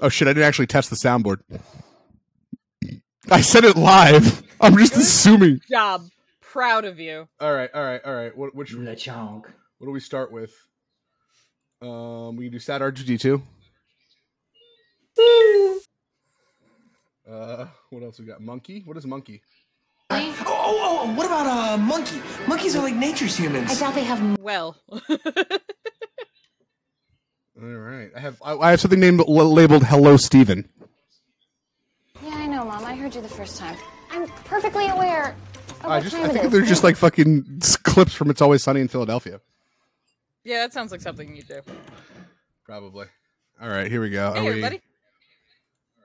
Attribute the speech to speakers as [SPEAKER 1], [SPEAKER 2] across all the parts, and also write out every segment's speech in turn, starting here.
[SPEAKER 1] Oh shit! I didn't actually test the soundboard. I said it live. I'm just
[SPEAKER 2] Good.
[SPEAKER 1] assuming.
[SPEAKER 2] Job. Proud of you.
[SPEAKER 1] All right, all right, all right. What which
[SPEAKER 3] Le chonk.
[SPEAKER 1] what do we start with? Um, we can do Sad R two D two. Uh, what else we got? Monkey. What is monkey?
[SPEAKER 4] Oh, oh, oh, what about a uh, monkey? Monkeys are like nature's humans.
[SPEAKER 5] I doubt they have
[SPEAKER 2] Well.
[SPEAKER 1] All right, I have I, I have something named labeled Hello Steven.
[SPEAKER 5] Yeah, I know, Mom. I heard you the first time. I'm perfectly aware of
[SPEAKER 1] I
[SPEAKER 5] what
[SPEAKER 1] just I
[SPEAKER 5] time it
[SPEAKER 1] think
[SPEAKER 5] is.
[SPEAKER 1] they're just like fucking s- clips from It's Always Sunny in Philadelphia.
[SPEAKER 2] yeah, that sounds like something you do.
[SPEAKER 1] Probably. All right, here we go.
[SPEAKER 2] Hey,
[SPEAKER 1] Are we-
[SPEAKER 2] everybody.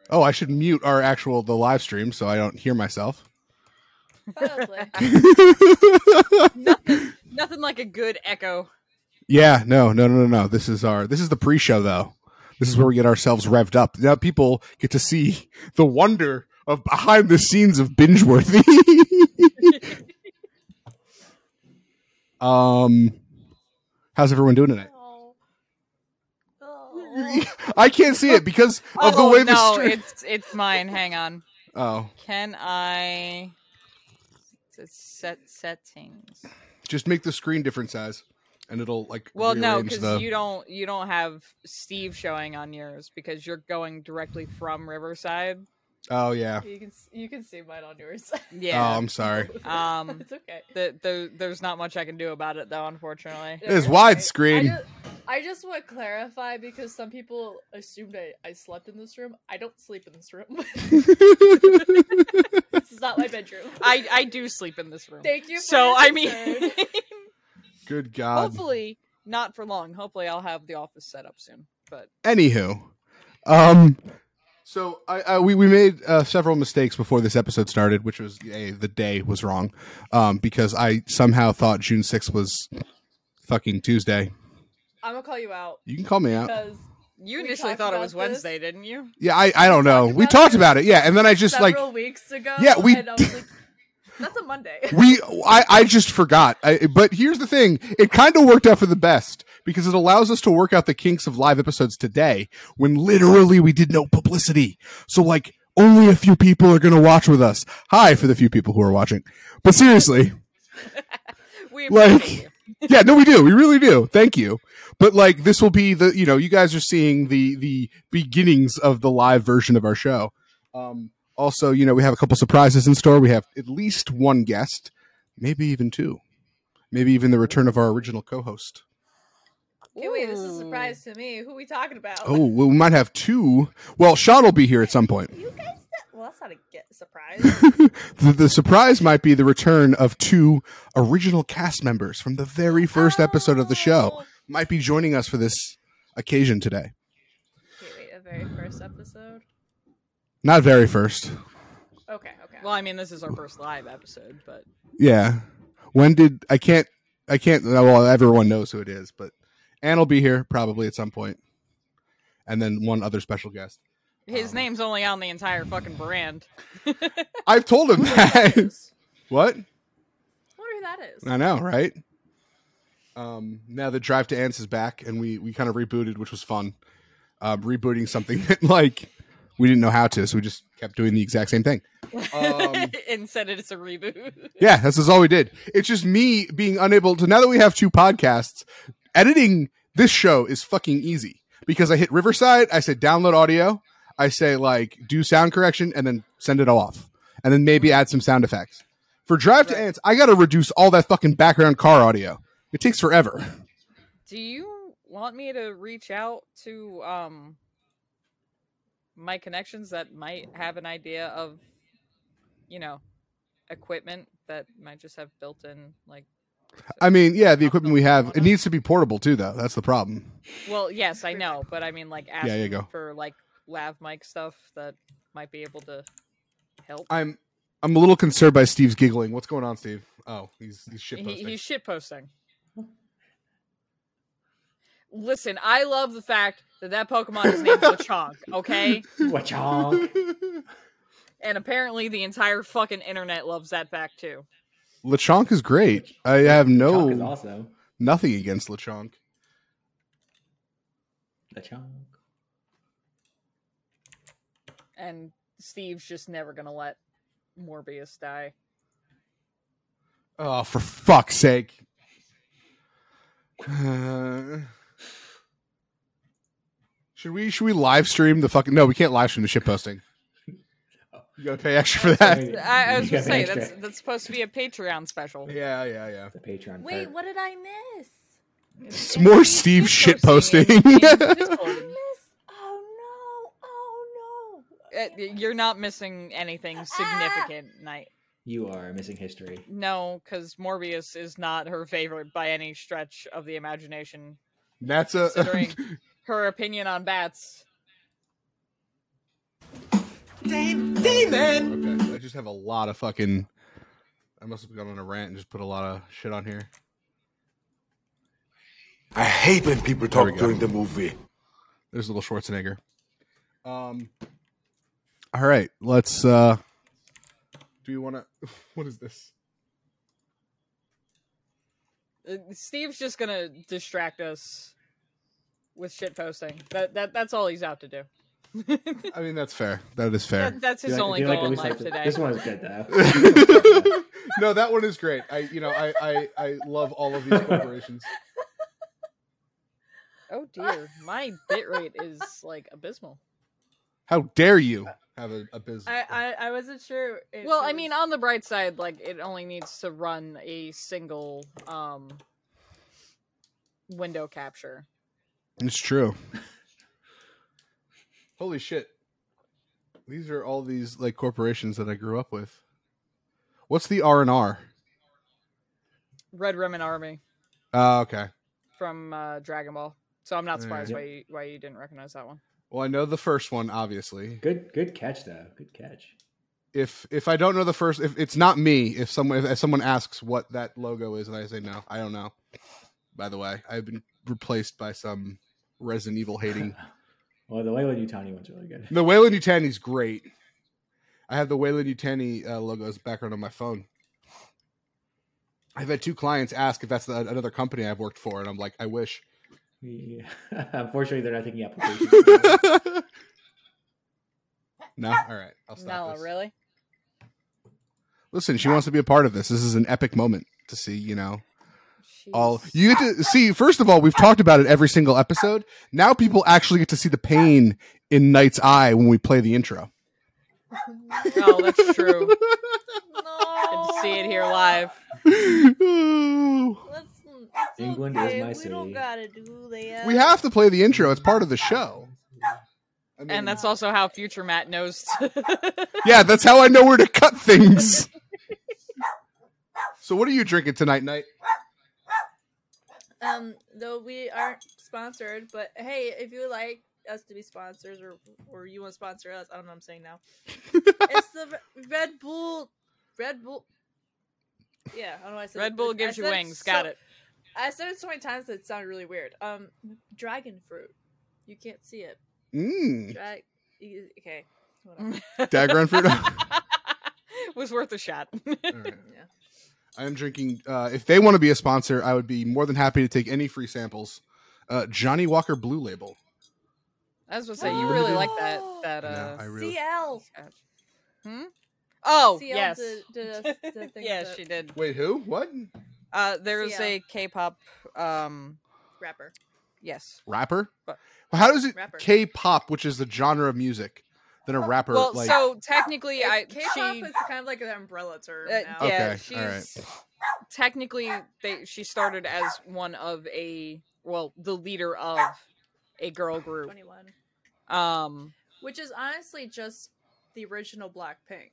[SPEAKER 1] Oh, I should mute our actual the live stream so I don't hear myself.
[SPEAKER 2] nothing, nothing like a good echo.
[SPEAKER 1] Yeah, no, no, no, no, no. This is our this is the pre-show though. This is where we get ourselves revved up. Now people get to see the wonder of behind the scenes of binge-worthy. um how's everyone doing tonight? I can't see it because of the
[SPEAKER 2] oh,
[SPEAKER 1] way the
[SPEAKER 2] no,
[SPEAKER 1] stream.
[SPEAKER 2] it's it's mine. Hang on.
[SPEAKER 1] Oh,
[SPEAKER 2] Can I s- set settings?
[SPEAKER 1] just make the screen different size and it'll like
[SPEAKER 2] Well, no,
[SPEAKER 1] rearrange
[SPEAKER 2] because
[SPEAKER 1] the-
[SPEAKER 2] you don't you don't have Steve showing on yours because you're going directly from Riverside.
[SPEAKER 1] Oh yeah.
[SPEAKER 6] You can s- you can see mine on yours.
[SPEAKER 1] Oh,
[SPEAKER 2] Yeah.
[SPEAKER 1] I'm sorry.
[SPEAKER 2] Um.
[SPEAKER 6] it's okay.
[SPEAKER 2] The, the, there's not much I can do about it though, unfortunately.
[SPEAKER 6] No,
[SPEAKER 1] It's
[SPEAKER 6] you're
[SPEAKER 1] widescreen.
[SPEAKER 6] I just, I just want to clarify because some people assumed I, I slept in this room. I don't sleep in this room. this is not my bedroom.
[SPEAKER 2] I I do sleep in this room.
[SPEAKER 6] Thank you. For
[SPEAKER 2] so
[SPEAKER 6] your
[SPEAKER 2] I mean,
[SPEAKER 6] concern.
[SPEAKER 1] Good God.
[SPEAKER 2] hopefully not for long. Hopefully I'll have the office set up soon. But
[SPEAKER 1] Anywho, um, so I, I we we made uh, several mistakes before this episode started, which was a, the day was wrong, um, because I somehow thought June 6th was fucking Tuesday.
[SPEAKER 6] I'm gonna call you out
[SPEAKER 1] You can call me
[SPEAKER 2] Uh,
[SPEAKER 1] out.
[SPEAKER 6] because
[SPEAKER 2] you
[SPEAKER 6] We
[SPEAKER 2] initially
[SPEAKER 6] talked
[SPEAKER 2] thought it
[SPEAKER 6] about
[SPEAKER 2] was
[SPEAKER 6] this.
[SPEAKER 2] Wednesday, didn't you?
[SPEAKER 1] Yeah, I I don't know. We talked about it. Yeah, and then I just like
[SPEAKER 6] several weeks ago.
[SPEAKER 1] Yeah, we-
[SPEAKER 6] And I was like, That's a Monday.
[SPEAKER 1] we I I just forgot. I, but here's the thing: it kind of worked out for the best because it allows us to work out the kinks of live episodes today when literally we did no publicity. So like only a few people are going to watch with us. Hi for the few people who are watching. But seriously,
[SPEAKER 2] We
[SPEAKER 1] Like-
[SPEAKER 2] appreciate you.
[SPEAKER 1] yeah, no, we do. We really do. Thank you. But like, this will be the you know, you guys are seeing the the beginnings of the live version of our show. Um, also, you know, we have a couple surprises in store. We have at least one guest, maybe even two, maybe even the return of our original co-host.
[SPEAKER 6] Hey, wait, this is a surprise to me. Who we talking about?
[SPEAKER 1] Oh, well, we might have two. Well, Sean will be here at some point.
[SPEAKER 6] You guys. That, well, that's not a get surprise.
[SPEAKER 1] The, the surprise might be the return of two original cast members from the very first episode of the show.
[SPEAKER 6] Oh.
[SPEAKER 1] Might be joining us for this occasion today.
[SPEAKER 6] Wait, wait, the very first episode.
[SPEAKER 1] Not very first.
[SPEAKER 6] Okay, okay.
[SPEAKER 2] Well, I mean, this is our first live episode, but
[SPEAKER 1] Yeah. When did I can't I can't uh, well everyone knows who it is, but Ann will be here probably at some point. And then one other special guest.
[SPEAKER 2] his
[SPEAKER 1] Um,
[SPEAKER 2] name's only on the entire fucking brand.
[SPEAKER 1] I've told him that. what?
[SPEAKER 6] I wonder who that is.
[SPEAKER 1] I know, right? Um now the drive to Ann's is back and we we kind of rebooted, which was fun. Um rebooting something that like we didn't know how to, so we just kept doing the exact same thing. Um
[SPEAKER 2] and said it's a reboot.
[SPEAKER 1] Yeah, this is all we did. It's just me being unable to. Now that we have two podcasts, editing this show is fucking easy because I hit Riverside, I say download audio, I say like do sound correction, and then send it all off, and then maybe add some sound effects. For Drive to
[SPEAKER 2] Right.
[SPEAKER 1] Ants, I got to reduce all that fucking background car audio. It takes forever.
[SPEAKER 2] Do you want me to reach out to um my connections that might have an idea of you know equipment that might just have built-in like
[SPEAKER 1] I mean, yeah, the equipment we have it needs to be portable too, though. That's the problem.
[SPEAKER 2] Well, yes, I know, but I mean like ask
[SPEAKER 1] there you go.
[SPEAKER 2] for like lav mic stuff that might be able to help.
[SPEAKER 1] I'm I'm a little concerned by Steve's giggling. What's going on, Steve? Oh, he's he's shit
[SPEAKER 2] He,
[SPEAKER 1] posting.
[SPEAKER 2] he's shit posting. Listen, I love the fact that that Pokemon is named Lechonk, okay?
[SPEAKER 3] What chonk?
[SPEAKER 2] And apparently the entire fucking internet loves that fact too.
[SPEAKER 1] Lechonk is great. I have no
[SPEAKER 3] Chonk is awesome.
[SPEAKER 1] nothing against Lechonk.
[SPEAKER 3] The chonk.
[SPEAKER 2] and Steve's just never gonna let Morbius die.
[SPEAKER 1] Oh, for fuck's sake. Uh, should we should we live stream the fucking no, we can't live stream the shit posting. You gotta pay extra for that.
[SPEAKER 2] I, I was gonna say that's that's supposed to be a Patreon special.
[SPEAKER 1] Yeah, yeah, yeah.
[SPEAKER 3] the Patreon.
[SPEAKER 7] Wait,
[SPEAKER 3] part.
[SPEAKER 7] what did I miss?
[SPEAKER 1] It's more Steve shit posting.
[SPEAKER 7] I missed. Oh no! Oh
[SPEAKER 2] Uh, y- You're not missing anything significant, Night.
[SPEAKER 3] You are missing history.
[SPEAKER 2] No, because Morbius is not her favorite by any stretch of the imagination.
[SPEAKER 1] That's a
[SPEAKER 2] Considering her opinion on bats,
[SPEAKER 4] Dave, David!
[SPEAKER 1] Okay, I just have a lot of fucking. I must have gone on a rant and just put a lot of shit on here.
[SPEAKER 8] I hate when people
[SPEAKER 1] There we
[SPEAKER 8] talk
[SPEAKER 1] go.
[SPEAKER 8] during the movie.
[SPEAKER 1] There's a little Schwarzenegger. Um. All right, let's. uh Do you want to? What is this?
[SPEAKER 2] Uh, Steve's just gonna distract us with shit posting. That that that's all he's out to do.
[SPEAKER 1] I mean, that's fair. That is fair.
[SPEAKER 2] That- that's
[SPEAKER 3] Do you
[SPEAKER 2] his
[SPEAKER 3] like-
[SPEAKER 2] only
[SPEAKER 3] do
[SPEAKER 2] goal
[SPEAKER 3] you like at
[SPEAKER 2] in
[SPEAKER 3] least
[SPEAKER 2] life
[SPEAKER 3] like the-
[SPEAKER 2] today.
[SPEAKER 3] This one is good though.
[SPEAKER 1] no, that one is great. I, you know, I, I, I love all of these corporations.
[SPEAKER 2] Oh dear, my bit rate is like abysmal.
[SPEAKER 1] How dare you have a, a business?
[SPEAKER 6] I, I I wasn't sure. if
[SPEAKER 2] Well,
[SPEAKER 6] it
[SPEAKER 2] I
[SPEAKER 6] was-
[SPEAKER 2] mean, on the bright side, like it only needs to run a single um window capture.
[SPEAKER 1] It's true. Holy shit. These are all these like corporations that I grew up with. What's the R and R?
[SPEAKER 2] Red Ribbon Army
[SPEAKER 1] Oh, okay.
[SPEAKER 2] from uh, Dragon Ball. So I'm not
[SPEAKER 1] Mm.
[SPEAKER 2] surprised
[SPEAKER 3] Yep.
[SPEAKER 2] why you, why you didn't recognize that one.
[SPEAKER 1] Well, I know the first one, obviously.
[SPEAKER 3] good, good catch though. Good catch.
[SPEAKER 1] If if I don't know the first, if it's not me, if someone if someone asks what that logo is, and I say no, I don't know. By the way, I've been replaced by some Resident Evil hating.
[SPEAKER 3] Well, the Wayland Utani one's really good.
[SPEAKER 1] the Wayland Utani's great. I have the Wayland Utani uh, logo as background on my phone. I've had two clients ask if that's the, another company I've worked for, and I'm like, I wish.
[SPEAKER 3] We- Unfortunately, they're not taking applications.
[SPEAKER 1] no, all right, I'll stop.
[SPEAKER 2] No,
[SPEAKER 1] this.
[SPEAKER 2] really?
[SPEAKER 1] Listen, she wants to be a part of this. This is an epic moment to see, you know, all
[SPEAKER 2] Jeez.
[SPEAKER 1] you get to see. First of all, we've talked about it every single episode. Now people actually get to see the pain in Knight's eye when we play the intro.
[SPEAKER 2] Oh, that's true.
[SPEAKER 7] no!
[SPEAKER 2] Good
[SPEAKER 7] No!
[SPEAKER 2] to see it here live.
[SPEAKER 1] we
[SPEAKER 7] Let's, it's
[SPEAKER 3] England is
[SPEAKER 7] okay.
[SPEAKER 3] my
[SPEAKER 7] we
[SPEAKER 3] city.
[SPEAKER 7] don't gotta do that.
[SPEAKER 1] have to play the intro. It's part of the show. I mean-
[SPEAKER 2] And that's also how future Matt knows.
[SPEAKER 1] yeah, that's how I know where to cut things. so, what are you drinking tonight, Knight?
[SPEAKER 6] Um, though we aren't sponsored, but hey, if you would like us to be sponsors or or you want to sponsor us, I don't know what I'm saying now. it's the Re- Red Bull Red Bull Yeah, I don't know why I said
[SPEAKER 2] Red
[SPEAKER 6] it.
[SPEAKER 2] Bull
[SPEAKER 6] I
[SPEAKER 2] gives you
[SPEAKER 6] said it
[SPEAKER 2] wings. Got
[SPEAKER 6] so-
[SPEAKER 2] it.
[SPEAKER 6] I said it so many times that it sounded really weird. Um dragon fruit. You can't see it.
[SPEAKER 1] Mm,
[SPEAKER 6] Dra- you- okay. Whatever.
[SPEAKER 1] Dagger fruit.
[SPEAKER 2] was worth a shot.
[SPEAKER 1] All right.
[SPEAKER 6] Yeah.
[SPEAKER 1] I am drinking. Uh, if they want to be a sponsor, I would be more than happy to take any free samples. Uh, Johnny Walker Blue Label.
[SPEAKER 2] I was gonna say you really like that that
[SPEAKER 1] I know,
[SPEAKER 2] uh
[SPEAKER 1] I really.
[SPEAKER 7] CL.
[SPEAKER 2] sketch. Hmm? Oh
[SPEAKER 6] CL
[SPEAKER 2] yes.
[SPEAKER 6] did- did a- did a thing
[SPEAKER 2] yes,
[SPEAKER 6] with
[SPEAKER 2] she
[SPEAKER 6] it.
[SPEAKER 2] did.
[SPEAKER 1] Wait, who? What?
[SPEAKER 2] Uh there is
[SPEAKER 6] CL.
[SPEAKER 2] a K pop um
[SPEAKER 6] Rapper.
[SPEAKER 2] yes.
[SPEAKER 1] Rapper?
[SPEAKER 2] But-
[SPEAKER 1] Well, how does it
[SPEAKER 6] Rapper.
[SPEAKER 1] K-pop, which is the genre of music, then a rapper
[SPEAKER 2] well
[SPEAKER 1] like?
[SPEAKER 2] so technically I
[SPEAKER 6] It- K-pop
[SPEAKER 2] she
[SPEAKER 6] is kind of like an umbrella term.
[SPEAKER 2] Uh,
[SPEAKER 6] now.
[SPEAKER 1] Okay, all
[SPEAKER 2] yeah,
[SPEAKER 1] right.
[SPEAKER 2] she's technically they she started as one of a well, the leader of a girl group.
[SPEAKER 6] 21.
[SPEAKER 2] Um
[SPEAKER 6] Which is honestly just the original Blackpink.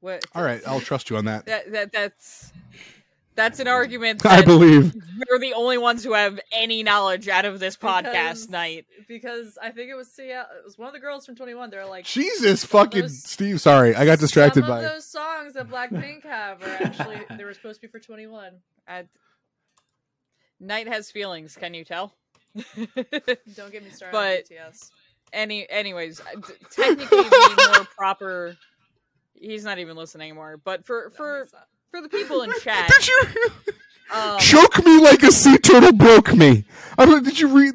[SPEAKER 2] what
[SPEAKER 1] All right, I'll trust you on that.
[SPEAKER 2] that, that that's that's an argument
[SPEAKER 1] I
[SPEAKER 2] that
[SPEAKER 1] believe.
[SPEAKER 2] we're the only ones who have any knowledge out of this podcast
[SPEAKER 6] Because-
[SPEAKER 2] night.
[SPEAKER 6] Because I think it was CL, it was one of the girls from 21. They're like,
[SPEAKER 1] Jesus fucking
[SPEAKER 6] those-
[SPEAKER 1] Steve. Sorry, I got distracted
[SPEAKER 6] Some
[SPEAKER 1] by.
[SPEAKER 6] of those songs that Blackpink have are actually they were supposed to be for 21.
[SPEAKER 2] I... Knight has feelings. Can you tell?
[SPEAKER 6] Don't get me started
[SPEAKER 2] But-
[SPEAKER 6] on BTS.
[SPEAKER 2] Any, anyways, I- t- technically the more proper. He's not even listening anymore. But for
[SPEAKER 6] No,
[SPEAKER 2] for
[SPEAKER 6] he's not.
[SPEAKER 2] for the people in chat,
[SPEAKER 1] Did you
[SPEAKER 2] um,
[SPEAKER 1] choke me like a sea turtle broke me? I don't, did you read?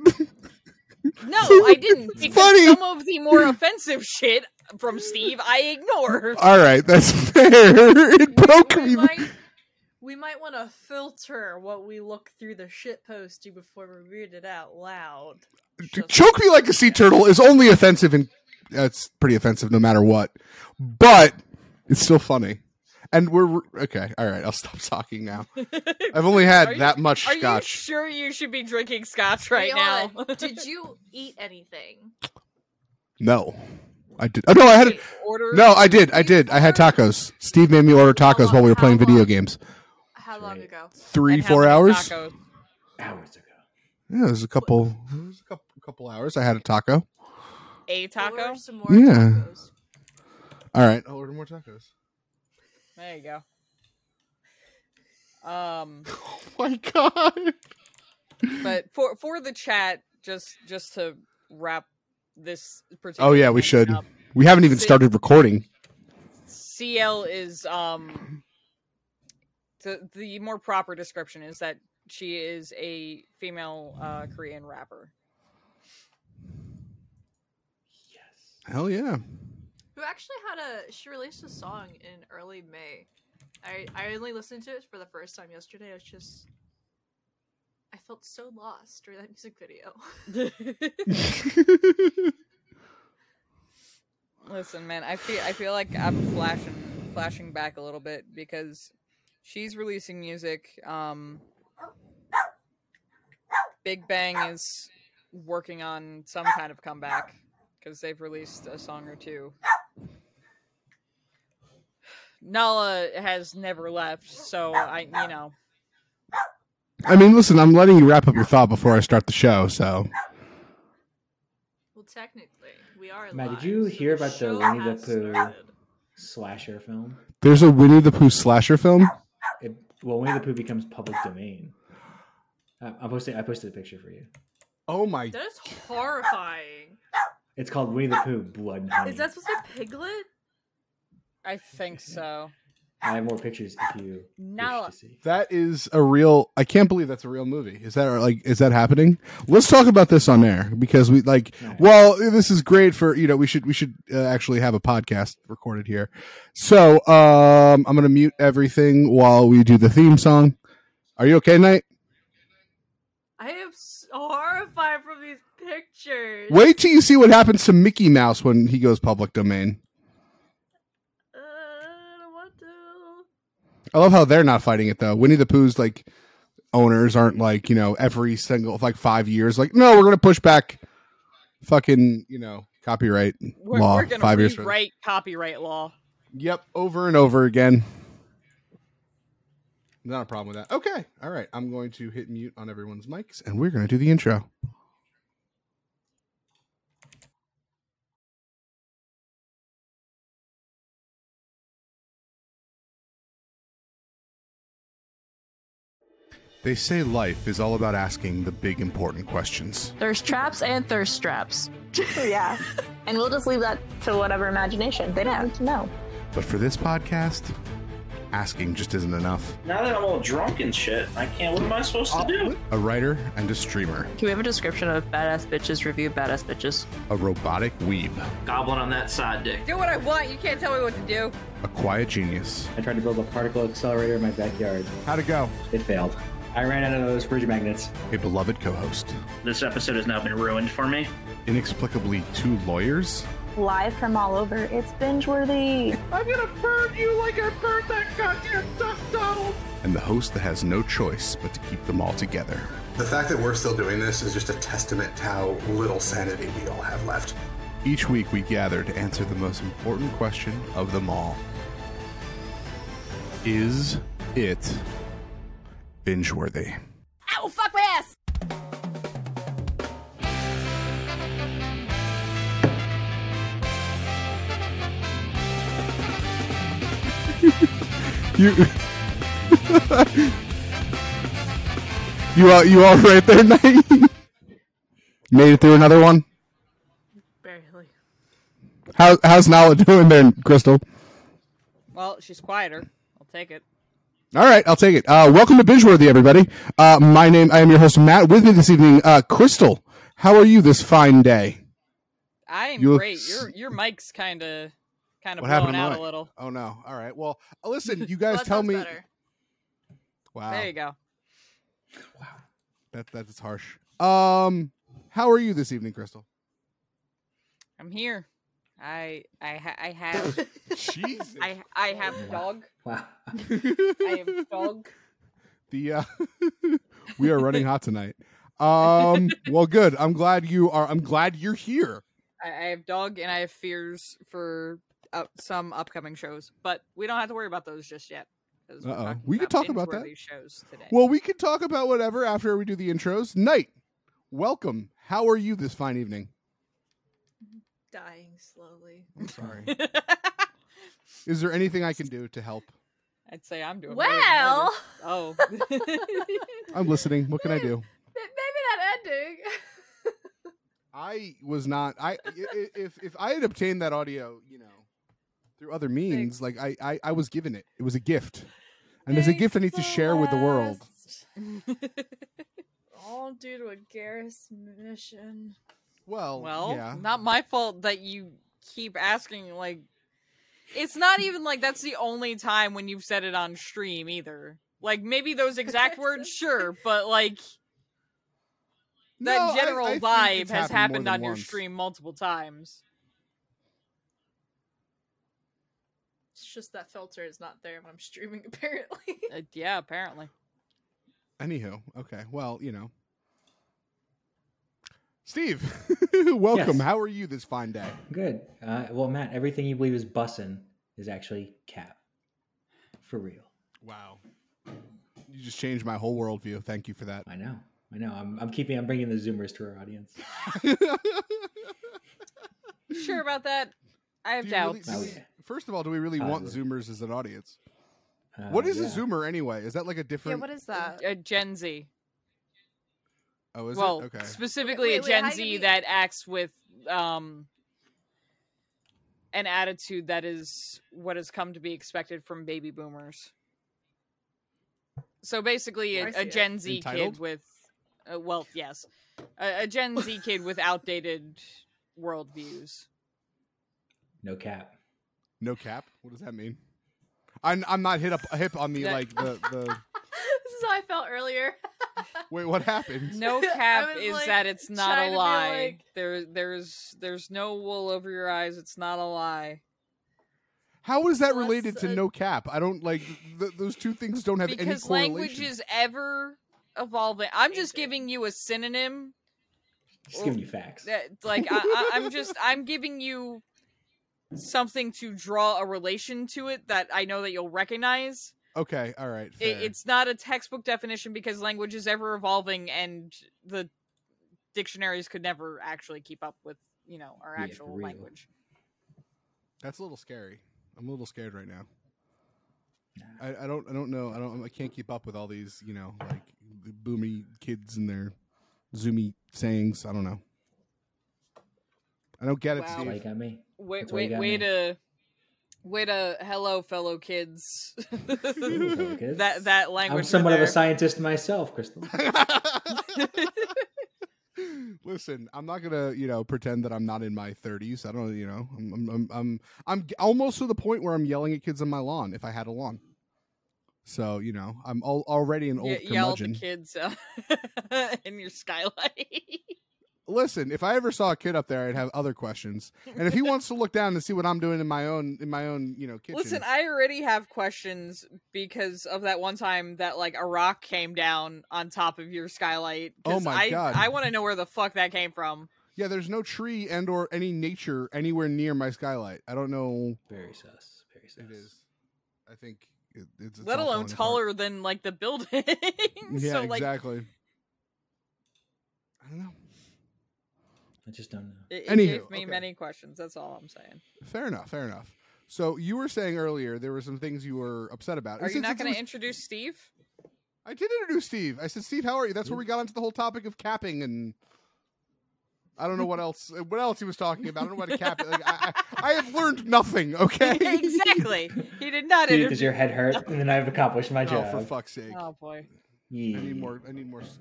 [SPEAKER 2] No, I didn't.
[SPEAKER 1] It's
[SPEAKER 2] Because
[SPEAKER 1] funny.
[SPEAKER 2] some of the more offensive shit from Steve I ignore.
[SPEAKER 1] All right, that's fair. It broke
[SPEAKER 6] we
[SPEAKER 1] me.
[SPEAKER 6] might we might want to filter what we look through the shit post to before we read it out loud. Just-
[SPEAKER 1] Choke me like a sea turtle is only offensive, and that's pretty offensive no matter what. But it's still funny. And we're okay. All right, I'll stop talking now. I've only
[SPEAKER 2] Are you-
[SPEAKER 1] had that much
[SPEAKER 2] Are you
[SPEAKER 1] scotch.
[SPEAKER 2] sure you should be drinking scotch right
[SPEAKER 7] Leon,
[SPEAKER 2] now?
[SPEAKER 7] did you eat anything?
[SPEAKER 1] No, I did. Oh no, I had.
[SPEAKER 2] Did you order?
[SPEAKER 1] No, I did. I did. I had tacos. Steve made me order tacos while we were playing video games.
[SPEAKER 7] How long
[SPEAKER 3] Right.
[SPEAKER 7] ago?
[SPEAKER 1] Three,
[SPEAKER 2] And how
[SPEAKER 1] four
[SPEAKER 2] many
[SPEAKER 1] hours.
[SPEAKER 2] tacos?
[SPEAKER 3] Hours ago.
[SPEAKER 1] Yeah, it was a couple. It was a couple, couple hours. I had a taco.
[SPEAKER 2] A taco.
[SPEAKER 7] Order some more
[SPEAKER 1] Yeah.
[SPEAKER 7] tacos.
[SPEAKER 1] All right, I'll order more tacos.
[SPEAKER 2] There you go. Um,
[SPEAKER 1] Oh my god.
[SPEAKER 2] but for for the chat, just just to wrap this particular.
[SPEAKER 1] Oh yeah, we
[SPEAKER 2] thing
[SPEAKER 1] should.
[SPEAKER 2] up,
[SPEAKER 1] We haven't even
[SPEAKER 2] Sit.
[SPEAKER 1] started recording.
[SPEAKER 2] CL is um the the more proper description is that she is a female uh Korean rapper.
[SPEAKER 3] Yes.
[SPEAKER 1] Hell yeah.
[SPEAKER 7] Who actually had a she released a song in early May. I I only listened to it for the first time yesterday. I was just I felt so lost during that music video.
[SPEAKER 2] Listen, man, I feel I feel like I'm flashing flashing back a little bit because she's releasing music. Um, Big Bang is working on some kind of comeback because they've released a song or two. Nala has never left, so I you know
[SPEAKER 1] I mean, listen, I'm letting you wrap up your thought before I start the show, so.
[SPEAKER 7] Well, technically, we are.
[SPEAKER 3] Matt, did
[SPEAKER 7] live,
[SPEAKER 3] you
[SPEAKER 7] so
[SPEAKER 3] hear about the
[SPEAKER 7] show
[SPEAKER 3] Winnie the
[SPEAKER 7] has
[SPEAKER 3] Pooh?
[SPEAKER 7] started.
[SPEAKER 3] Slasher film.
[SPEAKER 1] There's a Winnie the Pooh slasher film?
[SPEAKER 3] It, well, Winnie the Pooh becomes public domain. I, I posted. I posted a picture for you.
[SPEAKER 1] Oh my.
[SPEAKER 6] That is horrifying.
[SPEAKER 3] It's called Winnie the Pooh Blood and Honey.
[SPEAKER 6] Is that supposed to be Piglet?
[SPEAKER 2] I think so.
[SPEAKER 3] I have more pictures if you
[SPEAKER 2] Nala,
[SPEAKER 3] wish to see.
[SPEAKER 1] That is a real I can't believe that's a real movie. Is that like is that happening? Let's talk about this on air because we like
[SPEAKER 3] Alright.
[SPEAKER 1] well, this is great for, you know, we should we should uh, actually have a podcast recorded here. So, um I'm going to mute everything while we do the theme song. Are you okay, Knight?
[SPEAKER 6] I am so horrified from these pictures.
[SPEAKER 1] Wait till you see what happens to Mickey Mouse when he goes public domain.
[SPEAKER 6] Uh, I don't want to.
[SPEAKER 1] I love how they're not fighting it though. Winnie the Pooh's like owners aren't like you know every single like five years like no we're gonna push back fucking you know copyright
[SPEAKER 2] we're,
[SPEAKER 1] law
[SPEAKER 2] we're gonna
[SPEAKER 1] five years. Right.
[SPEAKER 2] rewrite copyright law.
[SPEAKER 1] Yep, over and over again. Not a problem with that. Okay, all right. I'm going to hit mute on everyone's mics, and we're gonna do the intro. They say life is all about asking the big important questions.
[SPEAKER 8] Thirst traps and thirst traps.
[SPEAKER 9] yeah. And we'll just leave that to whatever imagination. They don't have to know.
[SPEAKER 1] But for this podcast, asking just isn't enough.
[SPEAKER 10] Now that I'm all drunk and shit, I can't. What am I supposed
[SPEAKER 11] Uh,
[SPEAKER 10] to do?
[SPEAKER 1] A writer and a streamer,
[SPEAKER 8] Can we have a description of badass bitches review badass bitches?
[SPEAKER 1] a robotic weeb,
[SPEAKER 10] Goblin on that side dick.
[SPEAKER 2] Do what I want. You can't tell me what to do.
[SPEAKER 1] a quiet genius.
[SPEAKER 3] I tried to build a particle accelerator in my backyard.
[SPEAKER 1] How'd it go?
[SPEAKER 3] It failed. I ran out of those fridge magnets.
[SPEAKER 1] A beloved co host,
[SPEAKER 10] This episode has now been ruined for me.
[SPEAKER 1] inexplicably two lawyers,
[SPEAKER 9] Live from all over. It's binge worthy.
[SPEAKER 1] and the host that has no choice but to keep them all together.
[SPEAKER 12] The fact that we're still doing this is just a testament to how little sanity we all have left.
[SPEAKER 1] Each week, we gather to answer the most important question of them all Is it binge worthy?
[SPEAKER 7] Ow! Fuck my ass.
[SPEAKER 1] You. you all, you all right there, Knight? Made it through another one.
[SPEAKER 6] Barely.
[SPEAKER 1] How, how's Nala doing there, Crystal?
[SPEAKER 2] Well, she's quieter. I'll take it.
[SPEAKER 1] All right, I'll take it. Uh, welcome to Bingeworthy, everybody. Uh, my name, I am your host, Matt. With me this evening, uh, Crystal. How are you this fine day?
[SPEAKER 2] I am
[SPEAKER 1] You look
[SPEAKER 2] great.
[SPEAKER 1] s-
[SPEAKER 2] Your your mic's kind of kind of
[SPEAKER 1] What happened
[SPEAKER 2] blown
[SPEAKER 1] to
[SPEAKER 2] out
[SPEAKER 1] mine?
[SPEAKER 2] a little.
[SPEAKER 1] Oh no! All right. Well, uh, listen. You guys tell me. Wow.
[SPEAKER 2] There you go.
[SPEAKER 1] That that is harsh. Um, how are you this evening, Crystal?
[SPEAKER 2] I'm here. I I ha- I have.
[SPEAKER 1] Jesus.
[SPEAKER 2] I I have dog.
[SPEAKER 3] Wow.
[SPEAKER 2] I have dog.
[SPEAKER 1] The uh, we are running hot tonight. Um, well, good. I'm glad you are. I'm glad you're here.
[SPEAKER 2] I, I have dog, and I have fears for uh, some upcoming shows, but we don't have to worry about those just yet. 'cause we're
[SPEAKER 1] Uh-oh.
[SPEAKER 2] talking
[SPEAKER 1] We could talk about that.
[SPEAKER 2] binge-worthy Shows today.
[SPEAKER 1] Well, we can talk about whatever after we do the intros. Knight, welcome. How are you this fine evening?
[SPEAKER 6] Dying slowly.
[SPEAKER 1] I'm sorry. Is there anything I can do to help?
[SPEAKER 2] I'd say I'm doing. better than
[SPEAKER 7] Well,
[SPEAKER 2] others. oh,
[SPEAKER 1] I'm listening. What can I do?
[SPEAKER 7] maybe that ending.
[SPEAKER 1] I was not. I i- i- if if I had obtained that audio, you know, through other means, like I I, I was given it. It was a gift, and it's a gift I need to share with the world.
[SPEAKER 2] oh.
[SPEAKER 6] All due to a Garrus mission.
[SPEAKER 1] Well,
[SPEAKER 2] well,
[SPEAKER 1] yeah.
[SPEAKER 2] not my fault that you keep asking. Like, it's not even like that's the only time when you've said it on stream either. Like, maybe those exact words, sure, but like that
[SPEAKER 1] No, I-
[SPEAKER 2] general
[SPEAKER 1] I think
[SPEAKER 2] vibe
[SPEAKER 1] it's
[SPEAKER 2] has
[SPEAKER 1] happened more
[SPEAKER 2] happened
[SPEAKER 1] than
[SPEAKER 2] on your
[SPEAKER 1] once.
[SPEAKER 2] stream multiple times.
[SPEAKER 6] It's just that filter is not there when I'm streaming, apparently.
[SPEAKER 2] Uh, yeah, apparently.
[SPEAKER 1] Anywho, okay. Well, you know, Steve, welcome.
[SPEAKER 3] Yes.
[SPEAKER 1] How are you this fine day?
[SPEAKER 3] Good. Uh, well, Matt, everything you believe is bussin' is actually cap. For real.
[SPEAKER 1] Wow. You just changed my whole worldview. Thank you for that.
[SPEAKER 3] I know. I know. I'm, I'm keeping. I'm bringing the Zoomers to our audience.
[SPEAKER 2] Sure about that? I have
[SPEAKER 1] Do you really-
[SPEAKER 2] doubts.
[SPEAKER 1] do we- first of all, do we really
[SPEAKER 3] Uh,
[SPEAKER 1] want
[SPEAKER 3] look.
[SPEAKER 1] Zoomers as an audience?
[SPEAKER 2] Uh,
[SPEAKER 1] what is
[SPEAKER 3] Uh, yeah.
[SPEAKER 1] a Zoomer anyway? Is that like a different?
[SPEAKER 7] is that?
[SPEAKER 2] A Uh, Gen Z.
[SPEAKER 1] oh, is
[SPEAKER 2] well,
[SPEAKER 1] it okay?
[SPEAKER 2] specifically
[SPEAKER 7] Wait, wait,
[SPEAKER 2] a Gen
[SPEAKER 7] how
[SPEAKER 2] Z
[SPEAKER 7] can we-
[SPEAKER 2] that acts with um an attitude that is what has come to be expected from baby boomers. So
[SPEAKER 7] Oh,
[SPEAKER 2] basically,
[SPEAKER 6] I
[SPEAKER 2] a,
[SPEAKER 6] see
[SPEAKER 2] a
[SPEAKER 6] it.
[SPEAKER 2] Gen Z
[SPEAKER 1] Entitled?
[SPEAKER 2] kid with, uh, well, yes, a, a Gen Z kid with outdated worldviews.
[SPEAKER 3] No cap.
[SPEAKER 1] No cap. What does that mean? I'm I'm not hit up hip on the
[SPEAKER 2] That-
[SPEAKER 1] like the the.
[SPEAKER 7] this is how I felt earlier.
[SPEAKER 1] Wait, what happened?
[SPEAKER 2] No
[SPEAKER 7] I
[SPEAKER 2] cap
[SPEAKER 7] was,
[SPEAKER 2] is
[SPEAKER 7] like,
[SPEAKER 2] that it's not
[SPEAKER 7] trying
[SPEAKER 2] a
[SPEAKER 7] to be
[SPEAKER 2] lie.
[SPEAKER 7] like-
[SPEAKER 2] There, there's, there's no wool over your eyes. It's not a lie.
[SPEAKER 1] How is that
[SPEAKER 6] Well,
[SPEAKER 1] related
[SPEAKER 6] that's,
[SPEAKER 1] to
[SPEAKER 6] uh,
[SPEAKER 1] no cap? I don't like th- those two things. Don't have any
[SPEAKER 2] because
[SPEAKER 1] correlation.
[SPEAKER 2] language is ever evolving. I'm just giving you a synonym.
[SPEAKER 3] Just giving you facts.
[SPEAKER 2] That, like I, I, I'm just I'm giving you something to draw a relation to it that I know that you'll recognize.
[SPEAKER 1] Okay, all right.
[SPEAKER 2] It,
[SPEAKER 1] fair.
[SPEAKER 2] it's not a textbook definition because language is ever evolving, and the dictionaries could never actually keep up with you know our
[SPEAKER 3] Yeah,
[SPEAKER 2] actual
[SPEAKER 3] real.
[SPEAKER 2] language.
[SPEAKER 1] that's a little scary. I'm a little scared right now. I, I don't I don't know I don't I can't keep up with all these you know like the boomy kids and their zoomy sayings. I don't know. I don't get it,
[SPEAKER 2] Wow.
[SPEAKER 3] That's why you
[SPEAKER 1] Steve.
[SPEAKER 3] got me.
[SPEAKER 2] Wait,
[SPEAKER 3] That's why you
[SPEAKER 2] wait,
[SPEAKER 3] got
[SPEAKER 2] wait
[SPEAKER 3] me.
[SPEAKER 2] a. Wait a hello, fellow kids.
[SPEAKER 3] Hello, kids.
[SPEAKER 2] that that language.
[SPEAKER 3] I'm
[SPEAKER 2] right
[SPEAKER 3] somewhat of a
[SPEAKER 2] there.
[SPEAKER 3] scientist myself, Crystal.
[SPEAKER 1] Listen, I'm not gonna, you know, pretend that I'm not in my 30s. I don't, you know, I'm, I'm, I'm, I'm, I'm g- almost to the point where I'm yelling at kids on my lawn if I had a lawn. So you know, I'm al- already an
[SPEAKER 2] Ye-
[SPEAKER 1] old
[SPEAKER 2] yell at the
[SPEAKER 1] curmudgeon.
[SPEAKER 2] kids uh, in your skylight.
[SPEAKER 1] Listen, if I ever saw a kid up there, I'd have other questions. And if he wants to look down and see what I'm doing in my own, in my own, you know, kitchen.
[SPEAKER 2] Listen, I already have questions because of that one time that like a rock came down on top of your skylight. 'cause
[SPEAKER 1] Oh my
[SPEAKER 2] I,
[SPEAKER 1] God.
[SPEAKER 2] I want to know where the fuck that came from.
[SPEAKER 1] yeah, there's no tree and or any nature anywhere near my skylight. I don't know.
[SPEAKER 3] Very sus. Very sus.
[SPEAKER 1] It is. I think it, it's, it's
[SPEAKER 2] Let
[SPEAKER 1] all
[SPEAKER 2] alone
[SPEAKER 1] falling apart.
[SPEAKER 2] taller than like the building.
[SPEAKER 1] Yeah,
[SPEAKER 2] so like
[SPEAKER 1] exactly. I don't know.
[SPEAKER 3] I just don't know.
[SPEAKER 2] it, it
[SPEAKER 1] Anywho,
[SPEAKER 2] gave me
[SPEAKER 1] okay.
[SPEAKER 2] many questions. That's all I'm saying.
[SPEAKER 1] Fair enough. Fair enough. So you were saying earlier there were some things you were upset about. And
[SPEAKER 2] Are you
[SPEAKER 1] since
[SPEAKER 2] not
[SPEAKER 1] it's- it
[SPEAKER 2] going to
[SPEAKER 1] was-
[SPEAKER 2] introduce Steve?
[SPEAKER 1] I did introduce Steve. I said, Steve, how are you? That's where we got onto the whole topic of capping and. I don't know what else. What else he was talking about? I don't know what a cap. Like, I, I, I have learned nothing. Okay.
[SPEAKER 2] exactly. He did not
[SPEAKER 3] Dude, does
[SPEAKER 2] introduce.
[SPEAKER 3] your head hurt? And then I've accomplished my
[SPEAKER 1] Oh,
[SPEAKER 3] job.
[SPEAKER 1] for fuck's sake!
[SPEAKER 2] Oh boy.
[SPEAKER 1] I
[SPEAKER 3] Yeah.
[SPEAKER 1] need more. I need more. s-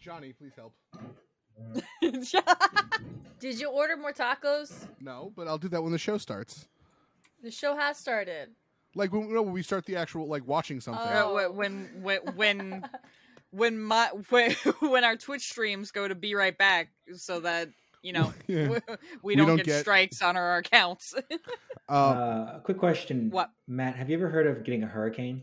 [SPEAKER 1] Johnny, please help.
[SPEAKER 6] Did you order more tacos?
[SPEAKER 1] No, but I'll do that when the show starts.
[SPEAKER 6] The show has started.
[SPEAKER 1] Like when, no, when we start the actual like watching something.
[SPEAKER 2] No, wh- when when when when my when, when our Twitch streams go to be right back, so that you know
[SPEAKER 3] Yeah.
[SPEAKER 2] we,
[SPEAKER 3] We
[SPEAKER 2] don't,
[SPEAKER 3] don't
[SPEAKER 2] get,
[SPEAKER 3] get-
[SPEAKER 2] strikes on our accounts.
[SPEAKER 3] Uh,
[SPEAKER 1] Oh.
[SPEAKER 3] quick question.
[SPEAKER 2] What?
[SPEAKER 3] Matt, have you ever heard of getting a hurricane?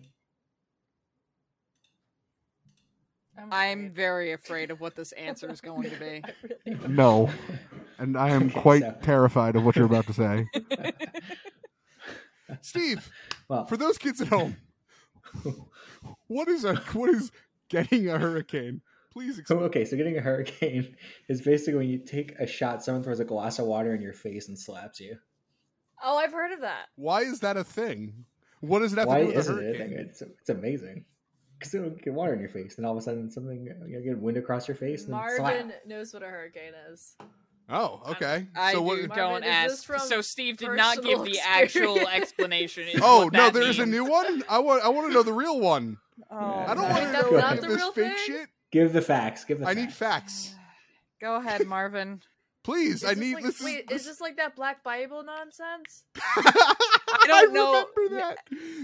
[SPEAKER 2] I'm very afraid of what this answer is going to be.
[SPEAKER 1] No, and I am quite terrified of what you're about to say. Steve, for those kids at home, what is a what is getting a hurricane? Please
[SPEAKER 3] So, okay, so getting a hurricane is basically when you take a shot, someone throws a glass of water in your face and slaps you.
[SPEAKER 6] Oh, I've heard of that.
[SPEAKER 1] Why is that a thing? What does that have to
[SPEAKER 3] Why
[SPEAKER 1] do with a
[SPEAKER 3] isn't it? a
[SPEAKER 1] hurricane?
[SPEAKER 3] thing? It's, it's amazing. Because it'll get water in your face, and all of a sudden something, you know, get wind across your face, and then slap.
[SPEAKER 6] Marvin knows what a hurricane is.
[SPEAKER 1] Oh, okay.
[SPEAKER 2] I
[SPEAKER 1] so
[SPEAKER 2] do,
[SPEAKER 1] what?
[SPEAKER 2] don't
[SPEAKER 6] Marvin, is this
[SPEAKER 2] ask.
[SPEAKER 6] from
[SPEAKER 2] So Steve did not give
[SPEAKER 6] personal
[SPEAKER 2] the actual
[SPEAKER 6] experience?
[SPEAKER 2] explanation. is
[SPEAKER 1] Oh
[SPEAKER 2] what
[SPEAKER 1] no,
[SPEAKER 2] that
[SPEAKER 1] there is a
[SPEAKER 2] means.
[SPEAKER 1] new one. I want. I want to know the real one. I don't want to
[SPEAKER 2] oh, that's
[SPEAKER 1] know
[SPEAKER 2] not
[SPEAKER 1] if
[SPEAKER 2] the
[SPEAKER 1] this
[SPEAKER 2] real
[SPEAKER 1] fake
[SPEAKER 2] thing?
[SPEAKER 1] shit.
[SPEAKER 3] Give the facts. Give the
[SPEAKER 1] I
[SPEAKER 3] facts.
[SPEAKER 1] need facts,
[SPEAKER 2] Go ahead, Marvin.
[SPEAKER 1] please. I
[SPEAKER 6] Is this
[SPEAKER 1] need
[SPEAKER 6] like-
[SPEAKER 1] this. is,
[SPEAKER 6] wait, is this like that Black Bible nonsense?
[SPEAKER 2] I don't know.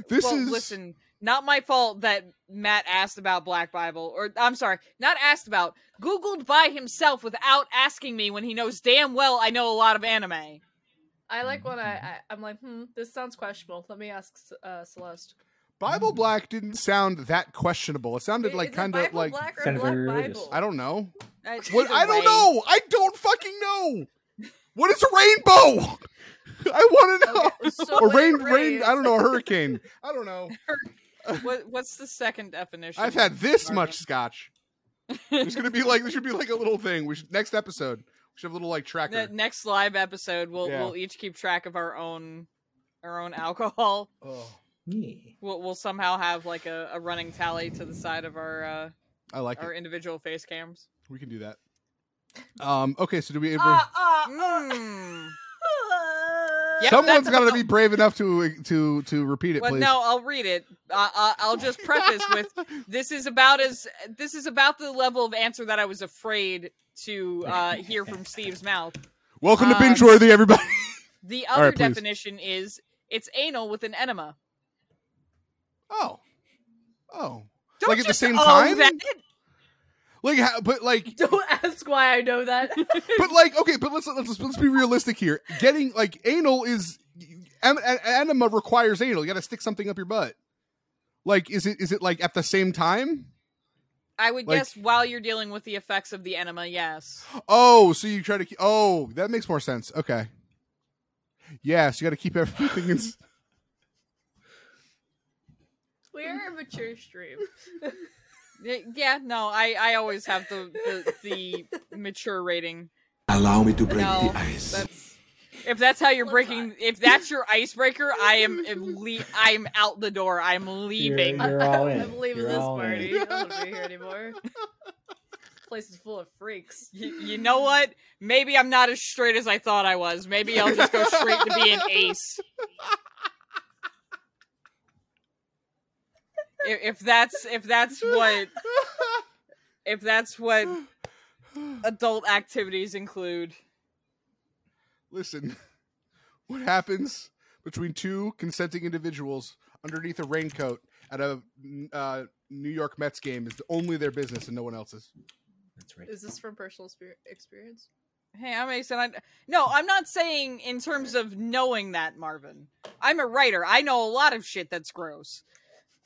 [SPEAKER 1] This
[SPEAKER 2] well,
[SPEAKER 1] is-
[SPEAKER 2] listen. Not my fault that Matt asked about Black Bible, or I'm sorry, not asked about, Googled by himself without asking me when he knows damn well I know a lot of anime.
[SPEAKER 6] I like when I,
[SPEAKER 1] Mm-hmm.
[SPEAKER 6] I I'm like, hmm, this sounds questionable. Let me ask C- uh, Celeste.
[SPEAKER 1] Bible Black didn't sound that questionable. It sounded
[SPEAKER 6] Is
[SPEAKER 1] like
[SPEAKER 6] it
[SPEAKER 1] kind of
[SPEAKER 6] Bible
[SPEAKER 1] like
[SPEAKER 6] Black or Sounded Black very religious. Bible?
[SPEAKER 1] I don't know.
[SPEAKER 2] Uh,
[SPEAKER 1] What,
[SPEAKER 2] either
[SPEAKER 1] I don't
[SPEAKER 2] way-
[SPEAKER 1] know. I don't fucking know. What is a rainbow? I want to know.
[SPEAKER 2] so
[SPEAKER 1] a
[SPEAKER 2] it
[SPEAKER 1] rain, rain.
[SPEAKER 2] rains.
[SPEAKER 1] I don't know. A hurricane. I don't know.
[SPEAKER 2] What, what's the second definition?
[SPEAKER 1] I've had this much scotch. There's gonna be like there should be like a little thing. We should next episode. We should have a little like tracker.
[SPEAKER 2] The next live episode, we'll
[SPEAKER 1] Yeah.
[SPEAKER 2] we'll each keep track of our own our own alcohol.
[SPEAKER 1] Oh.
[SPEAKER 2] We'll, we'll somehow have like a, a running tally to the side of our uh,
[SPEAKER 1] I like
[SPEAKER 2] our
[SPEAKER 1] it.
[SPEAKER 2] individual face cams.
[SPEAKER 1] We can do that. Um. Okay. So do we ever?
[SPEAKER 2] Uh, Mm. Yep,
[SPEAKER 1] Someone's
[SPEAKER 2] that's
[SPEAKER 1] got to
[SPEAKER 2] about-
[SPEAKER 1] be brave enough to to to repeat it,
[SPEAKER 2] Well,
[SPEAKER 1] please.
[SPEAKER 2] no, I'll read it. I, I, I'll just preface with this is about as this is about the level of answer that I was afraid to uh, hear from Steve's mouth.
[SPEAKER 1] Welcome to
[SPEAKER 2] Um,
[SPEAKER 1] binge worthy, everybody.
[SPEAKER 2] The
[SPEAKER 1] All
[SPEAKER 2] other
[SPEAKER 1] right, please.
[SPEAKER 2] definition is it's anal with an enema.
[SPEAKER 1] Oh, oh,
[SPEAKER 2] Don't
[SPEAKER 1] like at the
[SPEAKER 2] just
[SPEAKER 1] same
[SPEAKER 2] own
[SPEAKER 1] time.
[SPEAKER 2] that.
[SPEAKER 1] Like, how, but like,
[SPEAKER 6] don't ask why I know that.
[SPEAKER 1] but like, okay, but let's let's let's be realistic here. Getting like anal is en- en- enema requires anal. You got to stick something up your butt. Like, is it is it like at the same time?
[SPEAKER 2] I would
[SPEAKER 1] Like-
[SPEAKER 2] guess while you're dealing with the effects of the enema, yes.
[SPEAKER 1] Oh, so you try to. Keep, oh, that makes more sense. Okay. Yes, you got to keep everything. In, s-
[SPEAKER 6] We're a mature stream.
[SPEAKER 2] Y- Yeah, no, I, I always have the the, the mature rating.
[SPEAKER 4] Allow me to break
[SPEAKER 2] No,
[SPEAKER 4] the ice.
[SPEAKER 2] that's if that's how you're breaking. If that's your icebreaker, I am am le- I'm out the door. I'm leaving.
[SPEAKER 3] you're all in.
[SPEAKER 6] I'm leaving
[SPEAKER 3] You're
[SPEAKER 6] this
[SPEAKER 3] all
[SPEAKER 6] party.
[SPEAKER 3] in.
[SPEAKER 6] I don't want to be here anymore. Place is full of freaks.
[SPEAKER 2] Y- you know what? Maybe I'm not as straight as I thought I was. Maybe I'll just go straight to being ace. I- If that's if that's what if that's what adult activities include.
[SPEAKER 1] listen, what happens between two consenting individuals underneath a raincoat at a uh, New York Mets game is only their business and no one else's.
[SPEAKER 3] That's
[SPEAKER 6] Is this from personal spe- experience?
[SPEAKER 2] Hey, I'm Mason. I no, I'm not saying in terms of knowing that Marvin. I'm a writer. I know a lot of shit that's gross.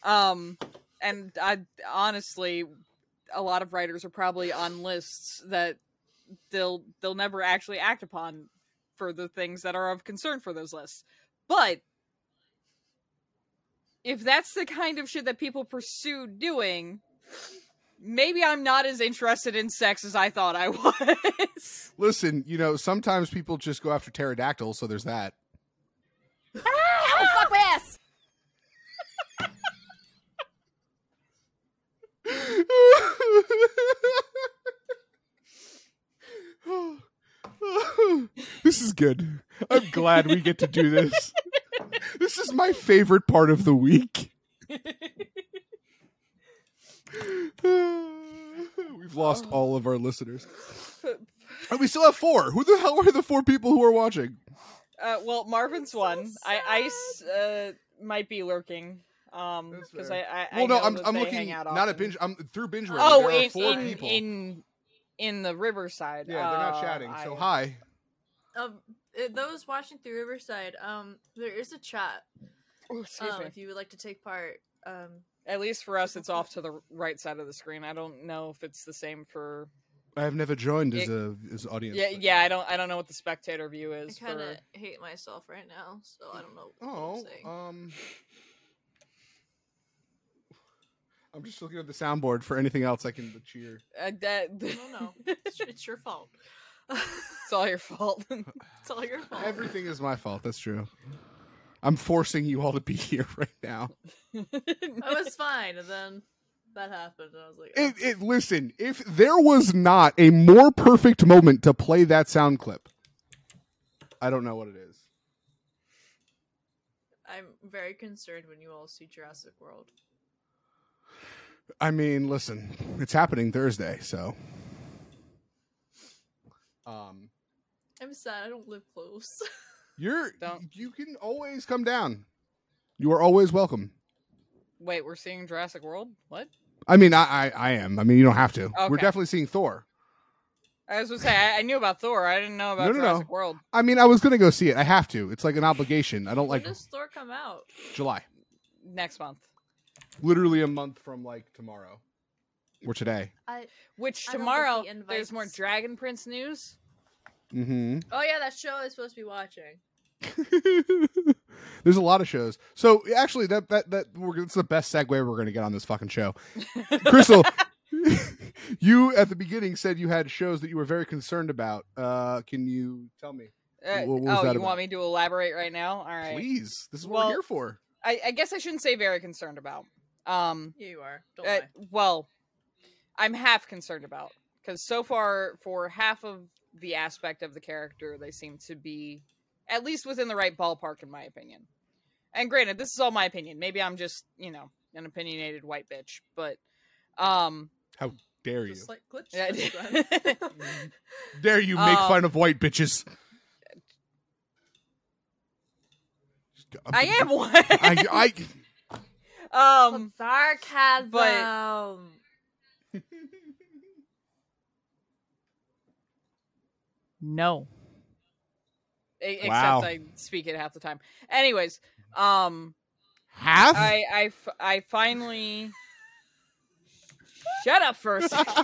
[SPEAKER 2] Um, and I honestly, a lot of writers are probably on lists that they'll they'll never actually act upon for the things that are of concern for those lists. But if that's the kind of shit that people pursue doing, maybe I'm not as interested in sex as I thought I was.
[SPEAKER 1] Listen, you know, sometimes people just go after pterodactyls, so there's that.
[SPEAKER 5] Oh, fuck my ass!
[SPEAKER 1] this is good. I'm glad we get to do this. This is my favorite part of the week.
[SPEAKER 2] Oh.
[SPEAKER 1] We've lost all of our listeners.
[SPEAKER 2] P-
[SPEAKER 1] And we still have four. Who the hell are the four people who are watching?
[SPEAKER 2] Uh, well, Marvin's one. I Ice uh, might be lurking. Um, because I, I, I
[SPEAKER 1] well, no,
[SPEAKER 2] know
[SPEAKER 1] I'm,
[SPEAKER 2] that
[SPEAKER 1] I'm
[SPEAKER 2] they
[SPEAKER 1] looking
[SPEAKER 2] hang
[SPEAKER 1] not
[SPEAKER 2] out
[SPEAKER 1] at
[SPEAKER 2] often.
[SPEAKER 1] binge. I'm through binge. Worthy,
[SPEAKER 2] Oh,
[SPEAKER 1] there are
[SPEAKER 2] in
[SPEAKER 1] four
[SPEAKER 2] in,
[SPEAKER 1] people.
[SPEAKER 2] in in the Riverside.
[SPEAKER 1] yeah, they're not
[SPEAKER 2] Uh,
[SPEAKER 1] chatting. So
[SPEAKER 2] I-
[SPEAKER 1] hi.
[SPEAKER 6] Um, uh, those watching through Riverside, um, there is a chat.
[SPEAKER 2] Oh, excuse
[SPEAKER 6] um,
[SPEAKER 2] me.
[SPEAKER 6] If you would like to take part, um,
[SPEAKER 2] At least for us, it's off to the right side of the screen. I don't know if it's the same for.
[SPEAKER 1] I have never joined as
[SPEAKER 2] It-
[SPEAKER 1] a as an audience.
[SPEAKER 2] Yeah, yeah. I don't. I don't know what the spectator view is.
[SPEAKER 6] I kinda
[SPEAKER 2] for...
[SPEAKER 6] hate myself right now, so I don't know.
[SPEAKER 1] Oh,
[SPEAKER 2] uh,
[SPEAKER 1] um, I'm just looking at the soundboard for anything else I can cheer.
[SPEAKER 2] Uh, that...
[SPEAKER 6] I don't know. It's, it's your fault.
[SPEAKER 2] it's all your fault.
[SPEAKER 6] It's all your fault.
[SPEAKER 1] Everything is my fault. That's true. I'm forcing you all to be here right now.
[SPEAKER 6] I was fine, and then that happened, and I was like,
[SPEAKER 1] It, it listen. If there was not a more perfect moment to play that sound clip, I don't know what it is.
[SPEAKER 6] I'm very concerned when you all see Jurassic World.
[SPEAKER 1] I mean, listen, it's happening Thursday, so um,
[SPEAKER 6] I'm sad. I don't live close.
[SPEAKER 1] you're you can always come down. You are always welcome.
[SPEAKER 2] Wait, we're seeing Jurassic World. What?
[SPEAKER 1] I mean, I I, I am. I mean, you don't have to. We're
[SPEAKER 2] Okay.
[SPEAKER 1] definitely seeing Thor.
[SPEAKER 2] I was gonna say I, I knew about Thor. I didn't know about
[SPEAKER 1] No, no, no.
[SPEAKER 2] Jurassic World.
[SPEAKER 1] I mean, I was gonna go see it. I have to. It's like an obligation. I don't like
[SPEAKER 6] does Thor come out?
[SPEAKER 1] July.
[SPEAKER 2] Next month.
[SPEAKER 1] Literally a month from like tomorrow or today.
[SPEAKER 6] I,
[SPEAKER 2] Which
[SPEAKER 6] I don't get
[SPEAKER 2] tomorrow
[SPEAKER 6] the
[SPEAKER 2] there's more
[SPEAKER 6] invites.
[SPEAKER 2] Dragon Prince news.
[SPEAKER 1] Mm-hmm.
[SPEAKER 6] Oh yeah, that show I was supposed to be watching.
[SPEAKER 1] There's a lot of shows. So actually, that that that we're, it's the best segue we're gonna get on this fucking show. Crystal, you at the beginning said you had shows that you were very concerned about. Uh, can you tell me?
[SPEAKER 2] Uh,
[SPEAKER 1] What- what was
[SPEAKER 2] oh,
[SPEAKER 1] that
[SPEAKER 2] you
[SPEAKER 1] about?
[SPEAKER 2] want me to elaborate right now? All right.
[SPEAKER 1] Please, this is what
[SPEAKER 2] Well,
[SPEAKER 1] we're here for.
[SPEAKER 2] I, I guess I shouldn't say very concerned about. Um,
[SPEAKER 6] Yeah, you are. Don't
[SPEAKER 2] uh,
[SPEAKER 6] lie.
[SPEAKER 2] well, I'm half concerned about because so far, for half of the aspect of the character, they seem to be at least within the right ballpark, in my opinion. And granted, this is all my opinion. Maybe I'm just you know an opinionated white bitch, but um,
[SPEAKER 1] How dare you?
[SPEAKER 6] Just like glitch.
[SPEAKER 2] Yeah, I
[SPEAKER 6] this
[SPEAKER 2] did.
[SPEAKER 6] time.
[SPEAKER 1] dare you make
[SPEAKER 2] um,
[SPEAKER 1] fun of white bitches?
[SPEAKER 2] I am one.
[SPEAKER 1] I, I
[SPEAKER 2] um,
[SPEAKER 6] Sarcasm.
[SPEAKER 2] no. E-
[SPEAKER 1] Wow.
[SPEAKER 2] Except I speak it half the time. Anyways, um,
[SPEAKER 1] half.
[SPEAKER 2] I, I, f- I finally shut up for a second.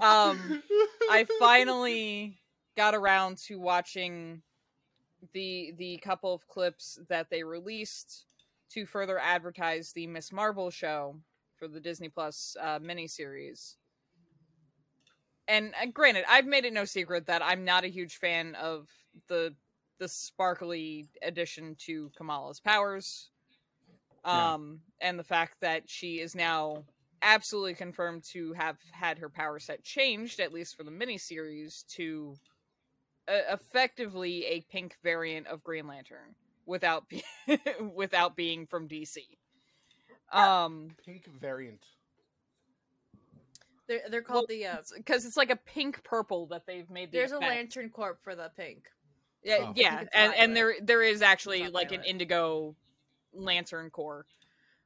[SPEAKER 2] um, I finally got around to watching the the couple of clips that they released to further advertise the Miss Marvel show for the Disney Plus uh, miniseries. And uh, granted, I've made it no secret that I'm not a huge fan of the the sparkly addition to Kamala's powers,
[SPEAKER 1] Yeah.
[SPEAKER 2] um, and the fact that she is now absolutely confirmed to have had her power set changed, at least for the miniseries, to uh, effectively a pink variant of Green Lantern without be- without being from DC. Um,
[SPEAKER 1] Pink variant.
[SPEAKER 6] They're they're called the. Uh,
[SPEAKER 2] because it's like a pink purple that they've made. The
[SPEAKER 6] there's a
[SPEAKER 2] effect.
[SPEAKER 6] lantern corp for the pink.
[SPEAKER 2] Yeah,
[SPEAKER 1] Oh.
[SPEAKER 6] I
[SPEAKER 2] yeah,
[SPEAKER 6] think it's
[SPEAKER 2] and, and there
[SPEAKER 6] violet.
[SPEAKER 2] there is actually
[SPEAKER 6] not
[SPEAKER 2] like an
[SPEAKER 6] violet.
[SPEAKER 2] indigo lantern core.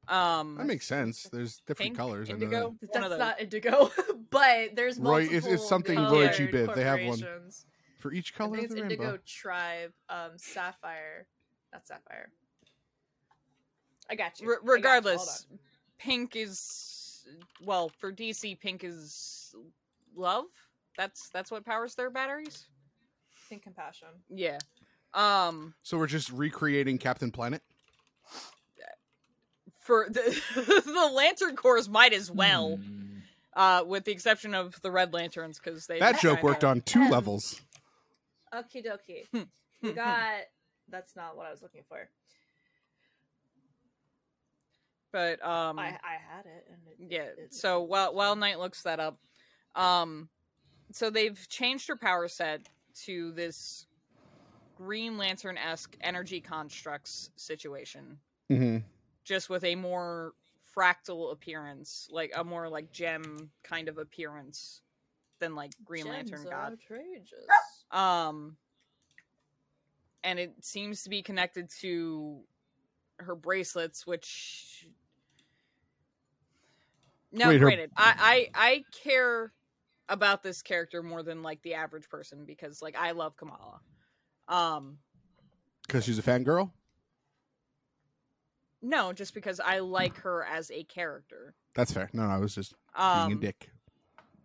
[SPEAKER 2] Um,
[SPEAKER 1] That makes sense. There's different
[SPEAKER 2] pink,
[SPEAKER 1] colors. uh, I know
[SPEAKER 2] indigo.
[SPEAKER 1] that.
[SPEAKER 2] one
[SPEAKER 6] That's
[SPEAKER 2] of those.
[SPEAKER 6] not indigo, but there's
[SPEAKER 1] Roy-
[SPEAKER 6] multiple.
[SPEAKER 1] it's- it's something Roy G.
[SPEAKER 6] colored
[SPEAKER 1] Biv. They have one
[SPEAKER 6] corporations.
[SPEAKER 1] for each
[SPEAKER 6] I
[SPEAKER 1] color
[SPEAKER 6] think
[SPEAKER 1] of
[SPEAKER 6] it's
[SPEAKER 1] the
[SPEAKER 6] Indigo
[SPEAKER 1] rainbow.
[SPEAKER 6] Tribe, um, Sapphire, not Sapphire. I got you.
[SPEAKER 2] Re-
[SPEAKER 6] I got you. Hold
[SPEAKER 2] regardless,
[SPEAKER 6] on.
[SPEAKER 2] pink is well for DC. Pink is love. That's that's what powers their batteries.
[SPEAKER 6] think compassion.
[SPEAKER 2] Yeah. Um.
[SPEAKER 1] So we're just recreating Captain Planet.
[SPEAKER 2] For the the lantern cores might as well,
[SPEAKER 1] Hmm.
[SPEAKER 3] Mm.
[SPEAKER 2] uh, with the exception of the red lanterns because they
[SPEAKER 1] That joke worked on two
[SPEAKER 6] Yeah.
[SPEAKER 1] levels.
[SPEAKER 6] Okie dokie.
[SPEAKER 2] Hmm.
[SPEAKER 6] We got. That's not what I was looking for.
[SPEAKER 2] But um,
[SPEAKER 6] I I had it. And it
[SPEAKER 2] yeah
[SPEAKER 6] it-
[SPEAKER 2] so while while knight looks that up um so they've changed her power set to this green lantern-esque energy constructs situation
[SPEAKER 1] Mm-hmm.
[SPEAKER 2] just with a more fractal appearance like a more like gem kind of appearance than like Green Lantern
[SPEAKER 6] Gems are
[SPEAKER 2] God.
[SPEAKER 6] outrageous.
[SPEAKER 2] Um, and it seems to be connected to her bracelets, which. No,
[SPEAKER 1] Wait, her-
[SPEAKER 2] granted, I, I I care about this character more than like the average person because like I love Kamala. Um,
[SPEAKER 1] because she's a fangirl.
[SPEAKER 2] no, just because I like her as a character.
[SPEAKER 1] That's fair. No, no, I was just being
[SPEAKER 2] Um,
[SPEAKER 1] a dick.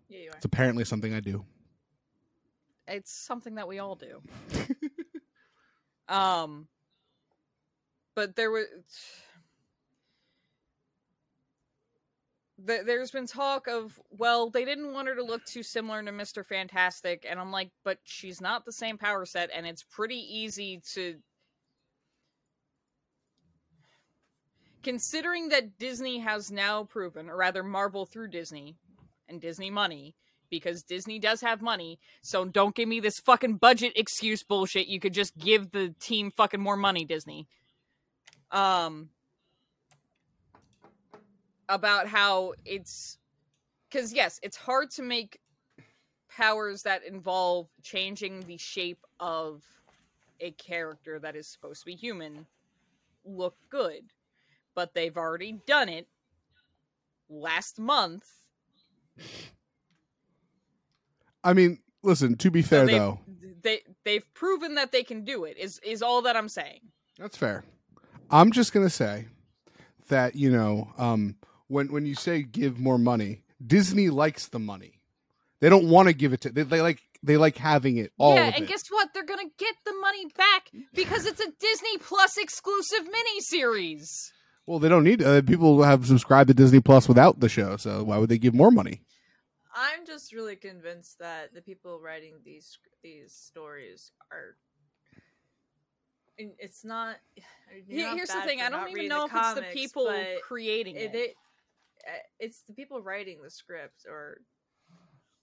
[SPEAKER 2] Yeah, you
[SPEAKER 1] It's apparently something I do.
[SPEAKER 2] it's something that we all do. um, but there was there, there's been talk of well, they didn't want her to look too similar to Mister Fantastic, and I'm like, but she's not the same power set, and it's pretty easy to. Considering that Disney has now proven, or rather Marvel through Disney and Disney money, because Disney does have money. So don't give me this fucking budget excuse bullshit. You could just give the team fucking more money, Disney. Um about how it's cuz yes, it's hard to make powers that involve changing the shape of a character that is supposed to be human look good. But they've already done it last month
[SPEAKER 1] I mean, listen. To be fair,
[SPEAKER 2] they've-
[SPEAKER 1] though,
[SPEAKER 2] they they've proven that they can do it is is all that i'm saying
[SPEAKER 1] That's fair. I'm just gonna say that you know um, when when you say give more money, Disney likes the money. They don't want to give it to. They, they like they like having it all.
[SPEAKER 2] yeah
[SPEAKER 1] of
[SPEAKER 2] and
[SPEAKER 1] it.
[SPEAKER 2] guess what they're gonna get the money back because it's a disney plus exclusive miniseries
[SPEAKER 1] well, they don't need uh, people have subscribed to Disney Plus without the show, so why would they give more money?
[SPEAKER 6] I'm just really convinced that the people writing these sc- these stories are. And it's not. I mean,
[SPEAKER 2] Here-
[SPEAKER 6] not
[SPEAKER 2] here's the
[SPEAKER 6] bad
[SPEAKER 2] thing,
[SPEAKER 6] for
[SPEAKER 2] I don't
[SPEAKER 6] not
[SPEAKER 2] even
[SPEAKER 6] reading
[SPEAKER 2] know if it's the
[SPEAKER 6] comics,
[SPEAKER 2] people
[SPEAKER 6] but
[SPEAKER 2] creating it.
[SPEAKER 6] They, uh, it's the people writing the script, or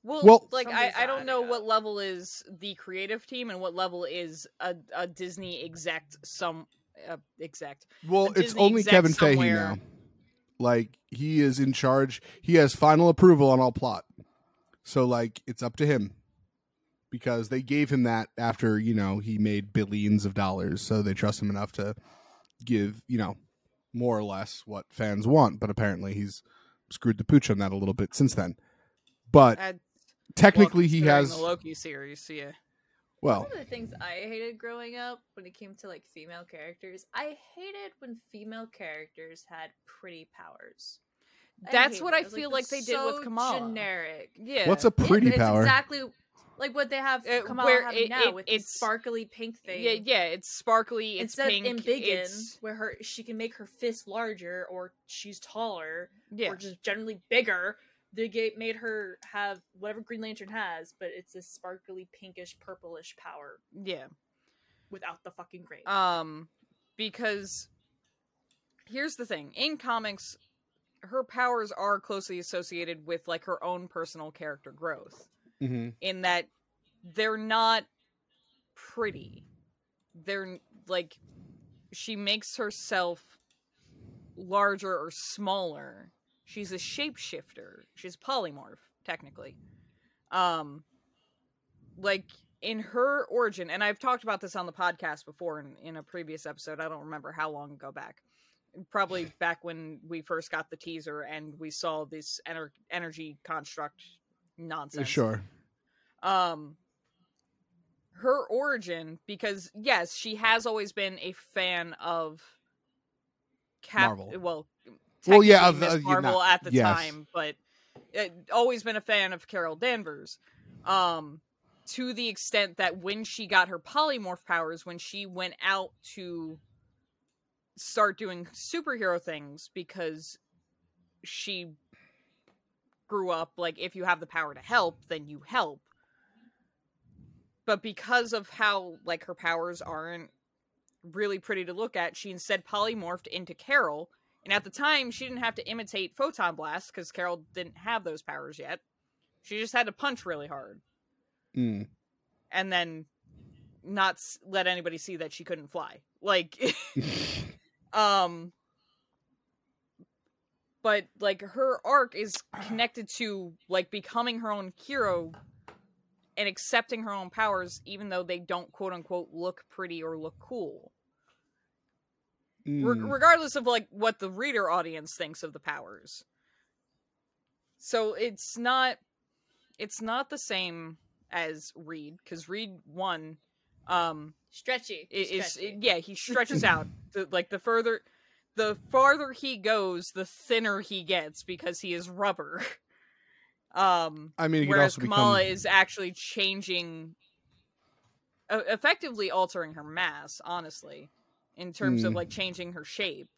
[SPEAKER 2] well,
[SPEAKER 6] Well-
[SPEAKER 2] like I,
[SPEAKER 6] Somebody's
[SPEAKER 2] I don't
[SPEAKER 6] adding
[SPEAKER 2] know what level is the creative team and what level is a, a disney exec some uh, exec
[SPEAKER 1] Well,
[SPEAKER 2] a
[SPEAKER 1] it's
[SPEAKER 2] Disney
[SPEAKER 1] only
[SPEAKER 2] exec
[SPEAKER 1] Kevin Feige
[SPEAKER 2] somewhere.
[SPEAKER 1] now. Like he is in charge. He has final approval on all plot. So like it's up to him. Because they gave him that after, you know, he made billions of dollars, so they trust him enough to give, you know, more or less what fans want, but apparently he's screwed the pooch on that a little bit since then. But
[SPEAKER 2] I'd-
[SPEAKER 1] technically
[SPEAKER 2] well,
[SPEAKER 1] he
[SPEAKER 2] Uh, considering
[SPEAKER 1] has
[SPEAKER 2] the loki series yeah
[SPEAKER 1] well,
[SPEAKER 6] One of the things I hated growing up when it came to like female characters, I hated when female characters had pretty powers. I
[SPEAKER 2] That's
[SPEAKER 6] hated
[SPEAKER 2] what
[SPEAKER 6] it.
[SPEAKER 2] I
[SPEAKER 6] was like,
[SPEAKER 2] feel
[SPEAKER 6] "That's
[SPEAKER 2] like they did with
[SPEAKER 6] so
[SPEAKER 2] Kamala."
[SPEAKER 6] Generic.
[SPEAKER 2] Yeah.
[SPEAKER 1] What's a pretty
[SPEAKER 6] it's
[SPEAKER 1] power?
[SPEAKER 6] Exactly, like what they have Kamala
[SPEAKER 2] Uh, where
[SPEAKER 6] having
[SPEAKER 2] it-
[SPEAKER 6] now
[SPEAKER 2] it-
[SPEAKER 6] with the
[SPEAKER 2] it's-
[SPEAKER 6] sparkly pink thing.
[SPEAKER 2] yeah yeah it's sparkly it's
[SPEAKER 6] Instead
[SPEAKER 2] pink
[SPEAKER 6] of Embiggen,
[SPEAKER 2] it's-
[SPEAKER 6] where her she can make her fist larger or she's taller
[SPEAKER 2] Yeah.
[SPEAKER 6] or just generally bigger. They ga- made her have whatever Green Lantern has, but it's this sparkly pinkish purplish power
[SPEAKER 2] yeah
[SPEAKER 6] without the fucking grain.
[SPEAKER 2] Um, because here's the thing: in comics, her powers are closely associated with like her own personal character growth.
[SPEAKER 1] Mhm.
[SPEAKER 2] In that they're not pretty. They're n- like she makes herself larger or smaller. She's a shapeshifter. She's polymorph technically. Um like in her origin and I've talked about this on the podcast before in, in a previous episode. I don't remember how long ago back. Probably back when we first got the teaser and we saw this ener- energy construct nonsense
[SPEAKER 1] sure.
[SPEAKER 2] um her origin because yes she has always been a fan of cap
[SPEAKER 1] Marvel.
[SPEAKER 2] well
[SPEAKER 1] Well, yeah,
[SPEAKER 2] technically
[SPEAKER 1] of the-
[SPEAKER 2] Miss
[SPEAKER 1] you're not-
[SPEAKER 2] marvel at the
[SPEAKER 1] yes.
[SPEAKER 2] time but uh always been a fan of carol danvers um to the extent that when she got her polymorph powers when she went out to start doing superhero things because she grew up like if you have the power to help then you help but because of how like her powers aren't really pretty to look at she instead polymorphed into carol and at the time she didn't have to imitate photon blast because carol didn't have those powers yet she just had to punch really hard
[SPEAKER 1] Mm.
[SPEAKER 2] and then not s- let anybody see that she couldn't fly like um but like her arc is connected to like becoming her own hero and accepting her own powers even though they don't quote unquote look pretty or look cool Reg
[SPEAKER 1] Hmm.
[SPEAKER 13] Mm.
[SPEAKER 2] regardless of like what the reader audience thinks of the powers so it's not it's not the same as reed because reed one um
[SPEAKER 6] Stretchy.
[SPEAKER 2] i- is
[SPEAKER 6] Stretchy.
[SPEAKER 2] yeah he stretches out the, like the further the farther he goes the thinner he gets because he is rubber um
[SPEAKER 1] I mean, he could
[SPEAKER 2] whereas
[SPEAKER 1] also
[SPEAKER 2] kamala
[SPEAKER 1] become-
[SPEAKER 2] is actually changing uh, effectively altering her mass honestly in terms of
[SPEAKER 1] Mm.
[SPEAKER 2] like changing her shape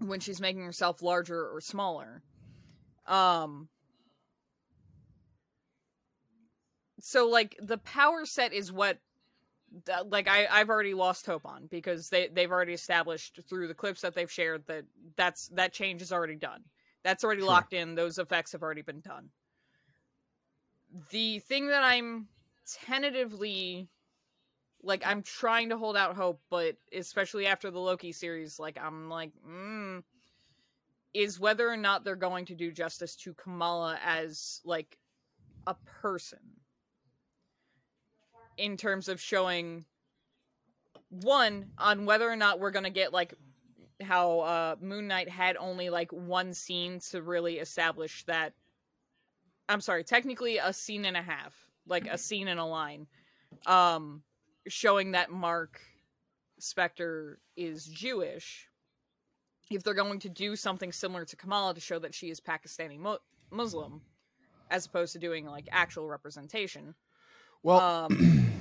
[SPEAKER 2] when she's making herself larger or smaller um so like the power set is what th- like I, I've already lost hope on because they they've already established through the clips that they've shared that that's that change is already done. That's already
[SPEAKER 8] Sure.
[SPEAKER 2] locked in. Those effects have already been done. The thing that I'm tentatively like I'm trying to hold out hope, but especially after the Loki series, like I'm like, mm, is whether or not they're going to do justice to Kamala as like a person in terms of showing one on whether or not we're going to get like how uh Moon Knight had only like one scene to really establish that I'm sorry, technically a scene and a half, like a scene and a line um showing that Mark Spector is Jewish. If they're going to do something similar to Kamala to show that she is Pakistani mu- Muslim as opposed to doing like actual representation.
[SPEAKER 1] Well,
[SPEAKER 2] um,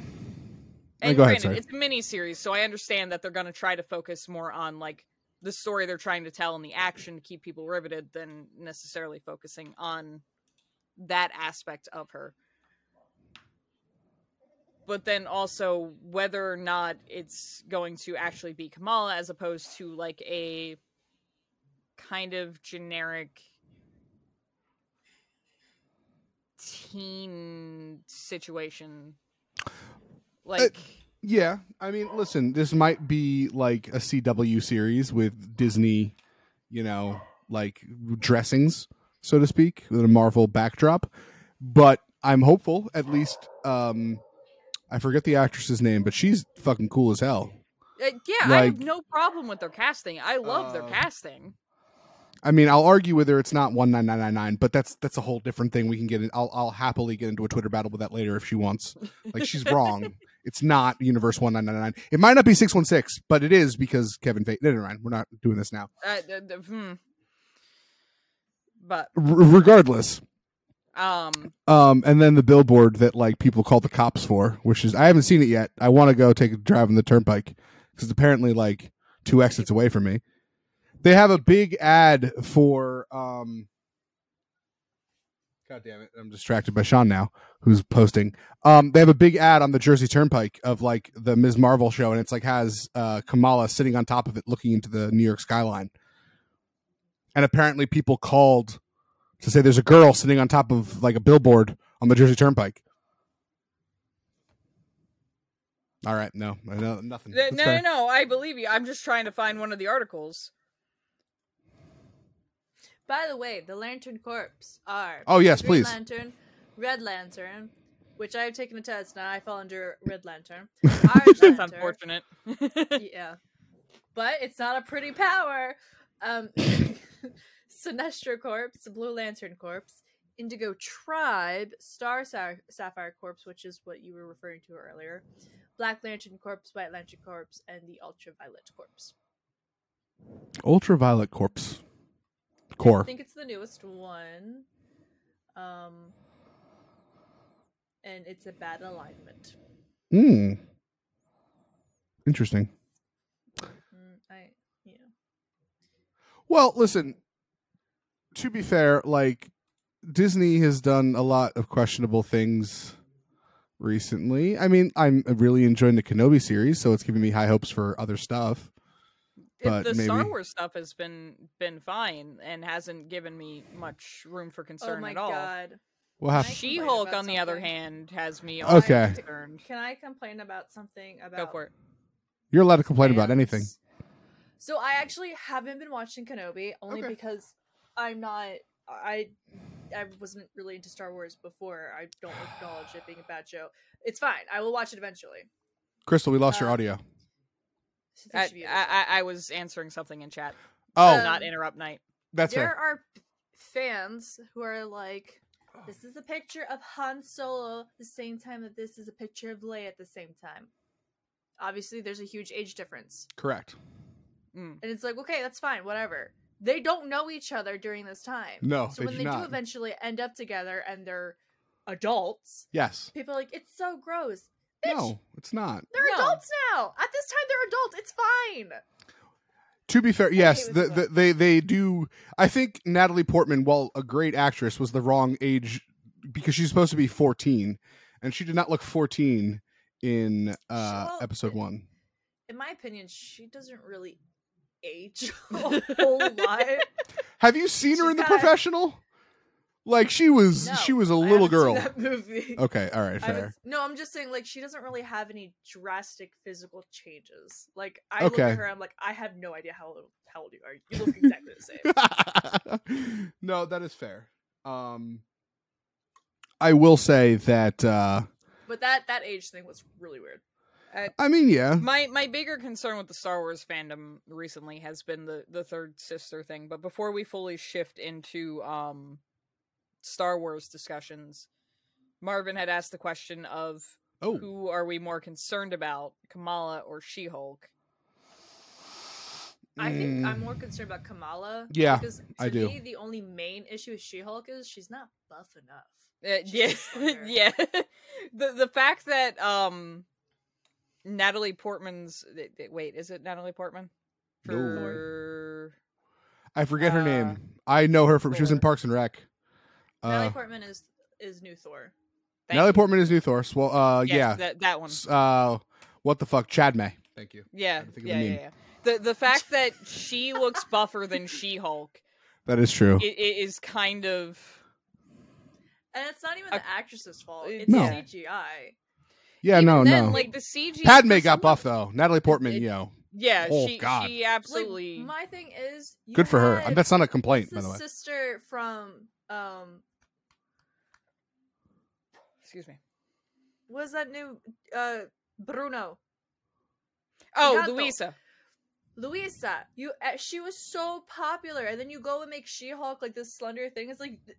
[SPEAKER 2] and
[SPEAKER 1] go ahead,
[SPEAKER 2] granted,
[SPEAKER 1] sorry.
[SPEAKER 2] it's a mini series, so I understand that they're going to try to focus more on like the story they're trying to tell and the action to keep people riveted than necessarily focusing on that aspect of her. But then also whether or not it's going to actually be Kamala as opposed to like a kind of generic teen situation.
[SPEAKER 1] Uh,
[SPEAKER 2] Like
[SPEAKER 1] Yeah, I mean, listen, this might be like a CW series with Disney, you know, like dressings, so to speak, with a Marvel backdrop. But I'm hopeful, at least. Um, I forget the actress's name, but she's fucking cool as hell.
[SPEAKER 2] Uh, yeah, I have
[SPEAKER 1] Like- Oh.
[SPEAKER 2] no problem with their casting. I love their casting.
[SPEAKER 1] I mean, I'll argue whether it's not one nine nine nine nine, but that's that's a whole different thing. We can get. In, I'll I'll happily get into a Twitter battle with that later if she wants. Like she's wrong. it's not Universe one nine nine nine. It might not be six one six, but it is because Kevin Feige. No, never mind. We're not doing this now.
[SPEAKER 2] Uh, th- th- hmm. But
[SPEAKER 1] R- regardless,
[SPEAKER 2] um,
[SPEAKER 1] um, and then the billboard that like people call the cops for, which is I haven't seen it yet. I want to go take a drive on the turnpike because apparently like two exits away from me. They have a big ad for um God damn it. I'm distracted by Sean now, who's posting. Um, they have a big ad on the Jersey Turnpike of like the Ms. Marvel show, and it's like has uh, Kamala sitting on top of it, looking into the New York skyline. And apparently, people called to say there's a girl sitting on top of like a billboard on the Jersey Turnpike. All right, no, I know nothing.
[SPEAKER 2] th-
[SPEAKER 1] That's
[SPEAKER 2] no,
[SPEAKER 1] fair.
[SPEAKER 2] no, no. I believe you. I'm just trying to find one of the articles.
[SPEAKER 6] By the way, the Lantern Corps are.
[SPEAKER 1] Oh, yes,
[SPEAKER 6] Green
[SPEAKER 1] please.
[SPEAKER 6] Lantern, Red Lantern, which I have taken a test now. I fall under Red Lantern. Orange Lantern.
[SPEAKER 2] That's unfortunate.
[SPEAKER 6] yeah, but it's not a pretty power. Um, Sinestro Corps, Blue Lantern Corps, Indigo Tribe, Star Sa- Sapphire Corps, which is what you were referring to earlier, Black Lantern Corps, White Lantern Corps, and the Ultraviolet Corps.
[SPEAKER 1] Ultraviolet corpse.
[SPEAKER 6] I
[SPEAKER 1] Core.
[SPEAKER 6] think it's the newest one. Um, and it's a bad alignment.
[SPEAKER 1] Hmm. Interesting.
[SPEAKER 6] Mm, I yeah.
[SPEAKER 1] Well, listen. To be fair, like Disney has done a lot of questionable things recently. I mean, I'm really enjoying the Kenobi series, so it's giving me high hopes for other stuff.
[SPEAKER 2] It-
[SPEAKER 1] But
[SPEAKER 2] the
[SPEAKER 1] maybe
[SPEAKER 2] Star Wars stuff has been been fine and hasn't given me much room for concern
[SPEAKER 6] Oh my
[SPEAKER 2] at all.
[SPEAKER 6] God.
[SPEAKER 1] We'll have- Can I
[SPEAKER 2] She Hulk, on the other hand, has me all
[SPEAKER 1] Okay.
[SPEAKER 2] concerned.
[SPEAKER 6] Can I complain about something about
[SPEAKER 2] Go for it.
[SPEAKER 1] you're allowed to complain about anything.
[SPEAKER 6] So I actually haven't been watching Kenobi only
[SPEAKER 7] Okay.
[SPEAKER 6] because I'm not I I wasn't really into Star Wars before. I don't acknowledge it being a bad show. It's fine. I will watch it eventually.
[SPEAKER 1] Crystal, we
[SPEAKER 6] Uh,
[SPEAKER 1] lost your audio.
[SPEAKER 2] I, I, I- I was answering something in chat.
[SPEAKER 1] Oh.
[SPEAKER 2] Did not interrupt night.
[SPEAKER 1] That's
[SPEAKER 6] there
[SPEAKER 1] fair.
[SPEAKER 6] are p- fans who are like, "This is a picture of Han Solo at the same time that this is a picture of Leia at the same time." Obviously, there's a huge age difference,
[SPEAKER 1] Correct.
[SPEAKER 6] and it's like, okay, that's fine, whatever. They don't know each other during this time.
[SPEAKER 1] No,
[SPEAKER 6] so
[SPEAKER 1] they
[SPEAKER 6] when
[SPEAKER 1] do
[SPEAKER 6] they do
[SPEAKER 1] not.
[SPEAKER 6] eventually end up together and they're adults,
[SPEAKER 1] Yes.
[SPEAKER 6] people are like, "It's so gross."
[SPEAKER 1] No, it's not.
[SPEAKER 6] They're adults now. At this time, they're adults. It's fine.
[SPEAKER 1] To be fair, yes,
[SPEAKER 6] with
[SPEAKER 1] the,
[SPEAKER 6] that.
[SPEAKER 1] the, they they do. I think Natalie Portman, while a great actress, was the wrong age because she's supposed to be fourteen, and she did not look fourteen in uh,
[SPEAKER 6] She'll-
[SPEAKER 1] episode one.
[SPEAKER 6] In my opinion, she doesn't really age a whole lot.
[SPEAKER 1] Have you seen her in the
[SPEAKER 6] got-
[SPEAKER 1] professional? Like she was, she was a little
[SPEAKER 6] haven't seen
[SPEAKER 1] girl.
[SPEAKER 6] that movie.
[SPEAKER 1] Okay, all right,
[SPEAKER 6] I haven't
[SPEAKER 1] fair.
[SPEAKER 6] s- no, I'm just saying, like, she doesn't really have any drastic physical changes. Like, I look
[SPEAKER 1] Okay.
[SPEAKER 6] at her, I'm like, I have no idea how old, how old you are. You look exactly the same.
[SPEAKER 1] no, that is fair. Um, I will say that. Uh,
[SPEAKER 6] But that that age thing was really weird.
[SPEAKER 1] I mean, yeah.
[SPEAKER 2] My my bigger concern with the Star Wars fandom recently has been the the third sister thing. But before we fully shift into um Star Wars discussions, Marvin had asked the question of
[SPEAKER 1] Oh.
[SPEAKER 2] who are we more concerned about, Kamala or She Hulk?
[SPEAKER 6] I think I'm
[SPEAKER 1] Mm.
[SPEAKER 6] more concerned about Kamala.
[SPEAKER 1] Yeah,
[SPEAKER 6] because to
[SPEAKER 1] I do.
[SPEAKER 6] me, the only main issue with She-Hulk is she's not buff enough.
[SPEAKER 2] Uh, yeah, yeah. the the fact that um Natalie Portman's th- th- wait is it Natalie Portman
[SPEAKER 1] No.
[SPEAKER 2] for
[SPEAKER 1] I forget her name.
[SPEAKER 2] Uh,
[SPEAKER 1] I know her from she was in Parks and Rec.
[SPEAKER 6] Natalie
[SPEAKER 1] Uh,
[SPEAKER 6] Portman is is new Thor.
[SPEAKER 1] Natalie Portman is new Thor. Swol- uh,
[SPEAKER 2] Yes,
[SPEAKER 1] yeah,
[SPEAKER 2] that- that one.
[SPEAKER 1] S- Uh, what the fuck, Chad May. Thank you.
[SPEAKER 2] Yeah,
[SPEAKER 1] think of a
[SPEAKER 2] yeah, yeah,
[SPEAKER 1] name.
[SPEAKER 2] yeah. The the fact that she looks buffer than She Hulk
[SPEAKER 1] That is true.
[SPEAKER 2] it, it is kind of
[SPEAKER 6] and it's not even the actress's fault. It's
[SPEAKER 1] No.
[SPEAKER 6] CGI.
[SPEAKER 1] yeah, no,
[SPEAKER 2] then,
[SPEAKER 1] no.
[SPEAKER 2] like, the CG
[SPEAKER 1] Padme
[SPEAKER 2] for
[SPEAKER 1] got buff though. Natalie Portman, yo.
[SPEAKER 2] Yeah,
[SPEAKER 1] Oh,
[SPEAKER 2] she
[SPEAKER 1] God.
[SPEAKER 2] she absolutely
[SPEAKER 6] My thing is, you
[SPEAKER 1] Good for her.
[SPEAKER 6] have-
[SPEAKER 1] That's not a complaint,
[SPEAKER 6] what's
[SPEAKER 1] by the way.
[SPEAKER 6] Sister from um,
[SPEAKER 2] excuse me.
[SPEAKER 6] was that new uh Bruno?
[SPEAKER 2] Oh,
[SPEAKER 6] Gato.
[SPEAKER 2] Luisa.
[SPEAKER 6] Luisa, you uh, she was so popular, and then you go and make She-Hulk like this slender thing. It's like th-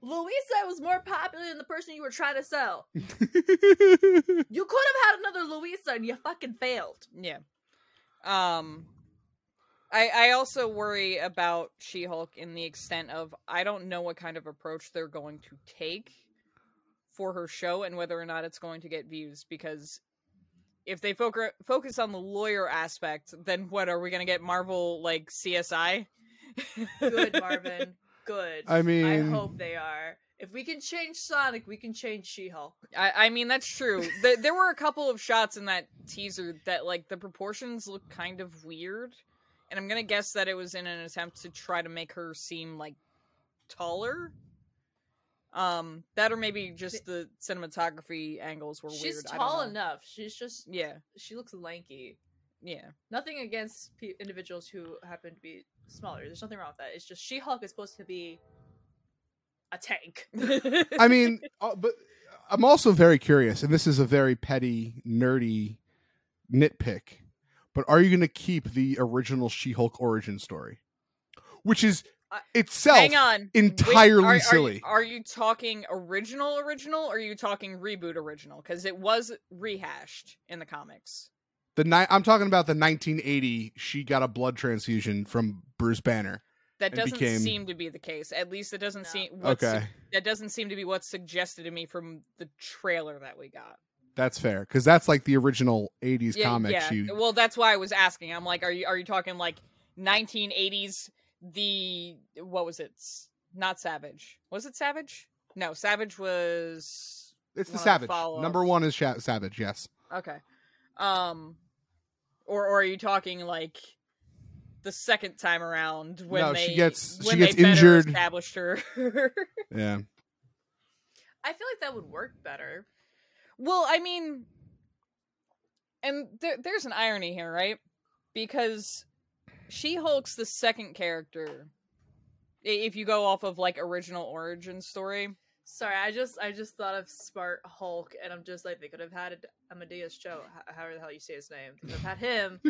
[SPEAKER 6] Luisa was more popular than the person you were trying to sell. you could have had another Luisa, and you fucking failed.
[SPEAKER 2] Yeah. Um I I also worry about She-Hulk in the extent of I don't know what kind of approach they're going to take for her show and whether or not it's going to get views because if they focus focus on the lawyer aspect, then what are we going to get Marvel like CSI?
[SPEAKER 6] Good Marvin, good.
[SPEAKER 1] I
[SPEAKER 6] I
[SPEAKER 1] mean-
[SPEAKER 6] hope they are. If we can change Sonic, we can change She-Hulk.
[SPEAKER 2] I, I mean that's true. Th there were a couple of shots in that teaser that like the proportions look kind of weird, and I'm gonna guess that it was in an attempt to try to make her seem like taller. Um, that or maybe just the cinematography angles were
[SPEAKER 6] She's
[SPEAKER 2] weird. I don't
[SPEAKER 6] tall
[SPEAKER 2] know.
[SPEAKER 6] enough. She's just
[SPEAKER 2] Yeah,
[SPEAKER 6] she looks lanky.
[SPEAKER 2] yeah.
[SPEAKER 6] Nothing against pe- individuals who happen to be smaller. There's nothing wrong with that. It's just She Hulk is supposed to be a tank.
[SPEAKER 1] I mean, uh, but I'm also very curious, and this is a very petty, nerdy nitpick. But are you going to keep the original She-Hulk origin story, which is itself
[SPEAKER 2] Hang on. Wait,
[SPEAKER 1] entirely
[SPEAKER 2] are- are you-
[SPEAKER 1] silly?
[SPEAKER 2] Are you, talking original original or are you talking reboot original? Because it was rehashed in the comics.
[SPEAKER 1] The ni- I'm talking about the 1980. She got a blood transfusion from Bruce Banner.
[SPEAKER 2] That
[SPEAKER 1] and
[SPEAKER 2] doesn't
[SPEAKER 1] became-
[SPEAKER 2] seem to be the case. At least it doesn't seem what's
[SPEAKER 1] Okay.
[SPEAKER 2] that doesn't seem to be what's suggested to me from the trailer that we got.
[SPEAKER 1] That's fair because that's like the original 80s
[SPEAKER 2] yeah,
[SPEAKER 1] comic.
[SPEAKER 2] yeah.
[SPEAKER 1] She
[SPEAKER 2] Well, that's why I was asking. I'm like, are you are you talking like 1980s? The what was it? S- Not Savage. Was it Savage? No, Savage was.
[SPEAKER 1] it's the
[SPEAKER 2] one of
[SPEAKER 1] Savage.
[SPEAKER 2] follow-ups.
[SPEAKER 1] Number one is Sha- Savage. Yes.
[SPEAKER 2] Okay. Um or or are you talking like the second time around when
[SPEAKER 1] No,
[SPEAKER 2] they
[SPEAKER 1] she gets- she
[SPEAKER 2] when
[SPEAKER 1] gets
[SPEAKER 2] they better
[SPEAKER 1] injured.
[SPEAKER 2] established her
[SPEAKER 1] Yeah.
[SPEAKER 6] I feel like that would work better.
[SPEAKER 2] Well, I mean and there, there's an irony here, right? Because She Hulk's the second character. i- If you go off of like original origin story,
[SPEAKER 6] Sorry, I just I just thought of Smart Hulk, and I'm just like they could have had it- Amadeus Cho, h- however the hell you say his name. They could have had him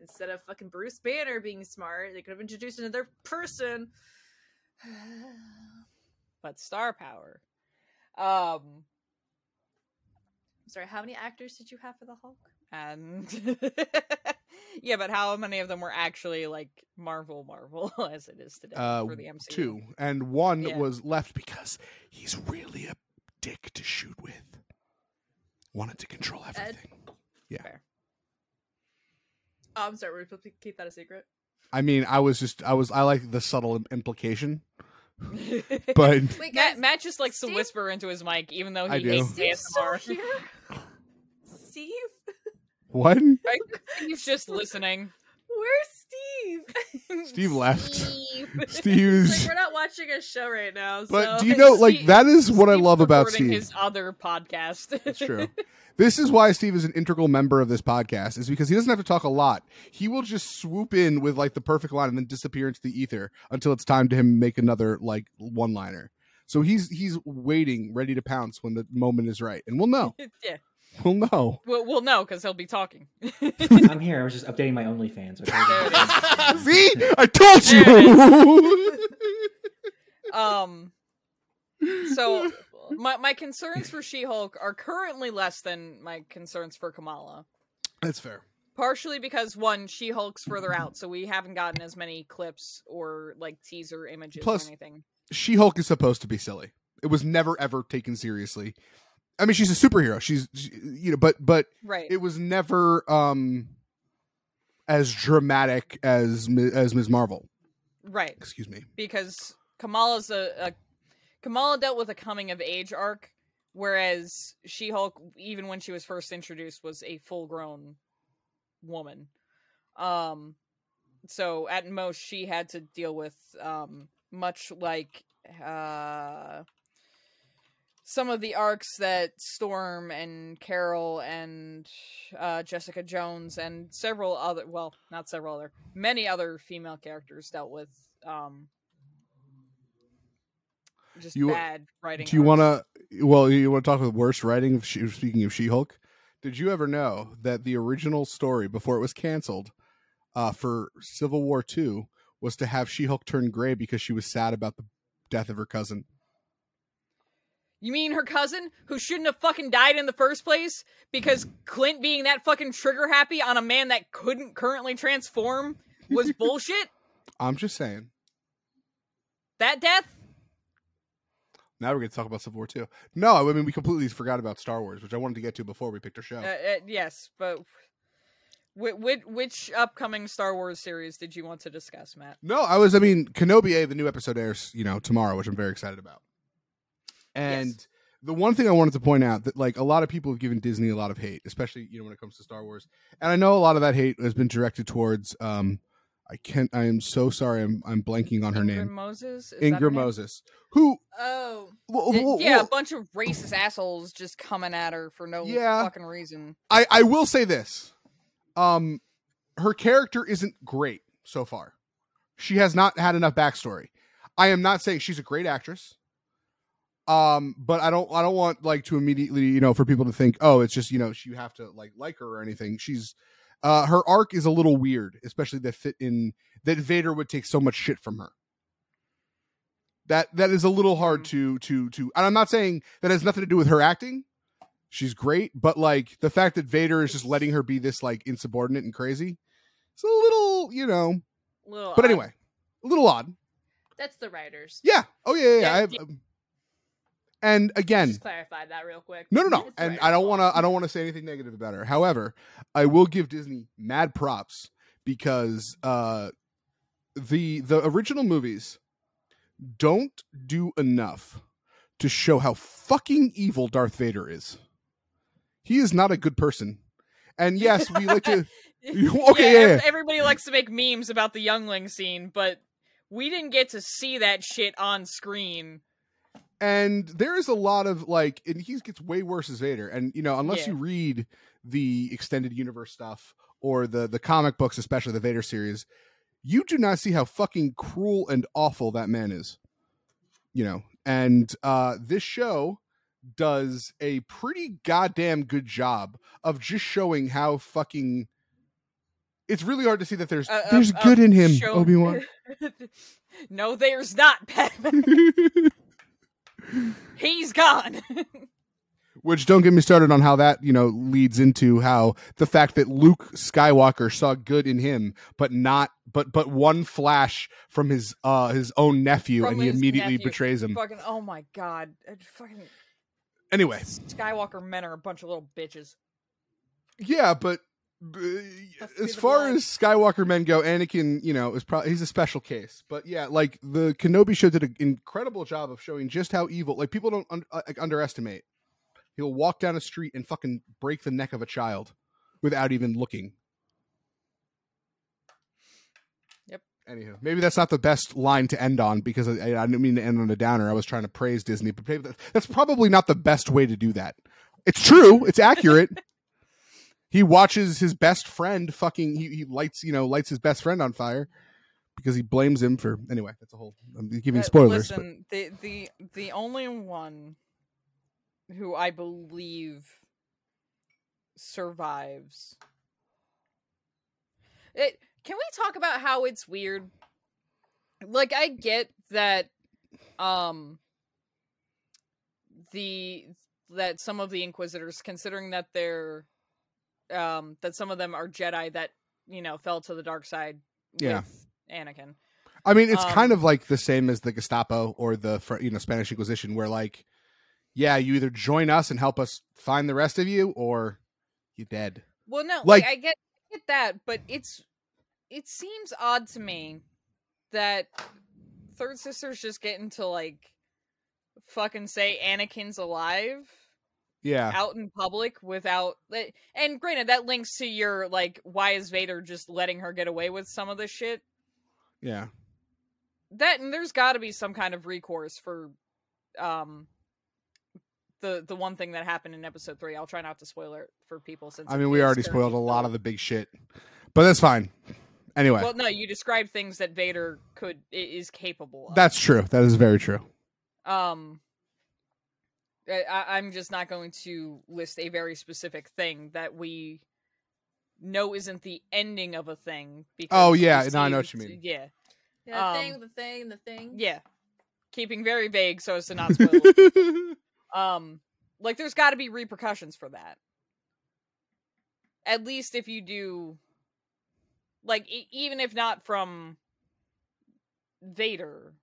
[SPEAKER 6] instead of fucking Bruce Banner being smart. They could have introduced another person.
[SPEAKER 2] but star power. Um,
[SPEAKER 6] Sorry, how many actors did you have for the Hulk?
[SPEAKER 2] and yeah, but how many of them were actually like Marvel, Marvel as it is today
[SPEAKER 1] Uh,
[SPEAKER 2] for the MCU?
[SPEAKER 1] two, and one
[SPEAKER 2] Yeah.
[SPEAKER 1] was left because he's really a dick to shoot with. Wanted to control everything. Yeah.
[SPEAKER 6] Oh, I'm sorry, we're supposed to keep that a secret.
[SPEAKER 1] I mean, I was just, I was, I like the subtle im- implication, but
[SPEAKER 2] Matt, Matt just likes to whisper into his mic, even though he
[SPEAKER 1] I do.
[SPEAKER 2] hates
[SPEAKER 1] Steve's
[SPEAKER 2] ASMR.
[SPEAKER 6] Steve,
[SPEAKER 1] what?
[SPEAKER 2] Like, He's just listening.
[SPEAKER 6] where's Steve?
[SPEAKER 1] Steve left.
[SPEAKER 6] Steve.
[SPEAKER 1] Steve's-
[SPEAKER 6] like we're not watching a show right now.
[SPEAKER 1] But
[SPEAKER 6] so-
[SPEAKER 1] do you know, like, that is what I love about
[SPEAKER 2] recording
[SPEAKER 1] Steve.
[SPEAKER 2] his other podcast.
[SPEAKER 1] It's true. This is why Steve is an integral member of this podcast, is because he doesn't have to talk a lot. He will just swoop in with like the perfect line and then disappear into the ether until it's time to him make another like one liner. So he's he's waiting, ready to pounce when the moment is right, and we'll know.
[SPEAKER 2] yeah,
[SPEAKER 1] We'll know.
[SPEAKER 2] we'll, we'll know because he'll be talking.
[SPEAKER 3] I'm here. I was just updating my OnlyFans. Okay?
[SPEAKER 1] See, I told you.
[SPEAKER 2] um so my my concerns for She-Hulk are currently less than my concerns for Kamala.
[SPEAKER 1] That's fair.
[SPEAKER 2] Partially because one, She-Hulk's further out, so we haven't gotten as many clips or like teaser images
[SPEAKER 1] Plus-
[SPEAKER 2] or anything.
[SPEAKER 1] She Hulk is supposed to be silly. It was never ever taken seriously. I mean, she's a superhero. She's she- you know, but but
[SPEAKER 2] Right.
[SPEAKER 1] it was never um as dramatic as Mi- as Ms. Marvel.
[SPEAKER 2] Right.
[SPEAKER 1] Excuse me.
[SPEAKER 2] Because Kamala's a, a Kamala dealt with a coming of age arc, whereas She Hulk, even when she was first introduced, was a full grown woman. Um so at most she had to deal with um much like uh some of the arcs that Storm and Carol and uh, Jessica Jones and several other well, not several other, many other female characters dealt with um just
[SPEAKER 1] You-
[SPEAKER 2] bad writing.
[SPEAKER 1] Do you
[SPEAKER 2] arcs.
[SPEAKER 1] want to? Well, you want to talk about worst writing? Of she, speaking of She Hulk, did you ever know that the original story before it was canceled uh, for Civil War Two was to have She Hulk turn gray because she was sad about the death of her cousin?
[SPEAKER 2] You mean her cousin who shouldn't have fucking died in the first place because Clint being that fucking trigger happy on a man that couldn't currently transform was bullshit?
[SPEAKER 1] I'm just saying.
[SPEAKER 2] That death?
[SPEAKER 1] Now we're going to talk about Civil War Two. No, I mean we completely forgot about Star Wars, which I wanted to get to before we picked our show.
[SPEAKER 2] Uh, uh, yes, but which, which upcoming Star Wars series did you want to discuss, Matt?
[SPEAKER 1] No, I was. I mean, Kenobi. eh, The new episode airs, you know, tomorrow, which I'm very excited about. And the one thing I wanted to point out that like a lot of people have given Disney a lot of hate, especially you know when it comes to Star Wars. And I know a lot of that hate has been directed towards. um I can't. I am so sorry. I'm I'm blanking on her name.
[SPEAKER 2] Moses? Is that her
[SPEAKER 1] Ingrid
[SPEAKER 2] name?
[SPEAKER 1] Moses, who
[SPEAKER 6] Oh.
[SPEAKER 2] Y- yeah, a bunch of racist assholes just coming at her for no
[SPEAKER 1] Yeah.
[SPEAKER 2] fucking reason.
[SPEAKER 1] I I will say this, um, her character isn't great so far. She has not had enough backstory. I am not saying she's a great actress. Um, but I don't I don't want like to immediately, you know, for people to think, oh, it's just, you know, she, you have to like like her or anything. She's uh her arc is a little weird, especially that fit in that Vader would take so much shit from her. That that is a little hard to to to and I'm not saying that has nothing to do with her acting. She's great, but like the fact that Vader is just letting her be this like insubordinate and crazy, it's a little, you know.
[SPEAKER 2] Little
[SPEAKER 1] But
[SPEAKER 2] odd.
[SPEAKER 1] anyway, a little odd.
[SPEAKER 6] That's the writers.
[SPEAKER 1] Yeah. Oh yeah. yeah, yeah.
[SPEAKER 6] Yeah,
[SPEAKER 1] I've,
[SPEAKER 6] yeah.
[SPEAKER 1] um, and again,
[SPEAKER 6] Just clarify that real quick.
[SPEAKER 1] no, no, no. And I
[SPEAKER 6] oh,
[SPEAKER 1] don't want to. I don't want to say anything negative about her. However, I will give Disney mad props because uh, the the original movies don't do enough to show how fucking evil Darth Vader is. He is not a good person. And yes, we like to. Okay, yeah, yeah.
[SPEAKER 2] ev- Everybody likes to make memes about the youngling scene, but we didn't get to see that shit on screen.
[SPEAKER 1] and there is a lot of like and he gets way worse as vader and you know unless
[SPEAKER 2] Yeah.
[SPEAKER 1] you read the extended universe stuff or the the comic books especially the vader series you do not see how fucking cruel and awful that man is. You know, and uh, this show does a pretty goddamn good job of just showing how fucking. It's really hard to see that there's
[SPEAKER 2] Uh, uh,
[SPEAKER 1] there's
[SPEAKER 2] uh,
[SPEAKER 1] good in him,
[SPEAKER 2] show-
[SPEAKER 1] Obi Wan.
[SPEAKER 2] no, there's not, Batman. He's gone.
[SPEAKER 1] Which don't get me started on how that you know leads into how the fact that Luke Skywalker saw good in him, but not but but one flash from his uh his own nephew,
[SPEAKER 2] From
[SPEAKER 1] and he
[SPEAKER 2] his
[SPEAKER 1] immediately
[SPEAKER 2] nephew.
[SPEAKER 1] betrays him.
[SPEAKER 2] Fucking, oh my god. Uh, Fucking
[SPEAKER 1] Anyway,
[SPEAKER 2] Skywalker men are a bunch of little bitches.
[SPEAKER 1] yeah, but uh, as far as Skywalker men go, Anakin, you know, is probably he's a special case. But yeah, like the Kenobi show did an incredible job of showing just how evil. Like people don't un- uh, like, underestimate. He'll walk down a street and fucking break the neck of a child without even looking.
[SPEAKER 2] Yep.
[SPEAKER 1] Anywho, maybe that's not the best line to end on because I, I didn't mean to end on a downer. I was trying to praise Disney, but maybe that- that's probably not the best way to do that. It's true. It's accurate. he watches his best friend fucking. He, he lights you know lights his best friend on fire because he blames him for anyway. That's a whole. I'm giving
[SPEAKER 2] Uh,
[SPEAKER 1] spoilers. but-
[SPEAKER 2] Listen, the the the only one who I believe survives. It, can we talk about how it's weird? Like I get that um the that some of the inquisitors considering that they're um that some of them are Jedi that, you know, fell to the dark side
[SPEAKER 1] yeah.
[SPEAKER 2] with Anakin.
[SPEAKER 1] I mean, it's
[SPEAKER 2] Um,
[SPEAKER 1] kind of like the same as the Gestapo or the Fr- you know Spanish Inquisition, where like, yeah, you either join us and help us find the rest of you, or you're dead.
[SPEAKER 2] Well, no,
[SPEAKER 1] Like-
[SPEAKER 2] like, I get I get that, but it's it seems odd to me that third sister's just getting to like fucking say Anakin's alive
[SPEAKER 1] Yeah,
[SPEAKER 2] out in public without that- and granted that links to your like why is Vader just letting her get away with some of this shit
[SPEAKER 1] yeah.
[SPEAKER 2] that and there's got to be some kind of recourse for um the the one thing that happened in episode 3 I'll try not to spoil it for people since
[SPEAKER 1] I
[SPEAKER 2] it
[SPEAKER 1] mean, we
[SPEAKER 2] is
[SPEAKER 1] already
[SPEAKER 2] fairly
[SPEAKER 1] spoiled a lot of the big shit, but that's fine. Anyway,
[SPEAKER 2] Well, no, you described things that Vader could i- is capable of.
[SPEAKER 1] that's true. That is very true.
[SPEAKER 2] um. I- I, I'm just not going to list a very specific thing that we know isn't the ending of a thing. Because
[SPEAKER 1] Oh,
[SPEAKER 2] we
[SPEAKER 1] yeah, no, I know what
[SPEAKER 2] see-
[SPEAKER 1] you mean.
[SPEAKER 2] Yeah,
[SPEAKER 6] Yeah, the
[SPEAKER 2] Um,
[SPEAKER 6] thing, the thing, the thing.
[SPEAKER 2] yeah, keeping very vague so as to not spoil. it. um, like there's got to be repercussions for that. At least if you do, like e- even if not from Vader,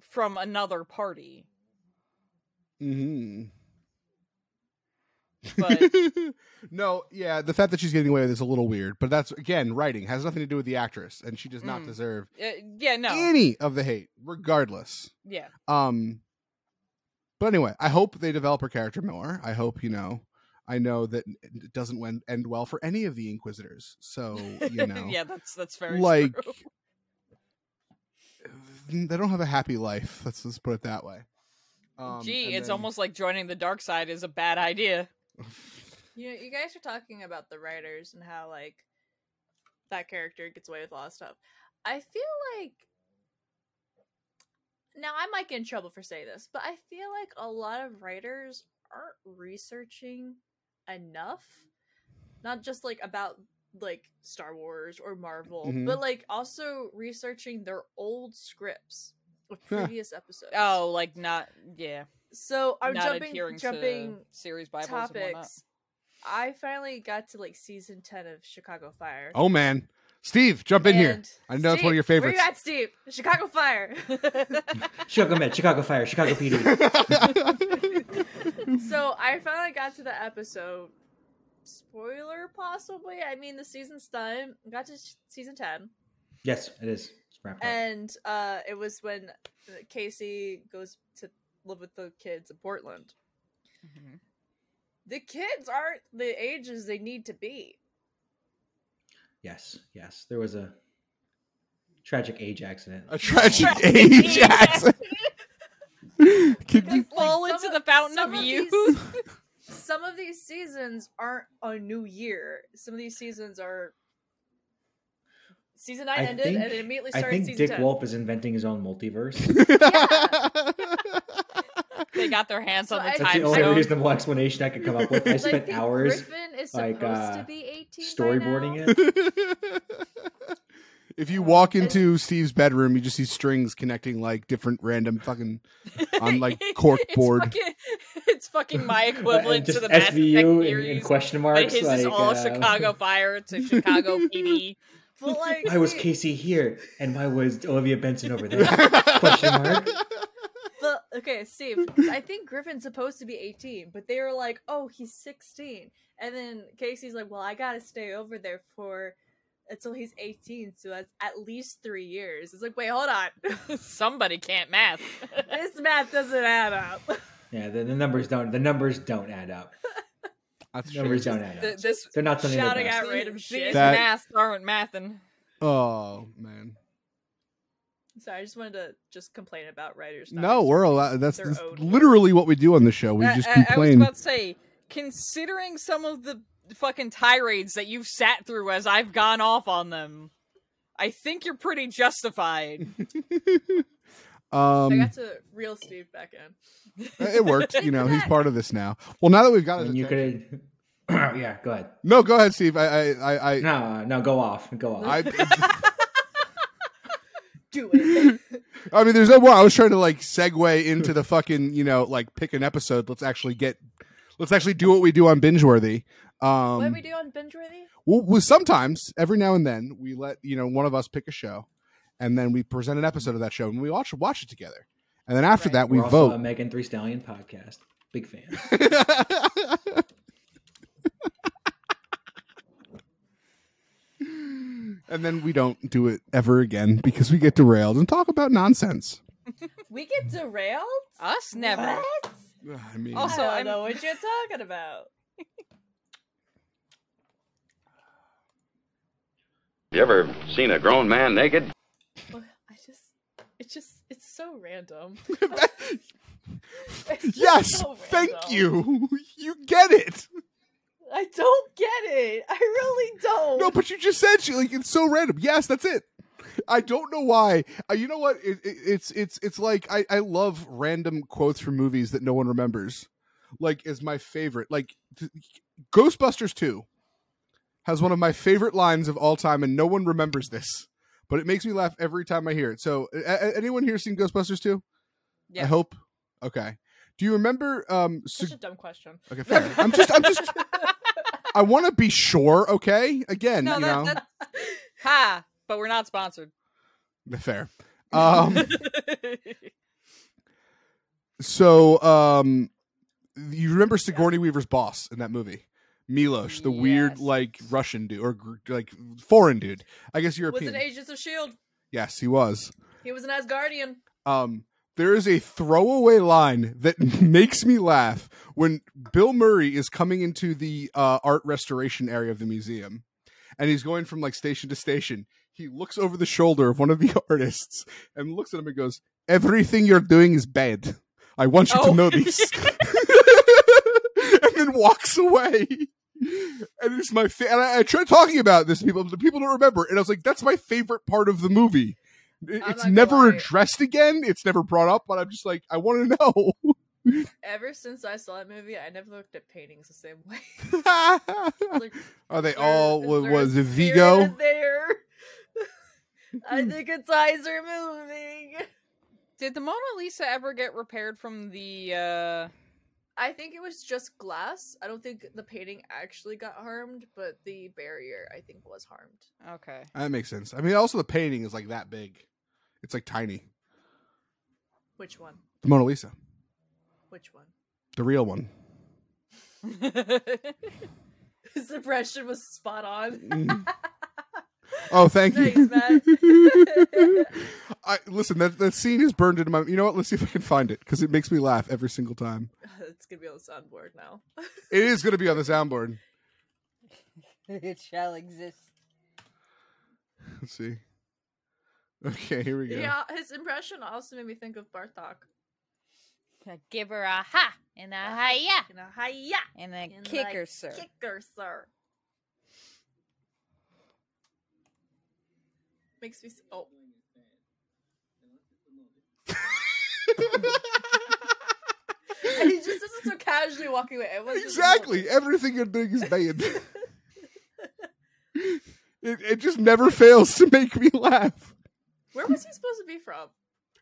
[SPEAKER 2] from another party.
[SPEAKER 1] hmm
[SPEAKER 2] But- uh,
[SPEAKER 1] no, yeah, the fact that she's getting away with it is a little weird, but that's again writing has nothing to do with the actress, and she does not
[SPEAKER 2] Mm.
[SPEAKER 1] deserve
[SPEAKER 2] Uh, yeah, no,
[SPEAKER 1] any of the hate, regardless.
[SPEAKER 2] yeah.
[SPEAKER 1] Um, but anyway, I hope they develop her character more. I hope you know. I know that it doesn't wen- end well for any of the Inquisitors. So you know,
[SPEAKER 2] yeah, that's that's very
[SPEAKER 1] like
[SPEAKER 2] true.
[SPEAKER 1] they don't have a happy life. Let's just put it that way. Um,
[SPEAKER 2] Gee,
[SPEAKER 1] and
[SPEAKER 2] it's
[SPEAKER 1] then-
[SPEAKER 2] almost like joining the dark side is a bad idea.
[SPEAKER 6] You you guys are talking about the writers and how like that character gets away with a lot of stuff. I feel like now I might get in trouble for saying this, but I feel like a lot of writers aren't researching enough, not just like about like Star Wars or Marvel,
[SPEAKER 2] Mhm.
[SPEAKER 6] but like also researching their old scripts of
[SPEAKER 2] Huh.
[SPEAKER 6] previous episodes.
[SPEAKER 2] Oh, like not yeah.
[SPEAKER 6] So I'm
[SPEAKER 2] not
[SPEAKER 6] jumping
[SPEAKER 2] adhering
[SPEAKER 6] jumping
[SPEAKER 2] to series bibles and whatnot.
[SPEAKER 6] topics. I finally got to like season ten of Chicago Fire.
[SPEAKER 1] Oh man, Steve, jump in here.
[SPEAKER 6] And
[SPEAKER 1] I know it's one of your
[SPEAKER 6] Steve,
[SPEAKER 1] favorites.
[SPEAKER 6] Where you at, Steve? Chicago Fire.
[SPEAKER 3] Chicago Med, Chicago Fire, Chicago PD.
[SPEAKER 6] so I finally got to the episode. Spoiler, possibly. I mean, the season's done. Got to sh- season ten,
[SPEAKER 3] yes, it is. It's wrapped up.
[SPEAKER 6] and uh, it was when uh, Casey goes to live with the kids in Portland.
[SPEAKER 2] Mm-hmm.
[SPEAKER 6] The kids aren't the ages they need to be.
[SPEAKER 3] Yes, yes. There was a tragic age accident.
[SPEAKER 1] A tragic age accident. Can you
[SPEAKER 2] Fall into the fountain of youth.
[SPEAKER 6] some of these seasons aren't a new year. Some of these seasons are Season nine ended, and it immediately started
[SPEAKER 3] I think
[SPEAKER 6] season
[SPEAKER 3] Dick
[SPEAKER 6] ten.
[SPEAKER 3] Wolf is inventing his own multiverse.
[SPEAKER 2] They got their hands on the
[SPEAKER 6] I-
[SPEAKER 3] That's the
[SPEAKER 2] time
[SPEAKER 3] only
[SPEAKER 2] zone.
[SPEAKER 3] reasonable explanation I could come up with. I
[SPEAKER 6] Like,
[SPEAKER 3] spent
[SPEAKER 6] the
[SPEAKER 3] hours
[SPEAKER 6] Griffin is
[SPEAKER 3] like
[SPEAKER 6] supposed
[SPEAKER 3] uh,
[SPEAKER 6] to be 18 by
[SPEAKER 3] storyboarding
[SPEAKER 6] now.
[SPEAKER 3] it.
[SPEAKER 1] If
[SPEAKER 2] Oh,
[SPEAKER 1] you walk into Steve's bedroom, you just see strings connecting like different random fucking on like cork
[SPEAKER 2] It's
[SPEAKER 1] board.
[SPEAKER 2] fucking- It's fucking my equivalent
[SPEAKER 3] just
[SPEAKER 2] to the Mass Effect
[SPEAKER 3] SVU and, and
[SPEAKER 2] series,
[SPEAKER 3] question
[SPEAKER 2] but
[SPEAKER 3] marks.
[SPEAKER 2] His
[SPEAKER 3] like,
[SPEAKER 2] is all
[SPEAKER 3] uh,
[SPEAKER 2] Chicago Fire to Chicago PD.
[SPEAKER 6] But like,
[SPEAKER 3] Why was
[SPEAKER 6] see,
[SPEAKER 3] Casey here and why was Olivia Benson over there? question mark.
[SPEAKER 6] But okay, Steve, 'cause I think Griffin's supposed to be 18, but they were like, "Oh, he's 16." And then Casey's like, "Well, I got to stay over there for until he's 18, so that's at least 3 years." It's like, "Wait, hold on.
[SPEAKER 2] Somebody can't math.
[SPEAKER 6] this math doesn't add up."
[SPEAKER 3] Yeah, the, the numbers don't. The numbers don't add up.
[SPEAKER 1] That's
[SPEAKER 3] numbers
[SPEAKER 2] true.
[SPEAKER 3] don't add
[SPEAKER 2] Th-
[SPEAKER 3] up.
[SPEAKER 2] this
[SPEAKER 3] They're not something.
[SPEAKER 2] shouting
[SPEAKER 3] they're
[SPEAKER 2] out
[SPEAKER 3] best.
[SPEAKER 2] random shit.
[SPEAKER 1] That-
[SPEAKER 2] Maths aren't mathing.
[SPEAKER 1] Oh man,
[SPEAKER 6] Sorry, I just wanted to just complain about writers. not
[SPEAKER 1] no, we're
[SPEAKER 6] respecting
[SPEAKER 1] allowed. That's,
[SPEAKER 6] their
[SPEAKER 1] that's
[SPEAKER 6] own
[SPEAKER 1] literally what we do on the show. We
[SPEAKER 2] I-
[SPEAKER 1] just
[SPEAKER 2] I- I
[SPEAKER 1] complain.
[SPEAKER 2] was about to say, considering some of the fucking tirades that you've sat through as I've gone off on them, I think you're pretty justified.
[SPEAKER 6] I
[SPEAKER 1] um,
[SPEAKER 6] got to reel Steve back in.
[SPEAKER 1] it worked. You know, he's part of this now. Well, now that we've got
[SPEAKER 3] I
[SPEAKER 1] it,
[SPEAKER 3] mean, you could. yeah, go ahead.
[SPEAKER 1] no, go ahead, Steve. I, I, I, I,
[SPEAKER 3] No, no, go off, go off.
[SPEAKER 1] I,
[SPEAKER 6] Do it.
[SPEAKER 1] I mean, there's no more. I was trying to like segue into the fucking, you know, like pick an episode. Let's actually get, let's actually do what we do on bingeworthy. Um,
[SPEAKER 6] what do we do on bingeworthy?
[SPEAKER 1] Well, well, sometimes every now and then we let you know one of us pick a show, and then we present an episode of that show and we watch watch it together. And then after that, we
[SPEAKER 3] We're also a
[SPEAKER 1] vote.
[SPEAKER 3] Megan Three Stallion podcast. Big fan.
[SPEAKER 1] And then we don't do it ever again because we get derailed and talk about nonsense.
[SPEAKER 6] We get derailed?
[SPEAKER 2] Us never.
[SPEAKER 1] Uh,
[SPEAKER 6] What?
[SPEAKER 1] I mean,
[SPEAKER 2] Also,
[SPEAKER 6] I
[SPEAKER 2] I'm-
[SPEAKER 6] don't know what you're talking about.
[SPEAKER 13] You ever seen a grown man naked?
[SPEAKER 6] Well, I just, it's just, it's so random.
[SPEAKER 1] yes, thank you. You get it.
[SPEAKER 6] I don't get it. I really don't.
[SPEAKER 1] No, but you just said she like it's so random. Yes, that's it. I don't know why. Uh, you know what? It, it, it's it's it's like I I love random quotes from movies that no one remembers. Like is my favorite. Like th- Ghostbusters Two has one of my favorite lines of all time, and no one remembers this, but it makes me laugh every time I hear it. So, a- a- anyone here seen Ghostbusters Two? I
[SPEAKER 2] Yes.
[SPEAKER 1] hope. Okay. Do you remember? Um,
[SPEAKER 6] Such
[SPEAKER 1] Sig-
[SPEAKER 6] a dumb question.
[SPEAKER 1] okay, fair. enough. I'm just I'm just I want to be sure. Okay, again,
[SPEAKER 2] no,
[SPEAKER 1] you know.
[SPEAKER 2] that, that, ha! But we're not sponsored.
[SPEAKER 1] Fair. Um, so, um, you remember Sigourney Weaver's boss in that movie, Milos, the weird like Russian dude or gr- like foreign dude. I guess
[SPEAKER 6] was
[SPEAKER 1] European.
[SPEAKER 6] an Agents of Shield.
[SPEAKER 1] yes, he was.
[SPEAKER 6] E He was an Asgardian.
[SPEAKER 1] Um, there is a throwaway line that makes me laugh when Bill Murray is coming into the uh, art restoration area of the museum, and he's going from like station to station. He looks over the shoulder of one of the artists and looks at him and goes, "Everything you're doing is bad. I want you
[SPEAKER 2] Oh.
[SPEAKER 1] to know this." and then walks away. And it's my fa- and I, I tried talking about this to people. The people don't remember, and I was like, "That's my favorite part of the movie." It-
[SPEAKER 6] I'm
[SPEAKER 1] It's
[SPEAKER 6] not
[SPEAKER 1] never
[SPEAKER 6] gonna lie.
[SPEAKER 1] addressed again. It's never brought up, but I'm just like, I want to know.
[SPEAKER 6] Ever since I saw that movie, I never looked at paintings the same way.
[SPEAKER 1] Are they all? Oh, What was it?
[SPEAKER 6] Vigo
[SPEAKER 1] Vigo? Hmm.
[SPEAKER 6] there. I think its eyes are moving.
[SPEAKER 2] Did the Mona Lisa ever get repaired from the? uh
[SPEAKER 6] I think it was just glass. I don't think the painting actually got harmed, but the barrier I think was harmed.
[SPEAKER 2] Okay.
[SPEAKER 1] That makes sense. I mean, also the painting is like that big. It's like tiny.
[SPEAKER 6] Which one?
[SPEAKER 1] The Mona Lisa,
[SPEAKER 6] Which one?
[SPEAKER 1] the real one.
[SPEAKER 6] His impression was spot on.
[SPEAKER 1] Mhm. Oh, thank you.
[SPEAKER 6] Thanks, Matt.
[SPEAKER 1] I listen. That that scene is burned into my. You know what? Let's see if I can find it because it makes me laugh every single time.
[SPEAKER 6] it's gonna be on the soundboard now.
[SPEAKER 1] It is going to be on the soundboard.
[SPEAKER 6] it shall exist.
[SPEAKER 1] Let's see. Okay, here we go.
[SPEAKER 6] Yeah. his impression also made me think of Bartok.
[SPEAKER 2] Give her a ha and a hiya
[SPEAKER 6] You know, hiya,
[SPEAKER 2] and a
[SPEAKER 6] And,
[SPEAKER 2] kick
[SPEAKER 6] like,
[SPEAKER 2] her, sir.
[SPEAKER 6] Kicker, sir. Makes me. s- Oh. and he just does it so casually walking away. Everyone's just-
[SPEAKER 1] Exactly. Everything you're doing is bad. it, it just never fails to make me laugh.
[SPEAKER 6] Where was he supposed to be from?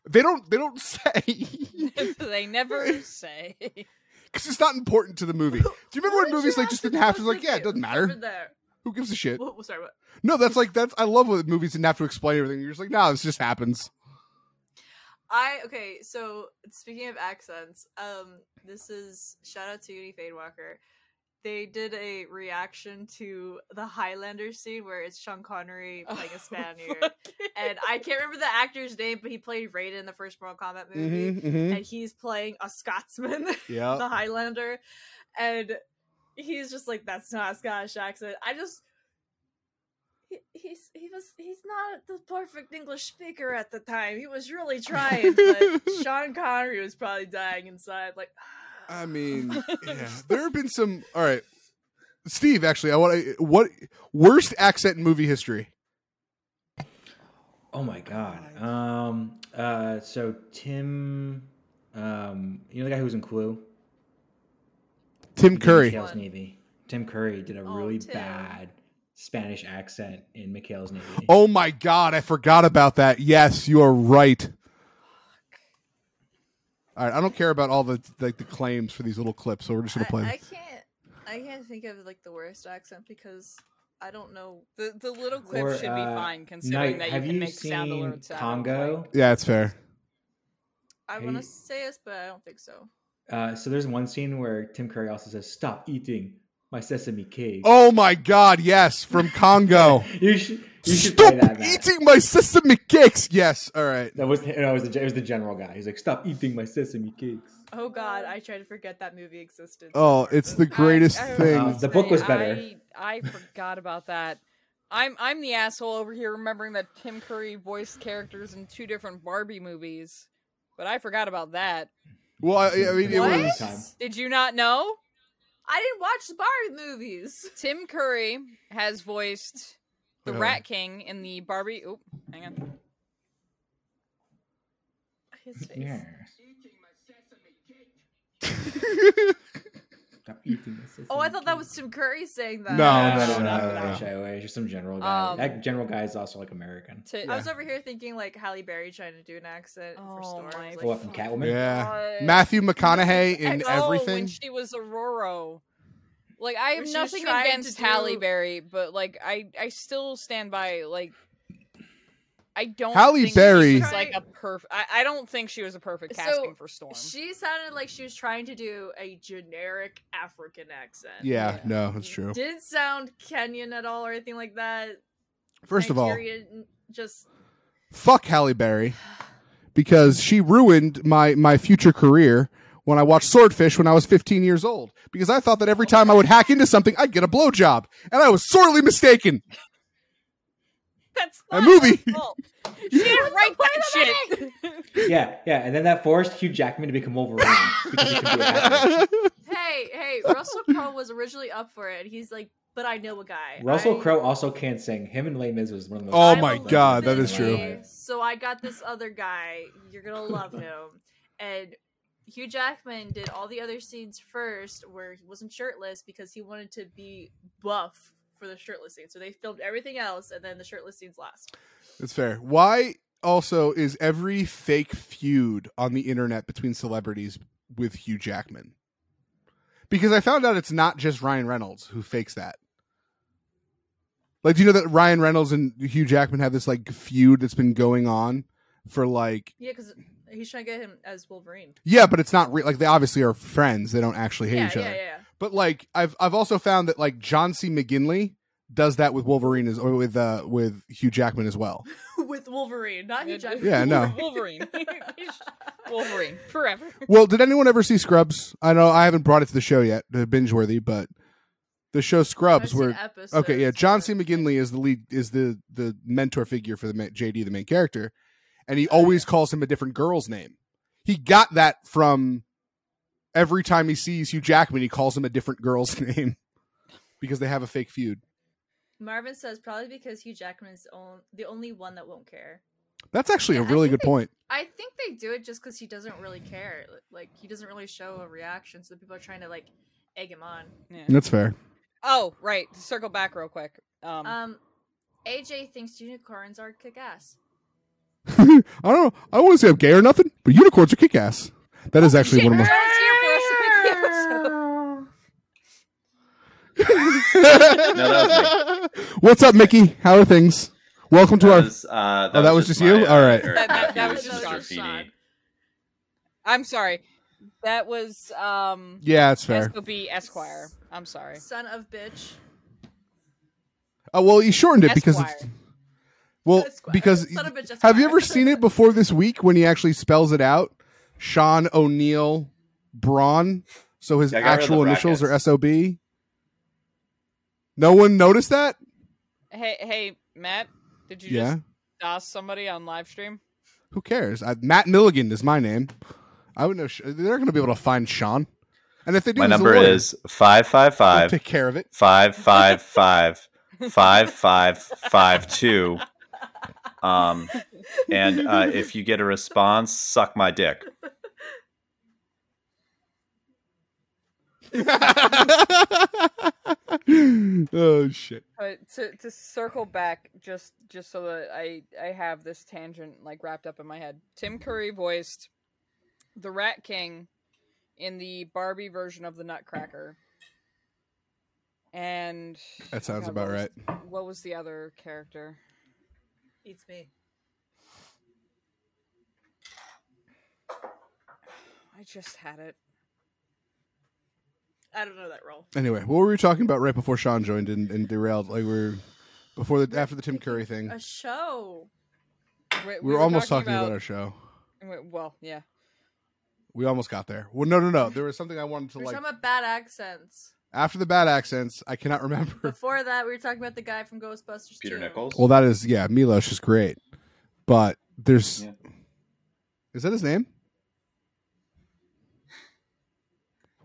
[SPEAKER 1] They don't. They don't say.
[SPEAKER 2] they never say.
[SPEAKER 1] Because it's not important to the movie. Do you remember when movies like just didn't have to? Like, yeah, it doesn't
[SPEAKER 6] Over
[SPEAKER 1] matter.
[SPEAKER 6] there.
[SPEAKER 1] Who gives a shit?
[SPEAKER 6] Whoa, sorry, what?
[SPEAKER 1] No, that's like that's. I love when movies didn't have to explain everything. You're just like, nah, this just happens.
[SPEAKER 7] I okay. So speaking of accents, um, this is shout out to Uni Fadewalker. They did a reaction to the Highlander scene where it's Sean Connery playing a Spaniard, and I can't remember the actor's name, but he played Raiden in the first Mortal Kombat
[SPEAKER 1] Mm-hmm.
[SPEAKER 7] movie,
[SPEAKER 6] Mhm, mhm.
[SPEAKER 7] and he's playing a Scotsman,
[SPEAKER 6] Yeah.
[SPEAKER 7] the Highlander, and he's just like, "That's not a Scottish accent." I just
[SPEAKER 6] He, he's he was he's not the perfect English speaker at the time. He was really trying, but Sean Connery was probably dying inside. Like,
[SPEAKER 1] I mean, yeah, there have been some. All right, Steve. Actually, I want what worst accent in movie history.
[SPEAKER 3] Oh my god. Um. Uh. So Tim, um, you know the guy who was in Clue.
[SPEAKER 1] Tim
[SPEAKER 3] He did
[SPEAKER 1] Curry.
[SPEAKER 3] Mikhail's Navy. Tim Curry did a
[SPEAKER 2] Oh,
[SPEAKER 3] really bad Spanish accent in Mikhail's Navy.
[SPEAKER 1] Oh my god, I forgot about that. Yes, you are right. All right, I don't care about all the like the claims for these little clips, so we're just gonna play. them.
[SPEAKER 6] I can't I can't think of like the worst accent because I don't know the the little
[SPEAKER 2] clip
[SPEAKER 3] Or,
[SPEAKER 2] should be
[SPEAKER 3] uh,
[SPEAKER 2] fine considering
[SPEAKER 3] Knight,
[SPEAKER 2] that you
[SPEAKER 3] have
[SPEAKER 2] can
[SPEAKER 3] you
[SPEAKER 2] make sound
[SPEAKER 3] seen
[SPEAKER 2] alerts out.
[SPEAKER 3] Congo.
[SPEAKER 1] Yeah, it's fair.
[SPEAKER 6] I
[SPEAKER 3] Hey.
[SPEAKER 6] want to say this, but I don't think so.
[SPEAKER 3] Uh, so there's one scene where Tim Curry also says, "Stop eating my sesame cake."
[SPEAKER 1] Oh my god, yes, from Congo.
[SPEAKER 3] you should, you should play
[SPEAKER 1] Stop
[SPEAKER 3] that. Matt.
[SPEAKER 1] eating my sesame cakes. Yes, all right.
[SPEAKER 3] That was no, it was the, it was the general guy. He's like, "Stop eating my sesame cakes."
[SPEAKER 6] Oh God, I try to forget that movie existed.
[SPEAKER 1] Oh, it's the greatest thing.
[SPEAKER 3] Uh, the book was better.
[SPEAKER 2] I, I forgot about that. I'm I'm the asshole over here remembering that Tim Curry voiced characters in two different Barbie movies, but I forgot about that.
[SPEAKER 1] Well, I, I mean, it
[SPEAKER 6] What?
[SPEAKER 1] was.
[SPEAKER 2] Did you not know?
[SPEAKER 6] I didn't watch the Barbie movies.
[SPEAKER 2] Tim Curry has voiced the
[SPEAKER 1] Wait, hold on.
[SPEAKER 2] Rat King in the Barbie. Oop, hang on.
[SPEAKER 6] His face.
[SPEAKER 3] Yeah. Stop eating my sesame.
[SPEAKER 6] Oh, I thought that was Tim Curry saying that.
[SPEAKER 3] shy away. Just some general guy.
[SPEAKER 6] Um,
[SPEAKER 3] that general guy is also like American.
[SPEAKER 6] I was over here thinking like Halle Berry trying to do an accent for Storm. I was like,
[SPEAKER 3] What from Catwoman?
[SPEAKER 1] Yeah,
[SPEAKER 2] God.
[SPEAKER 1] Matthew Uh, McConaughey
[SPEAKER 2] And-
[SPEAKER 1] in
[SPEAKER 2] uh, oh, when
[SPEAKER 1] everything.
[SPEAKER 2] she was Aurora. Like I have
[SPEAKER 6] When she was
[SPEAKER 2] nothing
[SPEAKER 6] trying to
[SPEAKER 2] against Halle
[SPEAKER 6] do-
[SPEAKER 2] Berry, but like I I still stand by like I don't
[SPEAKER 1] Halle
[SPEAKER 2] think
[SPEAKER 1] Berry-
[SPEAKER 2] she was like a perfect. I, I don't think she was a perfect casting
[SPEAKER 6] So,
[SPEAKER 2] for Storm.
[SPEAKER 6] She sounded like she was trying to do a generic African accent.
[SPEAKER 1] Yeah, no, that's true.
[SPEAKER 6] Didn't sound Kenyan at all or anything like that.
[SPEAKER 1] First of all,
[SPEAKER 6] all, just
[SPEAKER 1] fuck Halle Berry because she ruined my my future career when I watched Swordfish when I was 15 years old because I thought that every time I would hack into something I'd get a blowjob and I was sorely mistaken.
[SPEAKER 2] That's
[SPEAKER 1] a movie.
[SPEAKER 2] she didn't write that shit.
[SPEAKER 3] yeah, yeah. And then that forced Hugh Jackman to become Wolverine because he could do it.
[SPEAKER 6] hey, hey, Russell Crowe was originally up for it. and He's like, but I know a guy.
[SPEAKER 3] Russell
[SPEAKER 6] I-
[SPEAKER 3] Crowe also can't sing. Him and Les Mis was one of the.
[SPEAKER 1] Oh
[SPEAKER 3] most-
[SPEAKER 1] my god, that is true.
[SPEAKER 6] "Okay, So I got this other guy. You're gonna love him. And Hugh Jackman did all the other scenes first, where he wasn't shirtless because he wanted to be buff for the shirtless scene. So they filmed everything else, and then the shirtless scenes last.
[SPEAKER 1] That's fair. Why also is every fake feud on the internet between celebrities with Hugh Jackman? Because I found out it's not just Ryan Reynolds who fakes that. Like, do you know that Ryan Reynolds and Hugh Jackman have this like feud that's been going on for like
[SPEAKER 6] Yeah, because he's trying to get him as Wolverine.
[SPEAKER 1] Yeah, but it's not real. Like they obviously are friends. They don't actually hate
[SPEAKER 6] Yeah,
[SPEAKER 1] each
[SPEAKER 6] yeah,
[SPEAKER 1] other.
[SPEAKER 6] yeah.
[SPEAKER 1] But like I've I've also found that like John C. McGinley does that with Wolverine as or with uh with Hugh Jackman as well.
[SPEAKER 6] With Wolverine, not Hugh Jackman.
[SPEAKER 1] Yeah, no.
[SPEAKER 2] Wolverine, Wolverine forever.
[SPEAKER 1] Well, did anyone ever see Scrubs? I know I haven't brought it to the show yet, the binge worthy, but the show Scrubs,
[SPEAKER 6] seen
[SPEAKER 1] where
[SPEAKER 6] episodes,
[SPEAKER 1] okay, yeah, John C. McGinley is the lead, is the the mentor figure for the ma- JD, the main character, and he always calls him a different girl's name. He got that from every time he sees Hugh Jackman, he calls him a different girl's name because they have a fake feud.
[SPEAKER 6] Marvin says probably because Hugh Jackman's own the only one that won't care.
[SPEAKER 1] That's actually a really good point.
[SPEAKER 7] I think they do it just because he doesn't really care. Like he doesn't really show a reaction, so the people are trying to like egg him on.
[SPEAKER 2] Yeah.
[SPEAKER 1] That's fair.
[SPEAKER 2] Oh, right. Circle back real quick. Um,
[SPEAKER 7] Um, AJ thinks unicorns are kick ass.
[SPEAKER 1] I don't know. I don't want to say I'm gay or nothing, but unicorns are kick ass. That is actually one of my. What's up, Mickey? How are things? Welcome to our.
[SPEAKER 10] Uh,
[SPEAKER 1] oh, that was just, you. All right.
[SPEAKER 2] That, that, that was just Josh. I'm sorry. That was um
[SPEAKER 1] Yeah, it's fair.
[SPEAKER 2] SOB Esquire. I'm sorry.
[SPEAKER 7] Son of bitch.
[SPEAKER 1] Oh well, he shortened it because. It's,
[SPEAKER 2] Esquire.
[SPEAKER 1] well, because
[SPEAKER 7] Son of a bitch,
[SPEAKER 1] have you ever seen it before this week when he actually spells it out? Sean O'Neill Braun. So his
[SPEAKER 10] I got rid of
[SPEAKER 1] actual
[SPEAKER 10] the
[SPEAKER 1] initials are SOB. No one noticed that.
[SPEAKER 2] Hey hey Matt, did you
[SPEAKER 1] Yeah.
[SPEAKER 2] just DOS somebody on live stream?
[SPEAKER 1] Who cares? I, Matt Milligan is my name. I would know. Sh- They're going to be able to find Sean. And if they do,
[SPEAKER 11] My
[SPEAKER 1] he's a
[SPEAKER 11] number
[SPEAKER 1] lawyer.
[SPEAKER 11] is five five five.
[SPEAKER 1] take care of it.
[SPEAKER 11] Five five five five five five two. Um, and uh, if you get a response, suck my dick.
[SPEAKER 1] oh shit.
[SPEAKER 2] But to to circle back just just so that I I have this tangent like wrapped up in my head. Tim Curry voiced the Rat King in the Barbie version of the Nutcracker. And
[SPEAKER 1] That sounds
[SPEAKER 2] God, what
[SPEAKER 1] about
[SPEAKER 2] was-
[SPEAKER 1] right.
[SPEAKER 2] What was the other character?
[SPEAKER 7] Eats me.
[SPEAKER 2] I just had it.
[SPEAKER 6] I don't know that role.
[SPEAKER 1] Anyway, what were we talking about right before Sean joined and, and derailed? Like we we're before the after the Tim Curry thing.
[SPEAKER 6] A show.
[SPEAKER 2] We,
[SPEAKER 1] We were almost talking about our show.
[SPEAKER 2] w- Well, yeah.
[SPEAKER 1] We almost got there. Well, no, no, no. There was something I wanted to
[SPEAKER 7] We're
[SPEAKER 1] like
[SPEAKER 7] talking about bad accents.
[SPEAKER 1] after the bad accents. I cannot remember.
[SPEAKER 7] Before that, we were talking about the guy from Ghostbusters.
[SPEAKER 11] Peter
[SPEAKER 7] 2.
[SPEAKER 11] Nichols.
[SPEAKER 1] Well, that is yeah. Milos is great, but there's is that his name?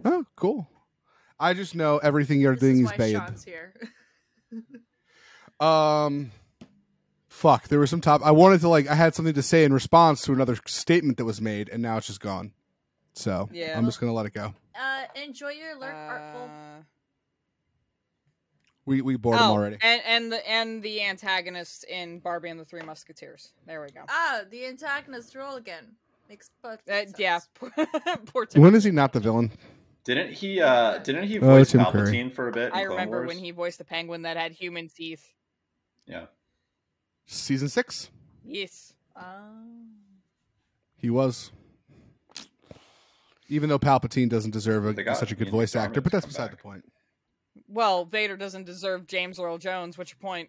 [SPEAKER 1] Oh, cool. I just know everything you're doing is
[SPEAKER 7] Why
[SPEAKER 1] bad.
[SPEAKER 7] Sean's here?
[SPEAKER 1] Um, fuck. There was some top. I wanted to like. I had something to say in response to another statement that was made, and now it's just gone. So
[SPEAKER 7] Yeah.
[SPEAKER 1] I'm just gonna let it go.
[SPEAKER 7] Uh, enjoy your lurk, artful.
[SPEAKER 2] Uh,
[SPEAKER 1] We we bored him already.
[SPEAKER 2] Oh, and and the and the antagonist in Barbie and the Three Musketeers. There we go.
[SPEAKER 6] Oh,
[SPEAKER 7] Ah, the antagonist roll again. Makes perfect
[SPEAKER 2] Uh,
[SPEAKER 7] sense.
[SPEAKER 2] yeah, poor Tim.
[SPEAKER 1] When is he not the villain?
[SPEAKER 11] Didn't he? Uh, didn't he
[SPEAKER 1] Oh,
[SPEAKER 11] voice
[SPEAKER 1] Tim Curry.
[SPEAKER 11] Palpatine for a bit? In
[SPEAKER 2] I
[SPEAKER 11] Clone
[SPEAKER 2] remember
[SPEAKER 11] Wars?
[SPEAKER 2] when he voiced the penguin that had human teeth.
[SPEAKER 11] Yeah.
[SPEAKER 1] Season six.
[SPEAKER 2] Yes.
[SPEAKER 7] Ah.
[SPEAKER 1] He was. Even though Palpatine doesn't deserve
[SPEAKER 11] They
[SPEAKER 1] a,
[SPEAKER 11] got
[SPEAKER 1] such a good
[SPEAKER 11] Ian
[SPEAKER 1] voice
[SPEAKER 11] McDermott
[SPEAKER 1] actor, but
[SPEAKER 11] to
[SPEAKER 1] that's
[SPEAKER 11] come
[SPEAKER 1] beside
[SPEAKER 11] back.
[SPEAKER 1] the point.
[SPEAKER 2] well, Vader doesn't deserve James Earl Jones. What's your point?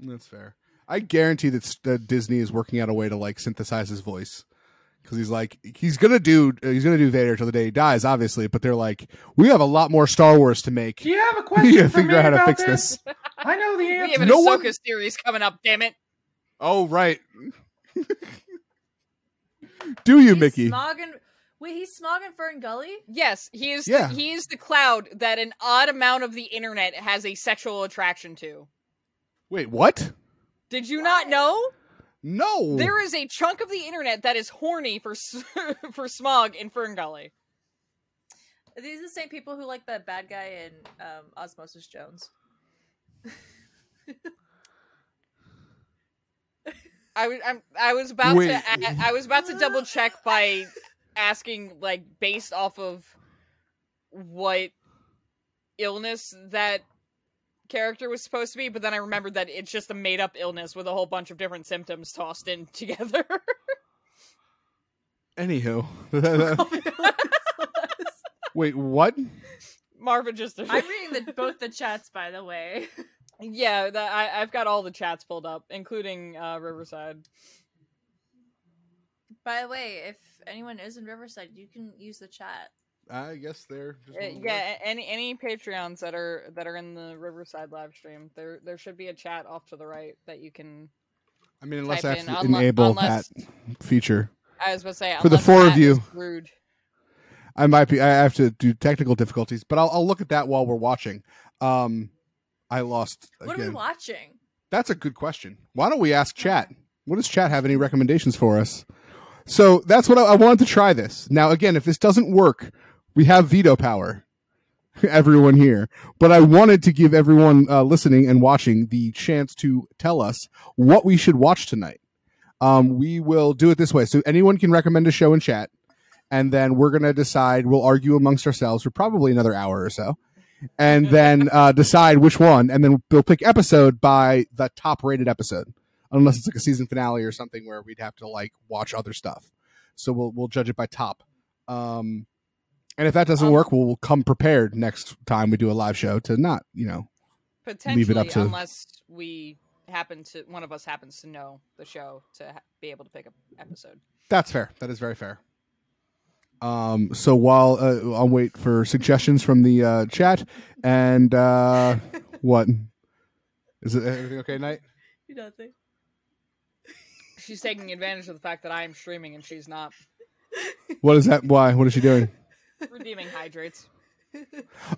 [SPEAKER 1] That's fair. I guarantee that, s- that Disney is working out a way to like synthesize his voice because he's like he's gonna do uh, he's gonna do Vader till the day he dies, obviously. But they're like, we have a lot more Star Wars to make.
[SPEAKER 10] Do you have a
[SPEAKER 1] We need
[SPEAKER 10] question
[SPEAKER 1] to
[SPEAKER 10] for
[SPEAKER 1] figure
[SPEAKER 10] me
[SPEAKER 1] out how to
[SPEAKER 10] about
[SPEAKER 1] fix
[SPEAKER 10] this?
[SPEAKER 1] this.
[SPEAKER 10] I know the
[SPEAKER 2] We
[SPEAKER 10] answer.
[SPEAKER 2] have an
[SPEAKER 1] No
[SPEAKER 2] Ahsoka
[SPEAKER 1] one-
[SPEAKER 2] series coming up. Damn it!
[SPEAKER 1] Oh right. do you, Mickey?
[SPEAKER 7] Smog and wait, he's Smog and Fern Gully.
[SPEAKER 2] Yes, he is.
[SPEAKER 1] Yeah.
[SPEAKER 2] The, he is the cloud that an odd amount of the internet has a sexual attraction to.
[SPEAKER 1] Wait, what?
[SPEAKER 2] Did you not know?
[SPEAKER 1] No.
[SPEAKER 2] There is a chunk of the internet that is horny for s- for Smog in Ferngully.
[SPEAKER 7] Are these the same people who like that bad guy in um, Osmosis Jones?
[SPEAKER 2] I was I'm, I was about
[SPEAKER 1] Wait.
[SPEAKER 2] to a- I was about to double check by asking like based off of what illness that character was supposed to be, but then I remembered that it's just a made up illness with a whole bunch of different symptoms tossed in together.
[SPEAKER 1] Anywho, wait, what?
[SPEAKER 2] Marvin just
[SPEAKER 7] I'm reading the, both the chats, by the way.
[SPEAKER 2] yeah, that, I, I've got all the chats pulled up, including uh, Riverside.
[SPEAKER 7] By the way, if anyone is in Riverside, you can use the chat.
[SPEAKER 1] I guess they're just
[SPEAKER 2] Uh, yeah, a- any any Patreons that are that are in the Riverside live stream, there there should be a chat off to the right that you can.
[SPEAKER 1] I mean, unless I
[SPEAKER 2] type
[SPEAKER 1] have
[SPEAKER 2] in,
[SPEAKER 1] to
[SPEAKER 2] unle-
[SPEAKER 1] enable
[SPEAKER 2] unless-
[SPEAKER 1] that feature.
[SPEAKER 2] I was about to say
[SPEAKER 1] For the
[SPEAKER 2] unless
[SPEAKER 1] four of
[SPEAKER 2] Matt is
[SPEAKER 1] you.
[SPEAKER 2] Rude.
[SPEAKER 1] I might be. I have to do technical difficulties, but I'll, I'll look at that while we're watching. Um, I lost
[SPEAKER 6] What are we
[SPEAKER 1] again.
[SPEAKER 6] watching?
[SPEAKER 1] That's a good question. Why don't we ask chat? What does chat have any recommendations for us? So that's what I, I wanted to try this. Now, again, if this doesn't work, we have veto power, everyone here. But I wanted to give everyone uh, listening and watching the chance to tell us what we should watch tonight. Um, we will do it this way. So anyone can recommend a show in chat, and then we're going to decide, we'll argue amongst ourselves for probably another hour or so and then uh, decide which one, and then we'll pick episode by the top rated episode, unless it's like a season finale or something where we'd have to like watch other stuff. So we'll we'll judge it by top. Um, and if that doesn't work, we'll come prepared next time we do a live show to not you know
[SPEAKER 2] Potentially,
[SPEAKER 1] leave it up to
[SPEAKER 2] unless we happen to one of us happens to know the show to ha- be able to pick up episode.
[SPEAKER 1] That's fair. That is very fair. Um, so while uh, I'll wait for suggestions from the uh, chat, and uh, what is it? Everything okay, Knight?
[SPEAKER 6] Nothing.
[SPEAKER 2] She's taking advantage of the fact that I am streaming and she's not
[SPEAKER 1] What is that? Why? What is she doing?
[SPEAKER 2] redeeming hydrates.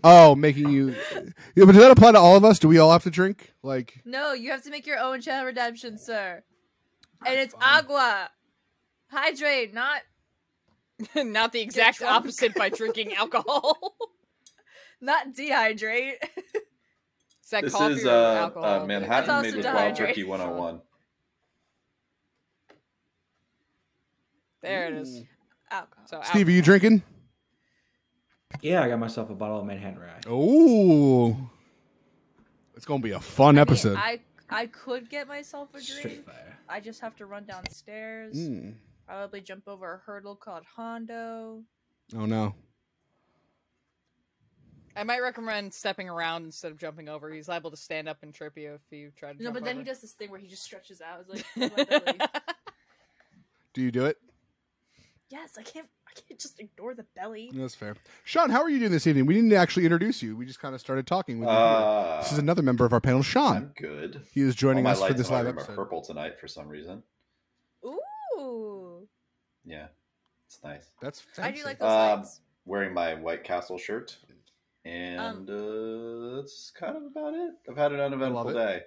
[SPEAKER 1] Oh, making you. Yeah, but does that apply to all of us? Do we all have to drink? Like,
[SPEAKER 6] No, you have to make your own channel redemption,
[SPEAKER 1] Oh.
[SPEAKER 6] sir. And it's agua. Hydrate, not
[SPEAKER 2] not the exact opposite by drinking alcohol.
[SPEAKER 6] not dehydrate.
[SPEAKER 2] Is that
[SPEAKER 11] this
[SPEAKER 2] coffee
[SPEAKER 11] is
[SPEAKER 2] or
[SPEAKER 11] uh,
[SPEAKER 2] alcohol?
[SPEAKER 11] uh, Manhattan made with wild turkey 101.
[SPEAKER 2] There it is.
[SPEAKER 6] Alcohol.
[SPEAKER 2] So
[SPEAKER 1] Steve, are you drinking?
[SPEAKER 3] Yeah, I got myself a bottle of Manhattan Rye.
[SPEAKER 1] Oh, it's gonna be a fun episode.
[SPEAKER 6] I I could get myself a
[SPEAKER 1] Straight
[SPEAKER 6] drink. I just have to run downstairs.
[SPEAKER 1] Mm.
[SPEAKER 6] Probably jump over a hurdle called Hondo.
[SPEAKER 1] Oh no,
[SPEAKER 2] I might recommend stepping around instead of jumping over. He's liable to stand up and trip you if you try to.
[SPEAKER 6] No,
[SPEAKER 2] jump
[SPEAKER 6] but then he
[SPEAKER 2] over.
[SPEAKER 6] does this thing where he just stretches out. It's like, "Oh, my belly."
[SPEAKER 1] do you do it?
[SPEAKER 6] yes, I can't. I can't just ignore the belly.
[SPEAKER 1] That's fair. Sean, how are you doing this evening? We didn't actually introduce you. We just kind of started talking. With you here.
[SPEAKER 11] Uh,
[SPEAKER 1] this is another member of our panel, Sean.
[SPEAKER 11] Good.
[SPEAKER 1] He is joining
[SPEAKER 11] All my
[SPEAKER 1] us for
[SPEAKER 11] lights
[SPEAKER 1] this
[SPEAKER 11] in my
[SPEAKER 1] live
[SPEAKER 11] room are
[SPEAKER 1] episode.
[SPEAKER 11] purple tonight for some reason.
[SPEAKER 6] Ooh.
[SPEAKER 11] Yeah, it's nice.
[SPEAKER 1] That's
[SPEAKER 6] I do fancy. like those
[SPEAKER 11] um,
[SPEAKER 6] lights.
[SPEAKER 11] wearing my White Castle shirt,
[SPEAKER 2] Um,
[SPEAKER 11] and uh, that's kind of about it. I've had an uneventful day.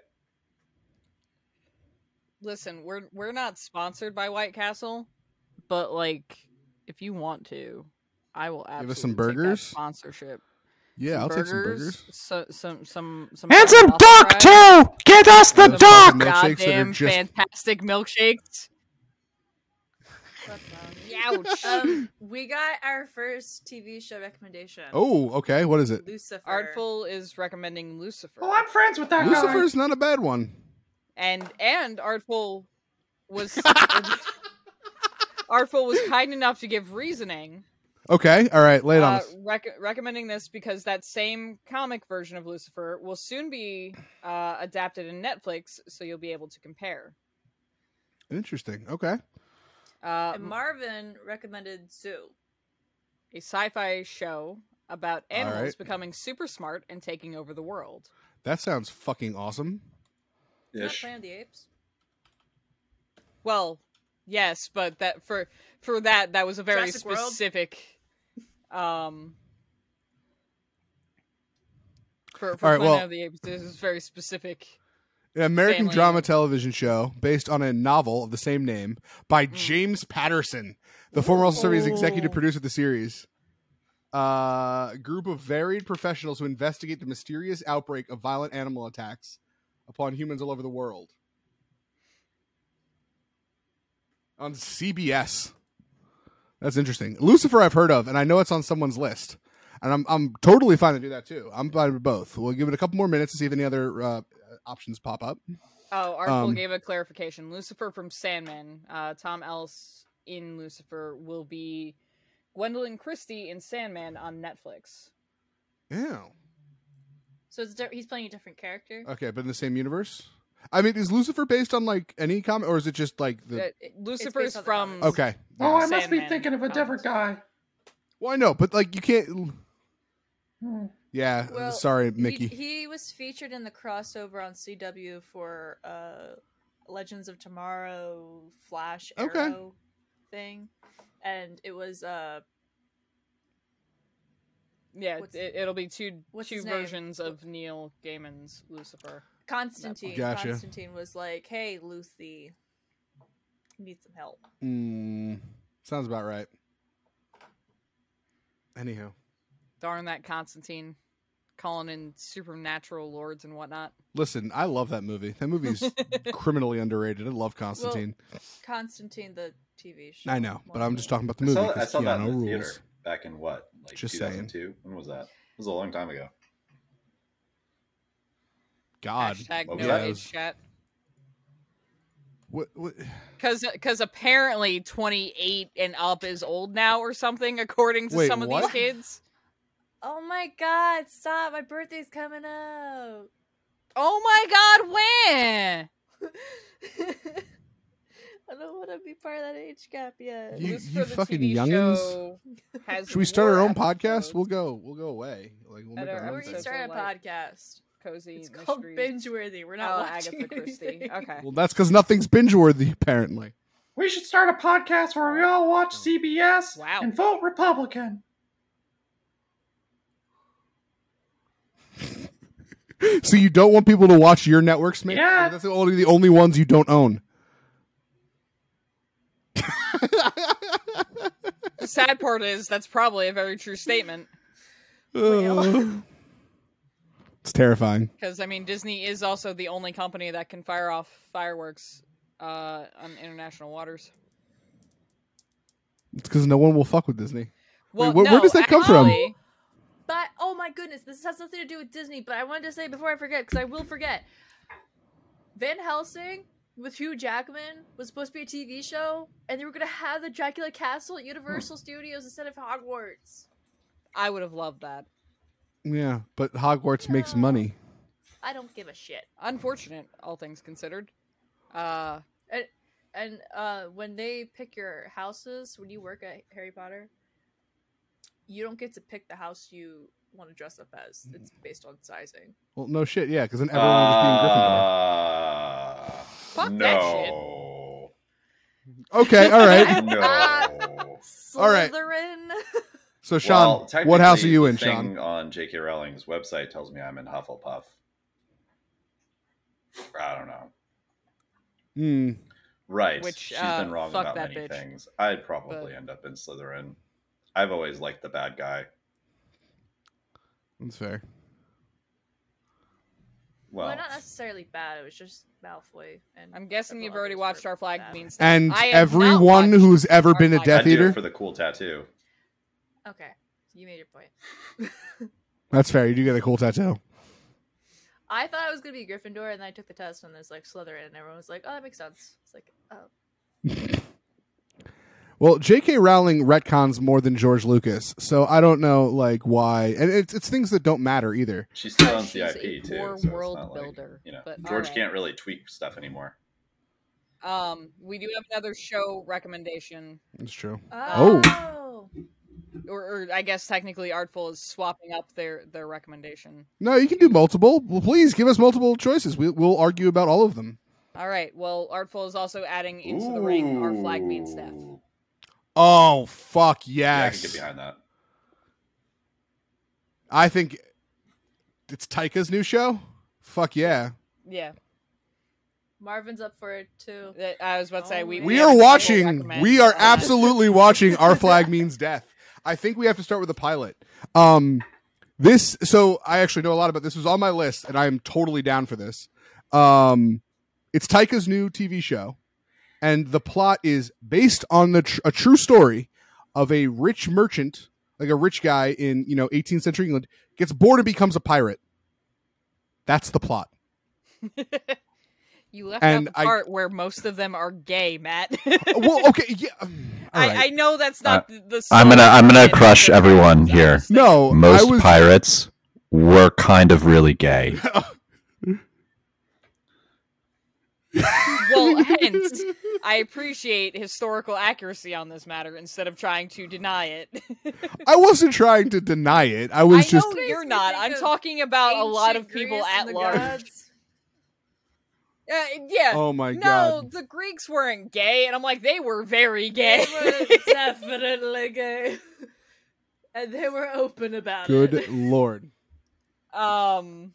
[SPEAKER 2] Listen, we're we're not sponsored by White Castle, but like, if you want to, I will absolutely
[SPEAKER 1] Give us some
[SPEAKER 2] take that
[SPEAKER 1] burgers?
[SPEAKER 2] sponsorship.
[SPEAKER 1] Yeah,
[SPEAKER 2] Some
[SPEAKER 1] I'll take some
[SPEAKER 2] So, some some some
[SPEAKER 14] And some
[SPEAKER 2] Brussels
[SPEAKER 14] duck,
[SPEAKER 2] sprouts,
[SPEAKER 14] too! Get us the
[SPEAKER 2] some fucking
[SPEAKER 14] duck!
[SPEAKER 1] Milkshakes that are
[SPEAKER 2] Goddamn
[SPEAKER 1] just-
[SPEAKER 2] fantastic milkshakes. Ouch.
[SPEAKER 6] Um, we got our first TV show recommendation.
[SPEAKER 1] Oh, okay. What is it?
[SPEAKER 6] Lucifer.
[SPEAKER 2] Artful is recommending Lucifer.
[SPEAKER 6] Oh, I'm friends with
[SPEAKER 1] Lucifer's not a bad one.
[SPEAKER 2] and and artful was artful was kind enough to give reasoning
[SPEAKER 1] Okay, all right. Lay it on
[SPEAKER 2] uh,
[SPEAKER 1] us.
[SPEAKER 2] rec- recommending this because that same comic version of lucifer will soon be uh, adapted in netflix so you'll be able to compare
[SPEAKER 1] Interesting. Okay.
[SPEAKER 2] uh,
[SPEAKER 6] And Marvin recommended Zoo.
[SPEAKER 2] a sci-fi show about
[SPEAKER 1] All
[SPEAKER 2] animals
[SPEAKER 1] right.
[SPEAKER 2] becoming super smart and taking over the world
[SPEAKER 1] That sounds fucking awesome.
[SPEAKER 6] Not Planet of the Apes.
[SPEAKER 2] well yes but that for for that that was a very
[SPEAKER 6] Jurassic World?
[SPEAKER 2] specific um for, for
[SPEAKER 1] All right,
[SPEAKER 2] Planet
[SPEAKER 1] well-
[SPEAKER 2] of the Apes, this is very specific.
[SPEAKER 1] An American
[SPEAKER 2] Family.
[SPEAKER 1] drama television show based on a novel of the same name by James Patterson, the former also serving as executive producer of the series. Uh, A group of varied professionals who investigate the mysterious outbreak of violent animal attacks upon humans all over the world. On CBS. That's interesting. Lucifer, I've heard of, and I know it's on someone's list. And I'm, I'm totally fine to do that too. I'm fine with both. We'll give it a couple more minutes to see if any other uh, options pop up.
[SPEAKER 2] Oh, Artful
[SPEAKER 1] Um,
[SPEAKER 2] gave a clarification. Lucifer from Sandman. Uh, Tom Ellis in Lucifer will be Gwendolyn Christie in Sandman on Netflix.
[SPEAKER 1] Yeah.
[SPEAKER 6] So it's di- he's playing a different character.
[SPEAKER 1] Okay, but in the same universe? I mean, is Lucifer based on like any comic, or is it just like the?
[SPEAKER 2] Uh, Lucifer is from
[SPEAKER 1] Okay.
[SPEAKER 14] Oh, I must be
[SPEAKER 2] Sandman
[SPEAKER 14] thinking of a different guy.
[SPEAKER 1] Well, I know, but like you can't. Yeah,
[SPEAKER 6] Hmm. Well,
[SPEAKER 1] sorry,
[SPEAKER 6] he-
[SPEAKER 1] Mickey.
[SPEAKER 6] He, was featured in the crossover on CW for uh, Legends of Tomorrow Flash
[SPEAKER 1] Okay.
[SPEAKER 6] Arrow thing, and it was uh,
[SPEAKER 2] Yeah, it, it'll be two
[SPEAKER 6] what's
[SPEAKER 2] two
[SPEAKER 6] his name?
[SPEAKER 2] versions of Neil Gaiman's Lucifer.
[SPEAKER 6] Constantine.
[SPEAKER 1] Gotcha.
[SPEAKER 6] Constantine was like, "Hey, Lucy, you need some help."
[SPEAKER 1] Mm, sounds about right. Anyhow,
[SPEAKER 2] Darn that Constantine, calling in supernatural lords and whatnot.
[SPEAKER 1] listen, I love that movie. That movie's criminally underrated. I love Constantine.
[SPEAKER 6] Well, Constantine the TV show.
[SPEAKER 1] I know, but I'm just talking about the
[SPEAKER 11] I
[SPEAKER 1] movie
[SPEAKER 11] saw, I
[SPEAKER 1] because
[SPEAKER 11] saw that
[SPEAKER 1] Keanu
[SPEAKER 11] in the
[SPEAKER 1] rules.
[SPEAKER 11] theater back in what, like
[SPEAKER 1] Just saying.
[SPEAKER 11] 2002? When was that? It was a long time ago.
[SPEAKER 1] God,
[SPEAKER 2] Hashtag
[SPEAKER 11] What
[SPEAKER 2] no
[SPEAKER 11] was that?
[SPEAKER 2] age chat.
[SPEAKER 1] What, what?
[SPEAKER 2] Because apparently 28 and up is old now or something, according to
[SPEAKER 1] Wait,
[SPEAKER 2] some of
[SPEAKER 1] what?
[SPEAKER 2] these kids.
[SPEAKER 6] Oh my god, stop. My birthday's coming up.
[SPEAKER 2] Oh my god, when?
[SPEAKER 6] I don't want to be part of that age gap yet.
[SPEAKER 1] You- Just for you the fucking TV youngins. show
[SPEAKER 2] has
[SPEAKER 1] Should we start our own podcast? We'll go. We'll go away. Like we'll make
[SPEAKER 2] Better
[SPEAKER 1] our own
[SPEAKER 6] We're
[SPEAKER 1] thing.
[SPEAKER 6] gonna start a podcast.
[SPEAKER 2] Cozy.
[SPEAKER 6] It's called binge worthy. We're not
[SPEAKER 2] Oh,
[SPEAKER 6] watching
[SPEAKER 2] Agatha Christie.
[SPEAKER 6] anything.
[SPEAKER 2] Okay.
[SPEAKER 1] Well, that's because nothing's binge worthy apparently.
[SPEAKER 14] We should start a podcast where we all watch
[SPEAKER 2] Oh.
[SPEAKER 14] CBS and vote Republican.
[SPEAKER 1] So you don't want people to watch your networks, man?
[SPEAKER 14] Yeah.
[SPEAKER 1] that's the only the only ones you don't own.
[SPEAKER 2] The sad part is that's probably a very true statement.
[SPEAKER 1] Ugh. it's terrifying.
[SPEAKER 2] Because I mean, Disney is also the only company that can fire off fireworks uh, on international waters.
[SPEAKER 1] It's because no one will fuck with Disney.
[SPEAKER 2] Well,
[SPEAKER 1] Wait, wh- where
[SPEAKER 2] no,
[SPEAKER 1] does that come
[SPEAKER 2] actually-
[SPEAKER 1] from?
[SPEAKER 6] But oh my goodness, this has nothing to do with Disney. But I wanted to say before I forget, because I will forget. Van Helsing with Hugh Jackman was supposed to be a TV show, and they were gonna have the Dracula Castle at Universal Studios instead of Hogwarts.
[SPEAKER 2] I would have loved that.
[SPEAKER 1] Yeah, but Hogwarts makes money.
[SPEAKER 6] I don't give a shit.
[SPEAKER 2] Unfortunate, all things considered. Uh,
[SPEAKER 6] And, and uh, when they pick your houses, when you work at Harry Potter, you don't get to pick the house you want to dress up as. It's based on sizing.
[SPEAKER 1] Well, no shit. Yeah, because then everyone will just be in Gryffindor.
[SPEAKER 11] Uh,
[SPEAKER 6] Fuck
[SPEAKER 11] no.
[SPEAKER 6] that
[SPEAKER 1] Okay, all right.
[SPEAKER 2] Uh,
[SPEAKER 11] no.
[SPEAKER 1] All right.
[SPEAKER 6] Slytherin.
[SPEAKER 1] So Sean, what house are you in, Sean?
[SPEAKER 11] technically, the thing on J.K. Rowling's website tells me I'm in Hufflepuff. I don't know.
[SPEAKER 1] Hmm.
[SPEAKER 11] Right.
[SPEAKER 2] Which,
[SPEAKER 11] She's
[SPEAKER 2] uh,
[SPEAKER 11] been wrong
[SPEAKER 2] fuck
[SPEAKER 11] about
[SPEAKER 2] that
[SPEAKER 11] many
[SPEAKER 2] bitch.
[SPEAKER 11] things. I'd probably
[SPEAKER 2] But-
[SPEAKER 11] end up in Slytherin. I've always liked the bad guy.
[SPEAKER 1] That's fair.
[SPEAKER 6] Well,
[SPEAKER 11] Well,
[SPEAKER 6] not necessarily bad. It was just Malfoy. And
[SPEAKER 2] I'm guessing you've already watched Our Flag Means Death.
[SPEAKER 1] And
[SPEAKER 2] I have not
[SPEAKER 1] everyone
[SPEAKER 2] watched
[SPEAKER 1] who's ever
[SPEAKER 2] Our
[SPEAKER 1] been a
[SPEAKER 2] Flag
[SPEAKER 1] Death
[SPEAKER 11] I'd do
[SPEAKER 1] Eater,
[SPEAKER 11] it for the cool tattoo.
[SPEAKER 6] okay, you made your point.
[SPEAKER 1] that's fair. You do get a cool tattoo.
[SPEAKER 6] I thought I was gonna be Gryffindor, and then I took the test, and there's like Slytherin, and everyone was like, "Oh, that makes sense." It's like, oh,
[SPEAKER 1] Well, J.K. Rowling retcons more than George Lucas, so I don't know like why, and it's it's things that don't matter either.
[SPEAKER 11] She still owns the
[SPEAKER 2] she's a
[SPEAKER 11] IP too.
[SPEAKER 2] poor
[SPEAKER 11] so it's not
[SPEAKER 2] world
[SPEAKER 11] like,
[SPEAKER 2] builder,
[SPEAKER 11] you know,
[SPEAKER 2] but
[SPEAKER 11] George
[SPEAKER 2] alright.
[SPEAKER 11] can't really tweak stuff anymore.
[SPEAKER 2] um, we do have another show recommendation,
[SPEAKER 1] It's true.
[SPEAKER 2] Oh.
[SPEAKER 6] oh,
[SPEAKER 2] or, or I guess technically, Artful is swapping up their their recommendation.
[SPEAKER 1] No, you can do multiple. Well, please give us multiple choices. We, we'll argue about all of them.
[SPEAKER 2] All right. Well, Artful is also adding Into the Ring. Our Flag Means Death.
[SPEAKER 1] Oh fuck
[SPEAKER 11] Yeah, I
[SPEAKER 1] yes!
[SPEAKER 11] can get behind that.
[SPEAKER 1] I think it's Taika's new show. Fuck yeah!
[SPEAKER 2] Yeah.
[SPEAKER 6] Marvin's up for it too.
[SPEAKER 2] I was about to say we
[SPEAKER 1] We are watching. We are absolutely watching. Our flag means death. I think we have to start with the pilot. Um, this. So I actually know a lot about this. It Was on my list, and I am totally down for this. Um, it's Taika's new TV show, and the plot is based on the tr- a true story of a rich merchant, like a rich guy in you know 18th century England, gets bored and becomes a pirate. That's the plot.
[SPEAKER 2] You left
[SPEAKER 1] And
[SPEAKER 2] out the
[SPEAKER 1] I-
[SPEAKER 2] part where most of them are gay, Matt.
[SPEAKER 1] well, okay, yeah.
[SPEAKER 2] I,
[SPEAKER 1] right.
[SPEAKER 2] I know that's not the, the
[SPEAKER 11] I'm gonna I'm gonna crush everyone here.
[SPEAKER 1] Uh, No,
[SPEAKER 11] most
[SPEAKER 1] I was-
[SPEAKER 11] pirates were kind of really gay.
[SPEAKER 2] well hence. I appreciate historical accuracy on this matter instead of trying to deny it.
[SPEAKER 1] I wasn't trying to deny it. I was just
[SPEAKER 2] no, you're not. I'm talking about a lot of people at large. Uh, yeah.
[SPEAKER 1] Oh my
[SPEAKER 2] no,
[SPEAKER 1] God.
[SPEAKER 2] the Greeks weren't gay, and I'm like, they were very gay.
[SPEAKER 6] They were definitely gay. and they were open about it.
[SPEAKER 1] Good lord.
[SPEAKER 2] Um,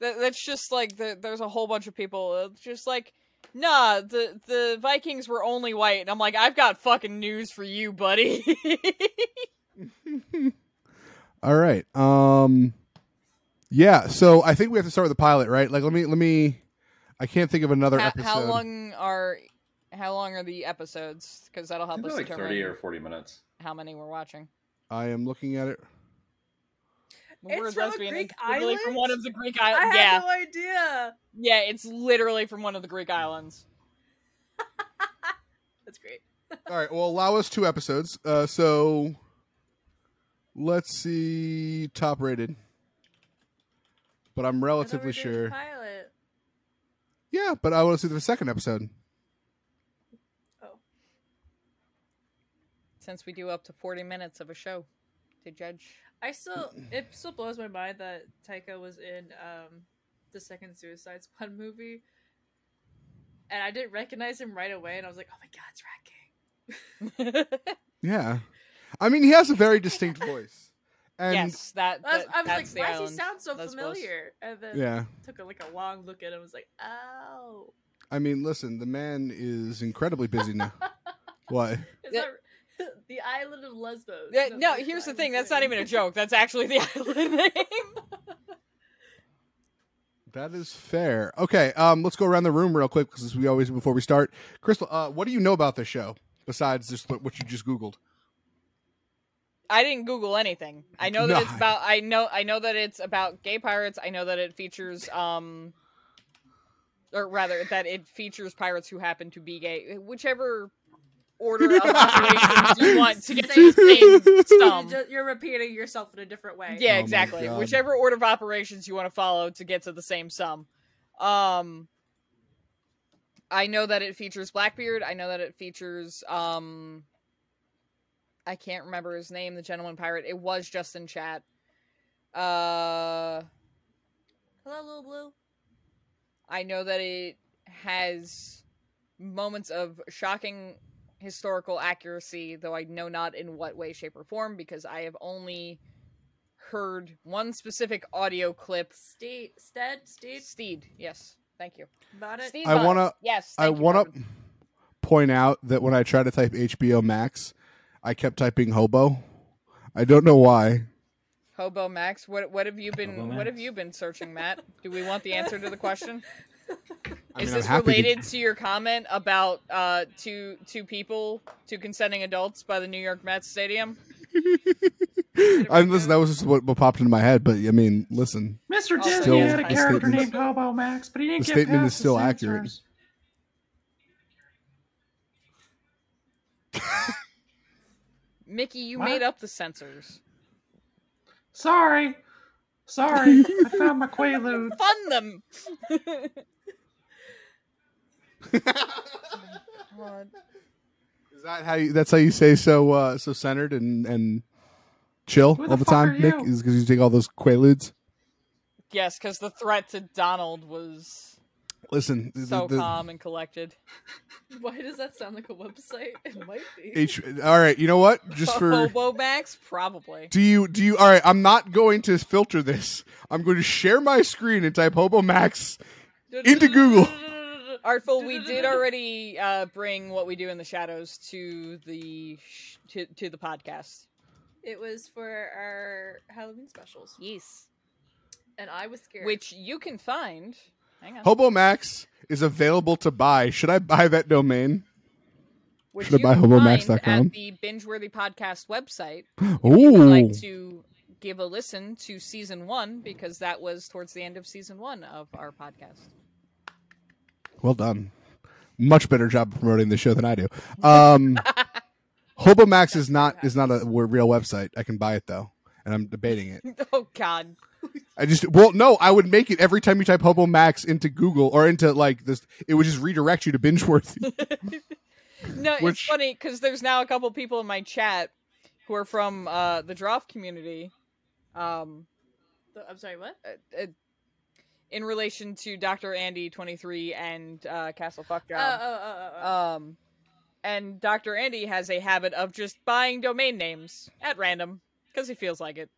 [SPEAKER 2] that, that's just like the, there's a whole bunch of people uh, just like, nah, the the Vikings were only white, and I'm like, I've got fucking news for you, buddy.
[SPEAKER 1] All right. Um Yeah, so I think we have to start with the pilot, right? Like let me let me I can't think of another
[SPEAKER 2] how,
[SPEAKER 1] episode.
[SPEAKER 2] how long are how long are the episodes? Because that'll help us
[SPEAKER 11] like
[SPEAKER 2] determine
[SPEAKER 11] thirty or forty minutes.
[SPEAKER 2] how many we're watching.
[SPEAKER 1] I am looking at it.
[SPEAKER 2] We're
[SPEAKER 6] It's from a
[SPEAKER 2] lesbian.
[SPEAKER 6] Greek
[SPEAKER 2] It's literally from
[SPEAKER 6] island?
[SPEAKER 2] one of the Greek
[SPEAKER 6] I
[SPEAKER 2] islands.
[SPEAKER 6] had
[SPEAKER 2] Uh, Yeah,
[SPEAKER 6] no idea.
[SPEAKER 2] yeah, it's literally from one of the
[SPEAKER 11] Hmm.
[SPEAKER 2] Greek islands.
[SPEAKER 6] That's great.
[SPEAKER 1] All right, well allow us two episodes. Uh so let's see top rated. But I'm relatively sure.
[SPEAKER 6] Pilot.
[SPEAKER 1] Yeah, but I want to see the second episode.
[SPEAKER 2] Since we do up to forty minutes of a show to judge.
[SPEAKER 6] I still it still blows my mind that Taika was in um the second Suicide Squad movie. And I didn't recognize him right away and I was like, Oh my god, it's Rat King.
[SPEAKER 1] Yeah. I mean, he has a very distinct voice. And
[SPEAKER 2] yes, that,
[SPEAKER 6] I was,
[SPEAKER 2] that-
[SPEAKER 6] I was
[SPEAKER 2] that's
[SPEAKER 6] like,
[SPEAKER 2] the
[SPEAKER 6] why does he
[SPEAKER 2] island.
[SPEAKER 6] sound so
[SPEAKER 2] That's Welsh.
[SPEAKER 6] familiar? And then
[SPEAKER 1] Yeah.
[SPEAKER 6] took a, like a long look at him and was like, Oh
[SPEAKER 1] I mean, listen, the man is incredibly busy now. what?
[SPEAKER 6] is that the island of Lesbos?
[SPEAKER 2] Yeah, no, here's the thing. That's not even a joke. That's actually the island name.
[SPEAKER 1] That is fair. Okay, um, let's go around the room real quick because we always before we start. Crystal, uh, what do you know about this show besides just what what you just googled?
[SPEAKER 2] I didn't Google anything. I know that it's
[SPEAKER 1] God.
[SPEAKER 2] about. I know. I know that it's about gay pirates. I know that it features. Um, or rather, that it features pirates who happen to be gay. Whichever order of operations you want to get these things
[SPEAKER 6] You
[SPEAKER 2] stump.
[SPEAKER 6] ju- You're repeating yourself in a different way.
[SPEAKER 2] Yeah, exactly. Whichever order of operations you want to follow to get to the same sum. Um I know that it features Blackbeard. I know that it features um I can't remember his name, the gentleman pirate. It was just in chat. Uh
[SPEAKER 6] Hello, little blue.
[SPEAKER 2] I know that it has moments of shocking historical accuracy, though I know not in what way, shape, or form, because I have only heard one specific audio clip.
[SPEAKER 6] Steed, Stead, Steed,
[SPEAKER 2] Steed. Yes, thank you.
[SPEAKER 6] About it.
[SPEAKER 2] Steed
[SPEAKER 1] I want to.
[SPEAKER 2] Bonnet. Yes,
[SPEAKER 1] I
[SPEAKER 2] thank you,
[SPEAKER 1] want
[SPEAKER 2] Robin.
[SPEAKER 1] to point out that when I try to type HBO Max, I kept typing hobo. I don't know why.
[SPEAKER 2] Hobo Max. What what have you been
[SPEAKER 1] Hobo
[SPEAKER 2] What have you been searching, Matt? Do we want the answer to the question?
[SPEAKER 1] I
[SPEAKER 2] Is
[SPEAKER 1] mean, I'm
[SPEAKER 2] this
[SPEAKER 1] happy to-
[SPEAKER 2] related to your comment about uh, two two people, two consenting adults by the New York Mets stadium?
[SPEAKER 1] I mean, listen, that was just what, what popped into my head. But I mean, listen,
[SPEAKER 14] Mr.
[SPEAKER 1] Still,
[SPEAKER 14] Disney had a
[SPEAKER 1] the
[SPEAKER 14] character
[SPEAKER 1] statement-
[SPEAKER 14] named Hobo Max, but he
[SPEAKER 1] the
[SPEAKER 14] didn't get
[SPEAKER 1] statement
[SPEAKER 14] past
[SPEAKER 1] is still
[SPEAKER 14] the
[SPEAKER 1] accurate.
[SPEAKER 14] censors.
[SPEAKER 2] Mickey, you
[SPEAKER 14] What?
[SPEAKER 2] made up the censors.
[SPEAKER 14] Sorry, sorry, I found my Quaaludes.
[SPEAKER 2] Fund them.
[SPEAKER 1] Is that how you, that's how you say so uh, so centered and and chill
[SPEAKER 2] Who the
[SPEAKER 1] all the
[SPEAKER 2] fuck
[SPEAKER 1] time,
[SPEAKER 2] are
[SPEAKER 1] Nick?
[SPEAKER 2] you?
[SPEAKER 1] Is because you take all those quaaludes.
[SPEAKER 2] Yes, because the threat to Donald was
[SPEAKER 1] Listen, the-
[SPEAKER 2] so
[SPEAKER 1] the- the-
[SPEAKER 2] calm and collected.
[SPEAKER 6] Why does that sound like a website? It might be.
[SPEAKER 1] H- all right, you know what? Just for
[SPEAKER 2] Hobo Max, probably.
[SPEAKER 1] do you do you? All right, I'm not going to filter this. I'm going to share my screen and type Hobo Max into Google.
[SPEAKER 2] Artful, we did already uh, bring what we do in the shadows to the sh- to, to the podcast.
[SPEAKER 6] It was for our Halloween specials.
[SPEAKER 2] Yes.
[SPEAKER 6] And I was scared.
[SPEAKER 2] Which you can find. Hang on.
[SPEAKER 1] Hobo Max is available to buy. Should I buy that domain?
[SPEAKER 2] Which
[SPEAKER 1] Should I
[SPEAKER 2] you
[SPEAKER 1] buy
[SPEAKER 2] can
[SPEAKER 1] hobomax.com?
[SPEAKER 2] find At the Bingeworthy Podcast website.
[SPEAKER 1] Ooh.
[SPEAKER 2] Ooh. like to give a listen to season one because that was towards the end of season one of our podcast.
[SPEAKER 1] Well done. Much better job of promoting the show than I do. Um, Hobo Max is not is not a w- real website. I can buy it though, and I'm debating it.
[SPEAKER 2] oh God.
[SPEAKER 1] I just well no, I would make it every time you type Hobo Max into Google or into like this. It would just redirect you to Bingeworthy.
[SPEAKER 2] No, it's
[SPEAKER 1] Which-
[SPEAKER 2] funny because there's now a couple people in my chat who are from uh, the Droff community. Um,
[SPEAKER 6] The- I'm sorry, what?
[SPEAKER 2] uh, in relation to Dr. Andy 23 and uh, Castle Fuckjob.
[SPEAKER 6] Oh, oh, oh, oh, oh.
[SPEAKER 2] Um, and Dr. Andy has a habit of just buying domain names at random Because he feels like it.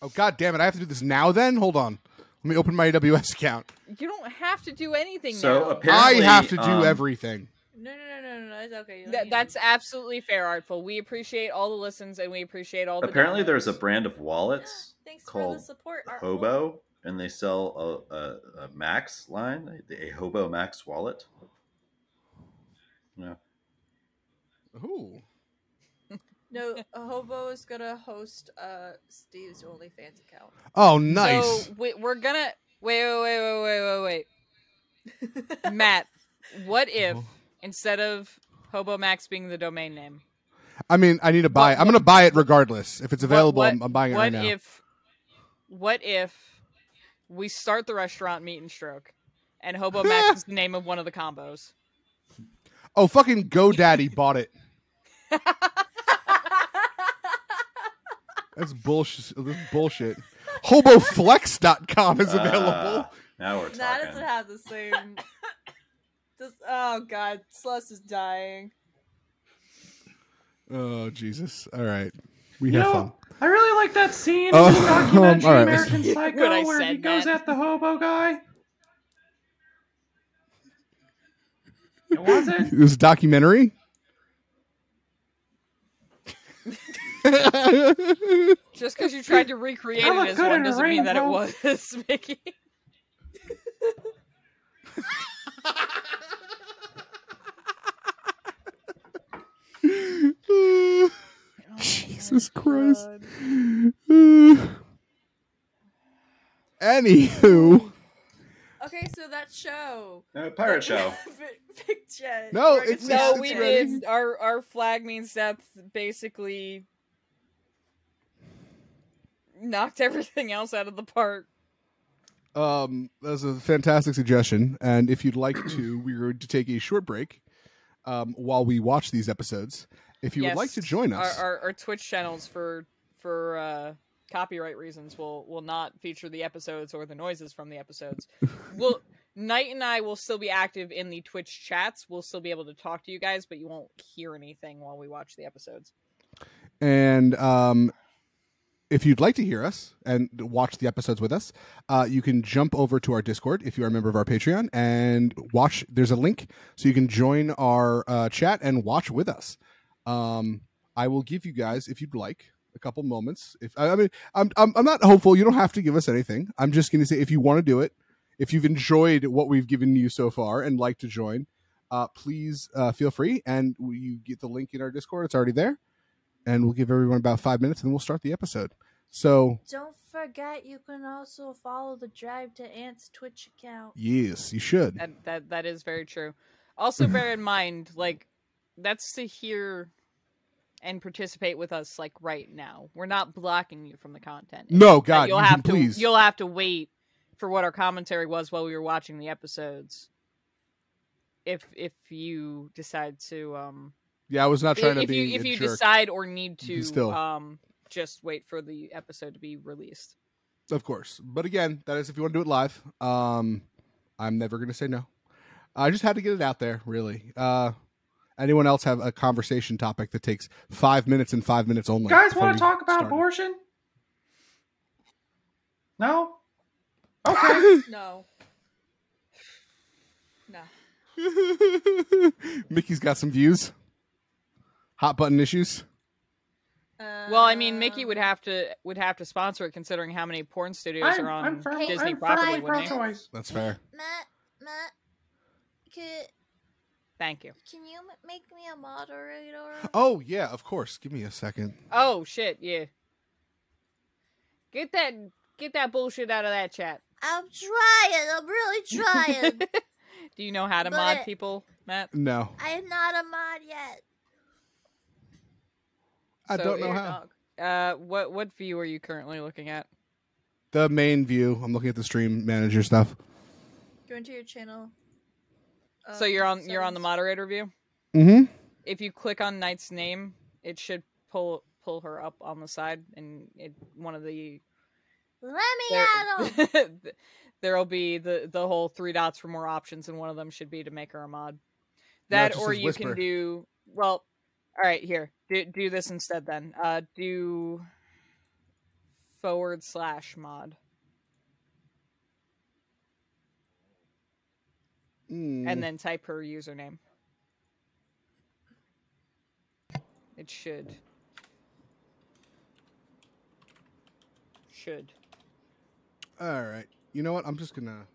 [SPEAKER 1] Oh god damn it! I have to do this now. Then hold on. Let me open my AWS account.
[SPEAKER 2] You don't have to do anything
[SPEAKER 11] So
[SPEAKER 2] now.
[SPEAKER 1] I
[SPEAKER 11] apparently,
[SPEAKER 1] have to do
[SPEAKER 11] um,
[SPEAKER 1] everything.
[SPEAKER 6] No, no, no, no, no, no. It's okay.
[SPEAKER 2] Th- that's absolutely fair, Artful. We appreciate all the listens and we appreciate all the.
[SPEAKER 11] Apparently,
[SPEAKER 2] downloads.
[SPEAKER 11] there's a brand of wallets called Hobo, and they sell a, a, a Max line, a Hobo Max wallet. Yeah.
[SPEAKER 1] Ooh.
[SPEAKER 6] No, Hobo is gonna host uh Steve's OnlyFans account.
[SPEAKER 1] Oh, nice.
[SPEAKER 2] So we, we're gonna wait, wait, wait, wait, wait, wait, wait. Matt, what if instead of Hobo Max being the domain name,
[SPEAKER 1] I mean, I need to buy. it. I'm going to buy it regardless if it's available.
[SPEAKER 2] what,
[SPEAKER 1] I'm, I'm buying it
[SPEAKER 2] what
[SPEAKER 1] right now.
[SPEAKER 2] if, what if we start the restaurant Meat and Stroke, and Hobo Max is the name of one of the combos?
[SPEAKER 1] oh, fucking GoDaddy bought it. That's bullshit. That's bullshit. Hoboflex.com is available.
[SPEAKER 11] Ah, now we're
[SPEAKER 6] That
[SPEAKER 11] talking.
[SPEAKER 6] doesn't have the same. Does oh god, Celeste is dying.
[SPEAKER 1] Oh Jesus! All right, we
[SPEAKER 14] You
[SPEAKER 1] have
[SPEAKER 14] know,
[SPEAKER 1] fun.
[SPEAKER 14] I really like that scene
[SPEAKER 1] Oh,
[SPEAKER 14] in the documentary
[SPEAKER 1] all right.
[SPEAKER 14] American
[SPEAKER 1] What
[SPEAKER 14] Psycho
[SPEAKER 2] I
[SPEAKER 14] where he
[SPEAKER 2] said,
[SPEAKER 14] goes
[SPEAKER 2] Matt.
[SPEAKER 14] at the hobo guy. It wasn't.
[SPEAKER 1] It was a documentary.
[SPEAKER 2] Just because you tried to recreate
[SPEAKER 14] I
[SPEAKER 2] it
[SPEAKER 14] look
[SPEAKER 2] as
[SPEAKER 14] good
[SPEAKER 2] one
[SPEAKER 14] in a
[SPEAKER 2] doesn't mean that it
[SPEAKER 14] raincoat.
[SPEAKER 2] was Mickey.
[SPEAKER 14] Oh
[SPEAKER 1] Jesus Christ. Uh, Anywho,
[SPEAKER 6] Okay, so that show.
[SPEAKER 11] Uh, pirate show.
[SPEAKER 6] Big Jet.
[SPEAKER 1] No,
[SPEAKER 6] Or I
[SPEAKER 1] it's-
[SPEAKER 2] No,
[SPEAKER 6] guess
[SPEAKER 1] it's
[SPEAKER 2] we
[SPEAKER 1] ready.
[SPEAKER 2] did. Our our flag means depth basically knocked everything else out of the park.
[SPEAKER 1] um, that was a fantastic suggestion, and if you'd like to, we're going to take a short break um, while we watch these episodes. If you
[SPEAKER 2] Yes,
[SPEAKER 1] would like to join us,
[SPEAKER 2] our, our, our Twitch channels for for uh, copyright reasons will will not feature the episodes or the noises from the episodes. we'll Knight and I will still be active in the Twitch chats. We'll still be able to talk to you guys, but you won't hear anything while we watch the episodes.
[SPEAKER 1] And um, if you'd like to hear us and watch the episodes with us, uh, you can jump over to our Discord if you are a member of our Patreon and watch. There's a link so you can join our uh, chat and watch with us. Um, I will give you guys, if you'd like, a couple moments. If I, I mean, I'm, I'm I'm not hopeful. You don't have to give us anything. I'm just going to say if you want to do it, if you've enjoyed what we've given you so far and like to join, uh, please uh, feel free. And you get the link in our Discord. It's already there and we'll give everyone about five minutes and then we'll start the episode. So,
[SPEAKER 6] Don't forget, you can also follow the Drive to Ants Twitch account.
[SPEAKER 1] yes, you should.
[SPEAKER 2] That that that is very true. Also, bear in mind, like that's to hear and participate with us like right now. We're not blocking you from the content. It's
[SPEAKER 1] No,
[SPEAKER 2] that
[SPEAKER 1] God,
[SPEAKER 2] you'll
[SPEAKER 1] you can
[SPEAKER 2] have
[SPEAKER 1] please.
[SPEAKER 2] to you'll have to wait for what our commentary was while we were watching the episodes. If if you decide to um
[SPEAKER 1] Yeah, I was not trying to
[SPEAKER 2] if
[SPEAKER 1] be
[SPEAKER 2] you if
[SPEAKER 1] a
[SPEAKER 2] you
[SPEAKER 1] jerk.
[SPEAKER 2] decide or need
[SPEAKER 1] You can
[SPEAKER 2] to
[SPEAKER 1] still.
[SPEAKER 2] um just wait for the episode to be released.
[SPEAKER 1] Of course. But again, that is if you want to do it live. Um, I'm never going to say no. I just had to get it out there, really. Uh, anyone else have a conversation topic that takes five minutes and five minutes only?
[SPEAKER 14] Guys,
[SPEAKER 1] before
[SPEAKER 14] want
[SPEAKER 1] we
[SPEAKER 14] to talk about
[SPEAKER 1] start?
[SPEAKER 14] abortion? No. Okay.
[SPEAKER 6] no. No.
[SPEAKER 1] Mickey's got some views. Hot button issues.
[SPEAKER 2] Well, I mean, Mickey would have to would have to sponsor it, considering how many porn studios
[SPEAKER 14] Um. I'm-
[SPEAKER 2] are on
[SPEAKER 14] I'm for-
[SPEAKER 2] Disney
[SPEAKER 14] I'm for
[SPEAKER 2] property. Wouldn't they?
[SPEAKER 14] pro-choice.
[SPEAKER 1] That's fair.
[SPEAKER 15] Matt, Matt, can,
[SPEAKER 2] Thank you.
[SPEAKER 15] can you m- make me a moderator?
[SPEAKER 1] Oh, yeah, of course. Give me a second.
[SPEAKER 2] Oh shit, yeah. Get that get that bullshit out of that chat.
[SPEAKER 15] I'm trying. I'm really trying.
[SPEAKER 2] Do you know how to
[SPEAKER 15] But-
[SPEAKER 2] mod people, Matt?
[SPEAKER 1] No.
[SPEAKER 15] I am not a mod yet.
[SPEAKER 1] I
[SPEAKER 2] So
[SPEAKER 1] don't know
[SPEAKER 2] you're
[SPEAKER 1] how.
[SPEAKER 2] not- Uh, what what view are you currently looking at?
[SPEAKER 1] The main view. I'm looking at the stream manager stuff.
[SPEAKER 6] Go into your channel.
[SPEAKER 2] Um, so
[SPEAKER 6] Um,
[SPEAKER 2] you're on you're on the moderator view.
[SPEAKER 1] Mm-hmm.
[SPEAKER 2] If you click on Knight's name, it should pull pull her up on the side, and it one of the
[SPEAKER 15] Let
[SPEAKER 2] There-
[SPEAKER 15] me at 'em.
[SPEAKER 2] th- there'll be the the whole three dots for more options, and one of them should be to make her a
[SPEAKER 15] No,
[SPEAKER 2] mod.
[SPEAKER 15] it
[SPEAKER 2] That
[SPEAKER 15] just
[SPEAKER 2] or
[SPEAKER 15] says
[SPEAKER 2] you
[SPEAKER 15] whisper.
[SPEAKER 2] can do well. All right, here do do this instead then. Uh, do forward slash mod,
[SPEAKER 1] Mm,
[SPEAKER 2] and then type her username. It should. Should.
[SPEAKER 1] All right. You know what? I'm just gonna.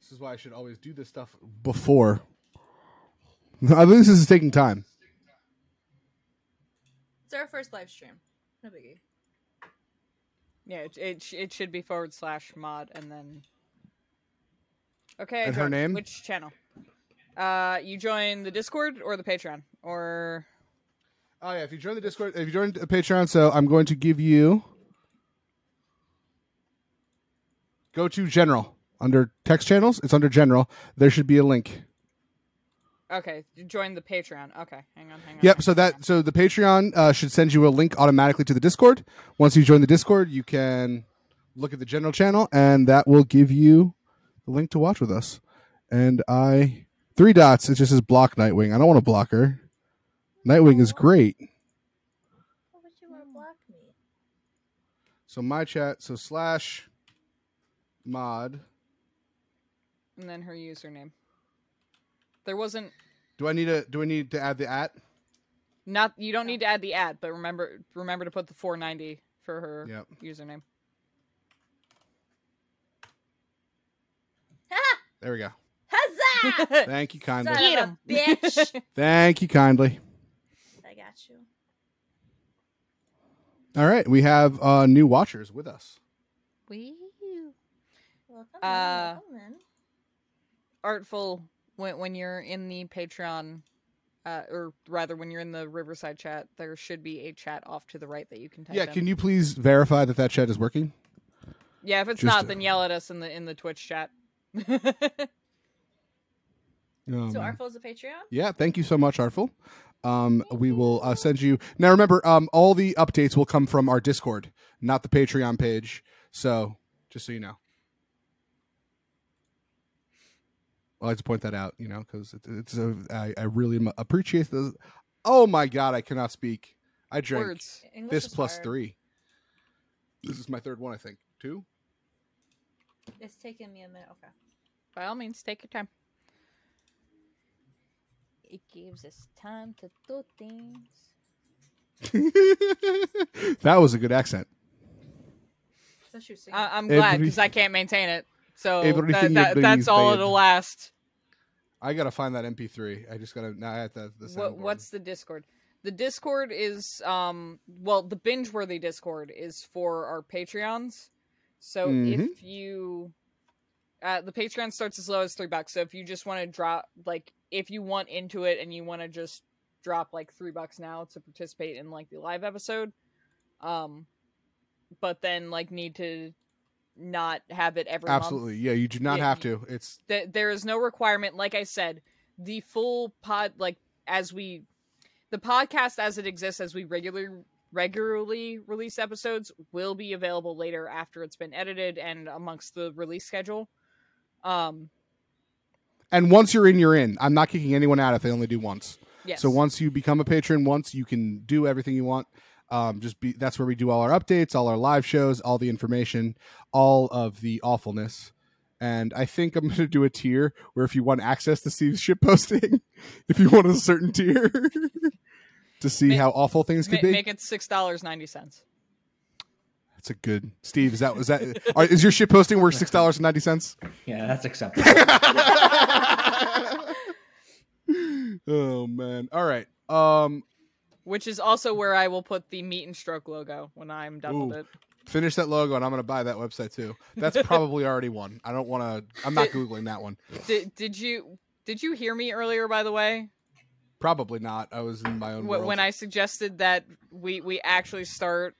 [SPEAKER 1] This is why I should always do this stuff before. this is taking time.
[SPEAKER 7] It's our first live stream. No biggie.
[SPEAKER 2] Yeah, it it, sh- it should be forward slash mod and then. Okay. I
[SPEAKER 1] And her
[SPEAKER 2] joined.
[SPEAKER 1] name?
[SPEAKER 2] Which channel? Uh, you join the Discord or the Patreon or.
[SPEAKER 1] Oh yeah, if you join the Discord, if you join the Patreon, so I'm going to give you. Go to general under text channels. It's under general. There should be a link.
[SPEAKER 2] Okay, you join the Patreon. Okay, hang on, hang on.
[SPEAKER 1] Yep. So that so the Patreon uh, should send you a link automatically to the Discord. Once you join the Discord, you can look at the general channel, and that will give you the link to watch with us. And I three dots. It just says block Nightwing. I don't want to block her. Nightwing is great.
[SPEAKER 15] Why would you want to block me?
[SPEAKER 1] So my chat. So slash mod.
[SPEAKER 2] And then her username. There wasn't
[SPEAKER 1] Do I need a Do I need to add the at?
[SPEAKER 2] not you don't need to add the ad, but remember remember to put the 490 for her
[SPEAKER 1] Yep.
[SPEAKER 2] username.
[SPEAKER 1] There we go.
[SPEAKER 15] Huzzah!
[SPEAKER 1] Thank you kindly.
[SPEAKER 15] Son of a bitch.
[SPEAKER 1] Thank you kindly.
[SPEAKER 15] I got you.
[SPEAKER 1] All right, we have uh, new watchers with us.
[SPEAKER 2] We
[SPEAKER 15] Welcome
[SPEAKER 2] uh,
[SPEAKER 15] in, welcome in.
[SPEAKER 2] artful when when you're in the Patreon uh, or rather when you're in the Riverside chat, there should be a chat off to the right that you can type
[SPEAKER 1] Yeah,
[SPEAKER 2] in.
[SPEAKER 1] can you please verify that that chat is working?
[SPEAKER 2] Yeah, if it's
[SPEAKER 1] Just- uh,
[SPEAKER 2] not then yell at us in the in the Twitch chat.
[SPEAKER 1] Um,
[SPEAKER 7] so Artful's a Patreon?
[SPEAKER 1] Yeah, thank you so much, Artful. Um, we will uh, send you now. Remember, um, all the updates will come from our Discord, not the Patreon page. So, just so you know, I like to point that out. You know, because it, it's a, I, I really am- appreciate the. Oh my god, I cannot speak. I drank
[SPEAKER 2] Words. English
[SPEAKER 1] this
[SPEAKER 2] is
[SPEAKER 1] plus
[SPEAKER 2] hard.
[SPEAKER 1] three. This is my third one, I think. Two.
[SPEAKER 7] It's taking me a minute. Okay.
[SPEAKER 2] By all means, take your time.
[SPEAKER 15] It gives us time to do things.
[SPEAKER 1] That was a good accent.
[SPEAKER 2] I- I'm glad because
[SPEAKER 1] Every-
[SPEAKER 2] I can't maintain it. So that,
[SPEAKER 1] everything
[SPEAKER 2] that-
[SPEAKER 1] you
[SPEAKER 2] that's
[SPEAKER 1] breathe,
[SPEAKER 2] all
[SPEAKER 1] babe.
[SPEAKER 2] it'll last.
[SPEAKER 1] I gotta find that MP3. I just gotta now. I have to. The
[SPEAKER 2] What,
[SPEAKER 1] soundboard.
[SPEAKER 2] what's the Discord? The Discord is um well the binge worthy Discord is for our Patreons. So if
[SPEAKER 1] Mhm.
[SPEAKER 2] you uh, the Patreon starts as low as three bucks. So if you just want to drop like if you want into it and you want to just drop like three bucks now to participate in like the live episode, um, but then like need to not have it every month.
[SPEAKER 1] Absolutely, yeah. You do not have to. It's
[SPEAKER 2] Th- there is no requirement. Like I said, the full pod, like as we, the podcast as it exists, as we regularly regularly release episodes, will be available later after it's been edited and amongst the release schedule. Um,
[SPEAKER 1] and once you're in, you're in. I'm not kicking anyone out if they only do once.
[SPEAKER 2] Yes.
[SPEAKER 1] So once you become a patron, once you can do everything you want. Um, just be that's where we do all our updates, all our live shows, all the information, all of the awfulness. And I think I'm going to do a tier where if you want access to see shit posting, if you want a certain tier to see how awful things
[SPEAKER 2] ma-
[SPEAKER 1] could be,
[SPEAKER 2] make it six dollars ninety cents.
[SPEAKER 1] That's a good Steve. Is that was that? are, is your shit posting worth six dollars and ninety cents?
[SPEAKER 3] Yeah, that's acceptable.
[SPEAKER 1] oh man! All right. Um,
[SPEAKER 2] Which is also where I will put the meat and stroke logo when I'm done with
[SPEAKER 1] Ooh.
[SPEAKER 2] it.
[SPEAKER 1] finish that logo, and I'm gonna buy that website too. That's probably already one. I don't want to. I'm not googling that one.
[SPEAKER 2] Did, did you did you hear me earlier? By the way,
[SPEAKER 1] Probably not. I was in my own
[SPEAKER 2] Wh-
[SPEAKER 1] world.
[SPEAKER 2] when I suggested that we we actually start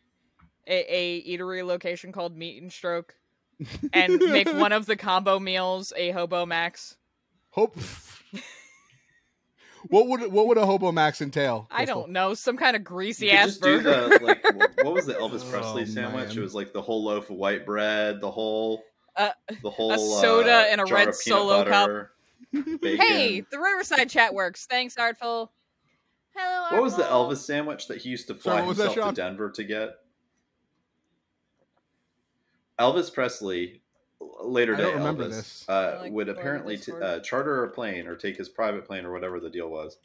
[SPEAKER 2] a, a eatery location called Meat and Stroke, and make one of the combo meals a Hobo Max.
[SPEAKER 1] Hope. what would what would a hobo max entail?
[SPEAKER 2] I don't know, some kind of greasy
[SPEAKER 11] You could
[SPEAKER 2] ass
[SPEAKER 11] just do
[SPEAKER 2] burger.
[SPEAKER 11] the like. wh- What was the Elvis Presley
[SPEAKER 1] Oh,
[SPEAKER 11] sandwich?
[SPEAKER 1] man.
[SPEAKER 11] It was like the whole loaf of white bread, the whole
[SPEAKER 2] Uh,
[SPEAKER 11] the whole
[SPEAKER 2] soda
[SPEAKER 11] uh,
[SPEAKER 2] and a
[SPEAKER 11] jar
[SPEAKER 2] red
[SPEAKER 11] of peanut
[SPEAKER 2] Solo cup.
[SPEAKER 11] butter, Bacon.
[SPEAKER 2] hey, the Riverside chat works. Thanks, Artful.
[SPEAKER 6] Hello,
[SPEAKER 11] What was the
[SPEAKER 6] Arnold.
[SPEAKER 11] Elvis sandwich that he used to
[SPEAKER 1] Sorry,
[SPEAKER 11] fly
[SPEAKER 1] what was that,
[SPEAKER 11] himself to Denver to get? Elvis Presley, l- later
[SPEAKER 1] I
[SPEAKER 11] day
[SPEAKER 1] don't remember
[SPEAKER 11] Elvis,
[SPEAKER 1] this.
[SPEAKER 11] Uh, would apparently t- uh, charter a plane or take his private plane or whatever the deal was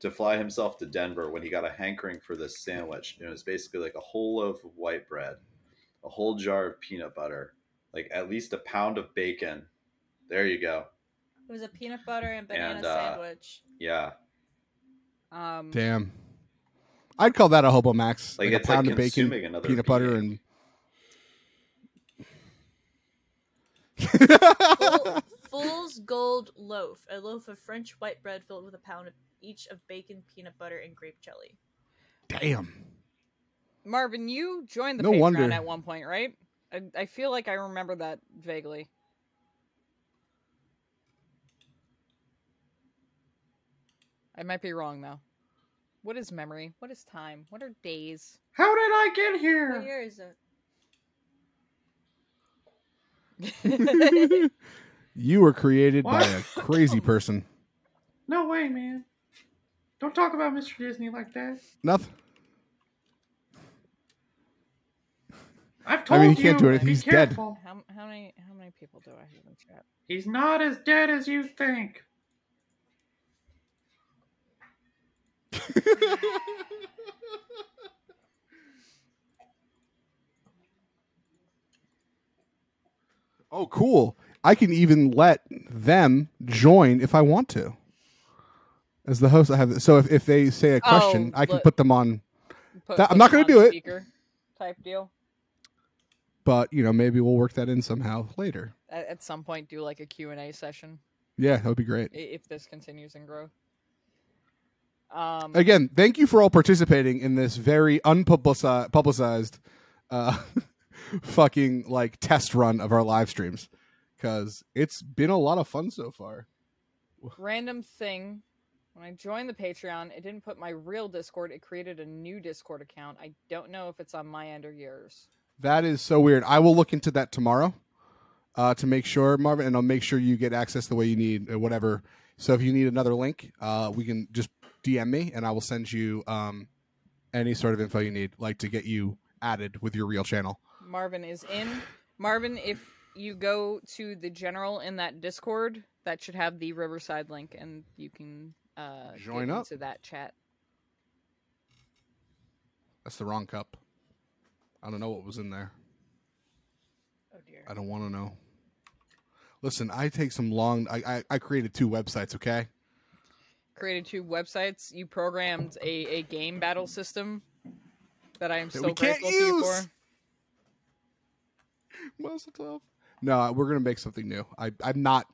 [SPEAKER 11] to fly himself to Denver when he got a hankering for this sandwich. And it was basically like a whole loaf of white bread, a whole jar of peanut butter, like at least a pound of bacon. There you go.
[SPEAKER 6] It was a peanut butter and banana
[SPEAKER 11] and uh,
[SPEAKER 6] sandwich.
[SPEAKER 11] yeah,
[SPEAKER 2] Um,
[SPEAKER 1] Damn. I'd call that a hobo max.
[SPEAKER 11] Like,
[SPEAKER 1] Like,
[SPEAKER 11] it's
[SPEAKER 1] a
[SPEAKER 11] like
[SPEAKER 1] pound of bacon,
[SPEAKER 11] consuming another
[SPEAKER 1] peanut butter, and
[SPEAKER 6] Full, fool's gold loaf, a loaf of French white bread filled with a pound of each of bacon, peanut butter, and grape jelly.
[SPEAKER 1] damn.
[SPEAKER 2] Marvin, you joined the
[SPEAKER 1] No
[SPEAKER 2] Patreon
[SPEAKER 1] wonder.
[SPEAKER 2] at one point, right? I, I feel like I remember that vaguely. I might be wrong though. What is memory? What is time? What are days?
[SPEAKER 14] How did I get
[SPEAKER 6] What
[SPEAKER 14] here?
[SPEAKER 6] year is it?
[SPEAKER 1] You were created by
[SPEAKER 14] What?
[SPEAKER 1] a crazy person.
[SPEAKER 14] No way, man. Don't talk about Mr. Disney like that.
[SPEAKER 1] Nothing.
[SPEAKER 14] I've
[SPEAKER 1] I
[SPEAKER 14] told
[SPEAKER 1] mean, he can't
[SPEAKER 14] you,
[SPEAKER 1] do it.
[SPEAKER 14] be
[SPEAKER 1] He's dead.
[SPEAKER 14] careful.
[SPEAKER 2] How, how many how many people do I have in chat?
[SPEAKER 14] He's not as dead as you think.
[SPEAKER 1] Oh, cool. I can even let them join if I want to. As the host, I have so if, if they say a question,
[SPEAKER 2] Oh,
[SPEAKER 1] I can
[SPEAKER 2] look.
[SPEAKER 1] put them on.
[SPEAKER 2] Put-
[SPEAKER 1] that,
[SPEAKER 2] put
[SPEAKER 1] I'm not
[SPEAKER 2] them
[SPEAKER 1] going to
[SPEAKER 2] on
[SPEAKER 1] do it,
[SPEAKER 2] Speaker type deal.
[SPEAKER 1] but you know maybe we'll work that in somehow later.
[SPEAKER 2] At, at some point, do like a Q and A session.
[SPEAKER 1] Yeah, that would be great.
[SPEAKER 2] i- If this continues in growth. Um,
[SPEAKER 1] Again, thank you for all participating in this very unpublicized publicized, uh, fucking like test run of our live streams because it's been a lot of fun so far.
[SPEAKER 2] random thing. When I joined the Patreon, it didn't put my real Discord. It created a new Discord account. I don't know if it's on my end or yours.
[SPEAKER 1] That is so weird. I will look into that tomorrow uh, to make sure, Marvin, and I'll make sure you get access the way you need, uh, whatever. So if you need another link, uh, we can just DM me, and I will send you um, any sort of info you need, like to get you added with your real channel.
[SPEAKER 2] Marvin is in. Marvin, if you go to the general in that Discord, that should have the Riverside link, and you can uh, get
[SPEAKER 1] Join up.
[SPEAKER 2] into that chat.
[SPEAKER 1] That's the wrong cup. I don't know what was in there.
[SPEAKER 2] Oh dear.
[SPEAKER 1] I don't want to know. Listen, I take some long. I, I I created two websites. Okay.
[SPEAKER 2] Created two websites. You programmed a, a game battle system that I am
[SPEAKER 1] That
[SPEAKER 2] so
[SPEAKER 1] we can't
[SPEAKER 2] grateful to you
[SPEAKER 1] use!
[SPEAKER 2] for.
[SPEAKER 1] Mazel No, uh, we're gonna make something new. I I'm not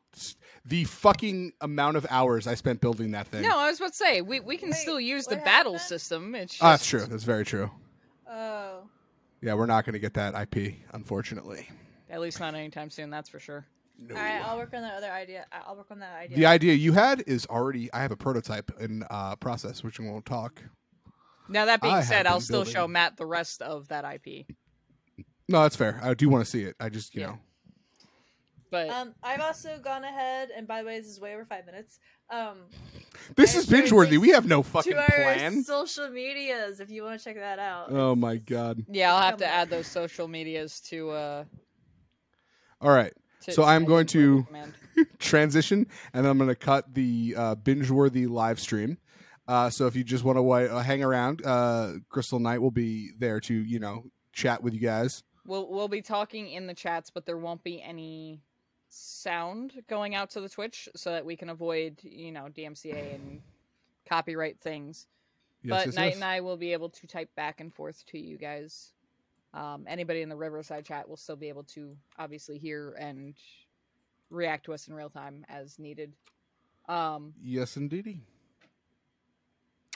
[SPEAKER 1] the fucking amount of hours I spent building that thing.
[SPEAKER 2] No, I was about to say we, we can still use the battle system. It's
[SPEAKER 1] Ah, that's
[SPEAKER 2] just-
[SPEAKER 1] true. That's very true.
[SPEAKER 6] Oh.
[SPEAKER 1] Yeah, we're not gonna get that IP, unfortunately.
[SPEAKER 2] At least not anytime soon, that's for sure.
[SPEAKER 6] All right, I'll work on that other idea. I- I'll work on that idea.
[SPEAKER 1] The idea you had is already. I have a prototype in uh, process, which we won't talk.
[SPEAKER 2] Now that being
[SPEAKER 1] I have
[SPEAKER 2] said, I'll
[SPEAKER 1] been
[SPEAKER 2] still show
[SPEAKER 1] building-
[SPEAKER 2] Matt the rest of that IP.
[SPEAKER 1] No, that's fair. I do want to see it. I just, you know,
[SPEAKER 2] But
[SPEAKER 6] um, I've also gone ahead, and by the way, this is way over five minutes. Um,
[SPEAKER 1] this
[SPEAKER 6] I
[SPEAKER 1] is
[SPEAKER 6] shared
[SPEAKER 1] binge worthy.
[SPEAKER 6] this
[SPEAKER 1] We have no fucking
[SPEAKER 6] to our
[SPEAKER 1] plan.
[SPEAKER 6] social medias, if you want to check that out.
[SPEAKER 1] Oh my god.
[SPEAKER 2] Yeah, I'll have to add those social medias to uh
[SPEAKER 1] All right.
[SPEAKER 2] To-
[SPEAKER 1] so
[SPEAKER 2] to
[SPEAKER 1] I'm
[SPEAKER 2] edit
[SPEAKER 1] going
[SPEAKER 2] what we
[SPEAKER 1] to
[SPEAKER 2] command.
[SPEAKER 1] transition, and then I'm going to cut the uh, binge-worthy live stream. Uh, so if you just want to uh, hang around, uh, Crystal Knight will be there to you know chat with you guys.
[SPEAKER 2] we'll we'll be talking in the chats, but there won't be any sound going out to the Twitch so that we can avoid, you know, DMCA and copyright things.
[SPEAKER 8] Yes,
[SPEAKER 2] but
[SPEAKER 8] yes,
[SPEAKER 2] Knight
[SPEAKER 8] yes.
[SPEAKER 2] and I will be able to type back and forth to you guys. Um, anybody in the Riverside chat will still be able to obviously hear and react to us in real time as needed. Um,
[SPEAKER 1] Yes, indeedy.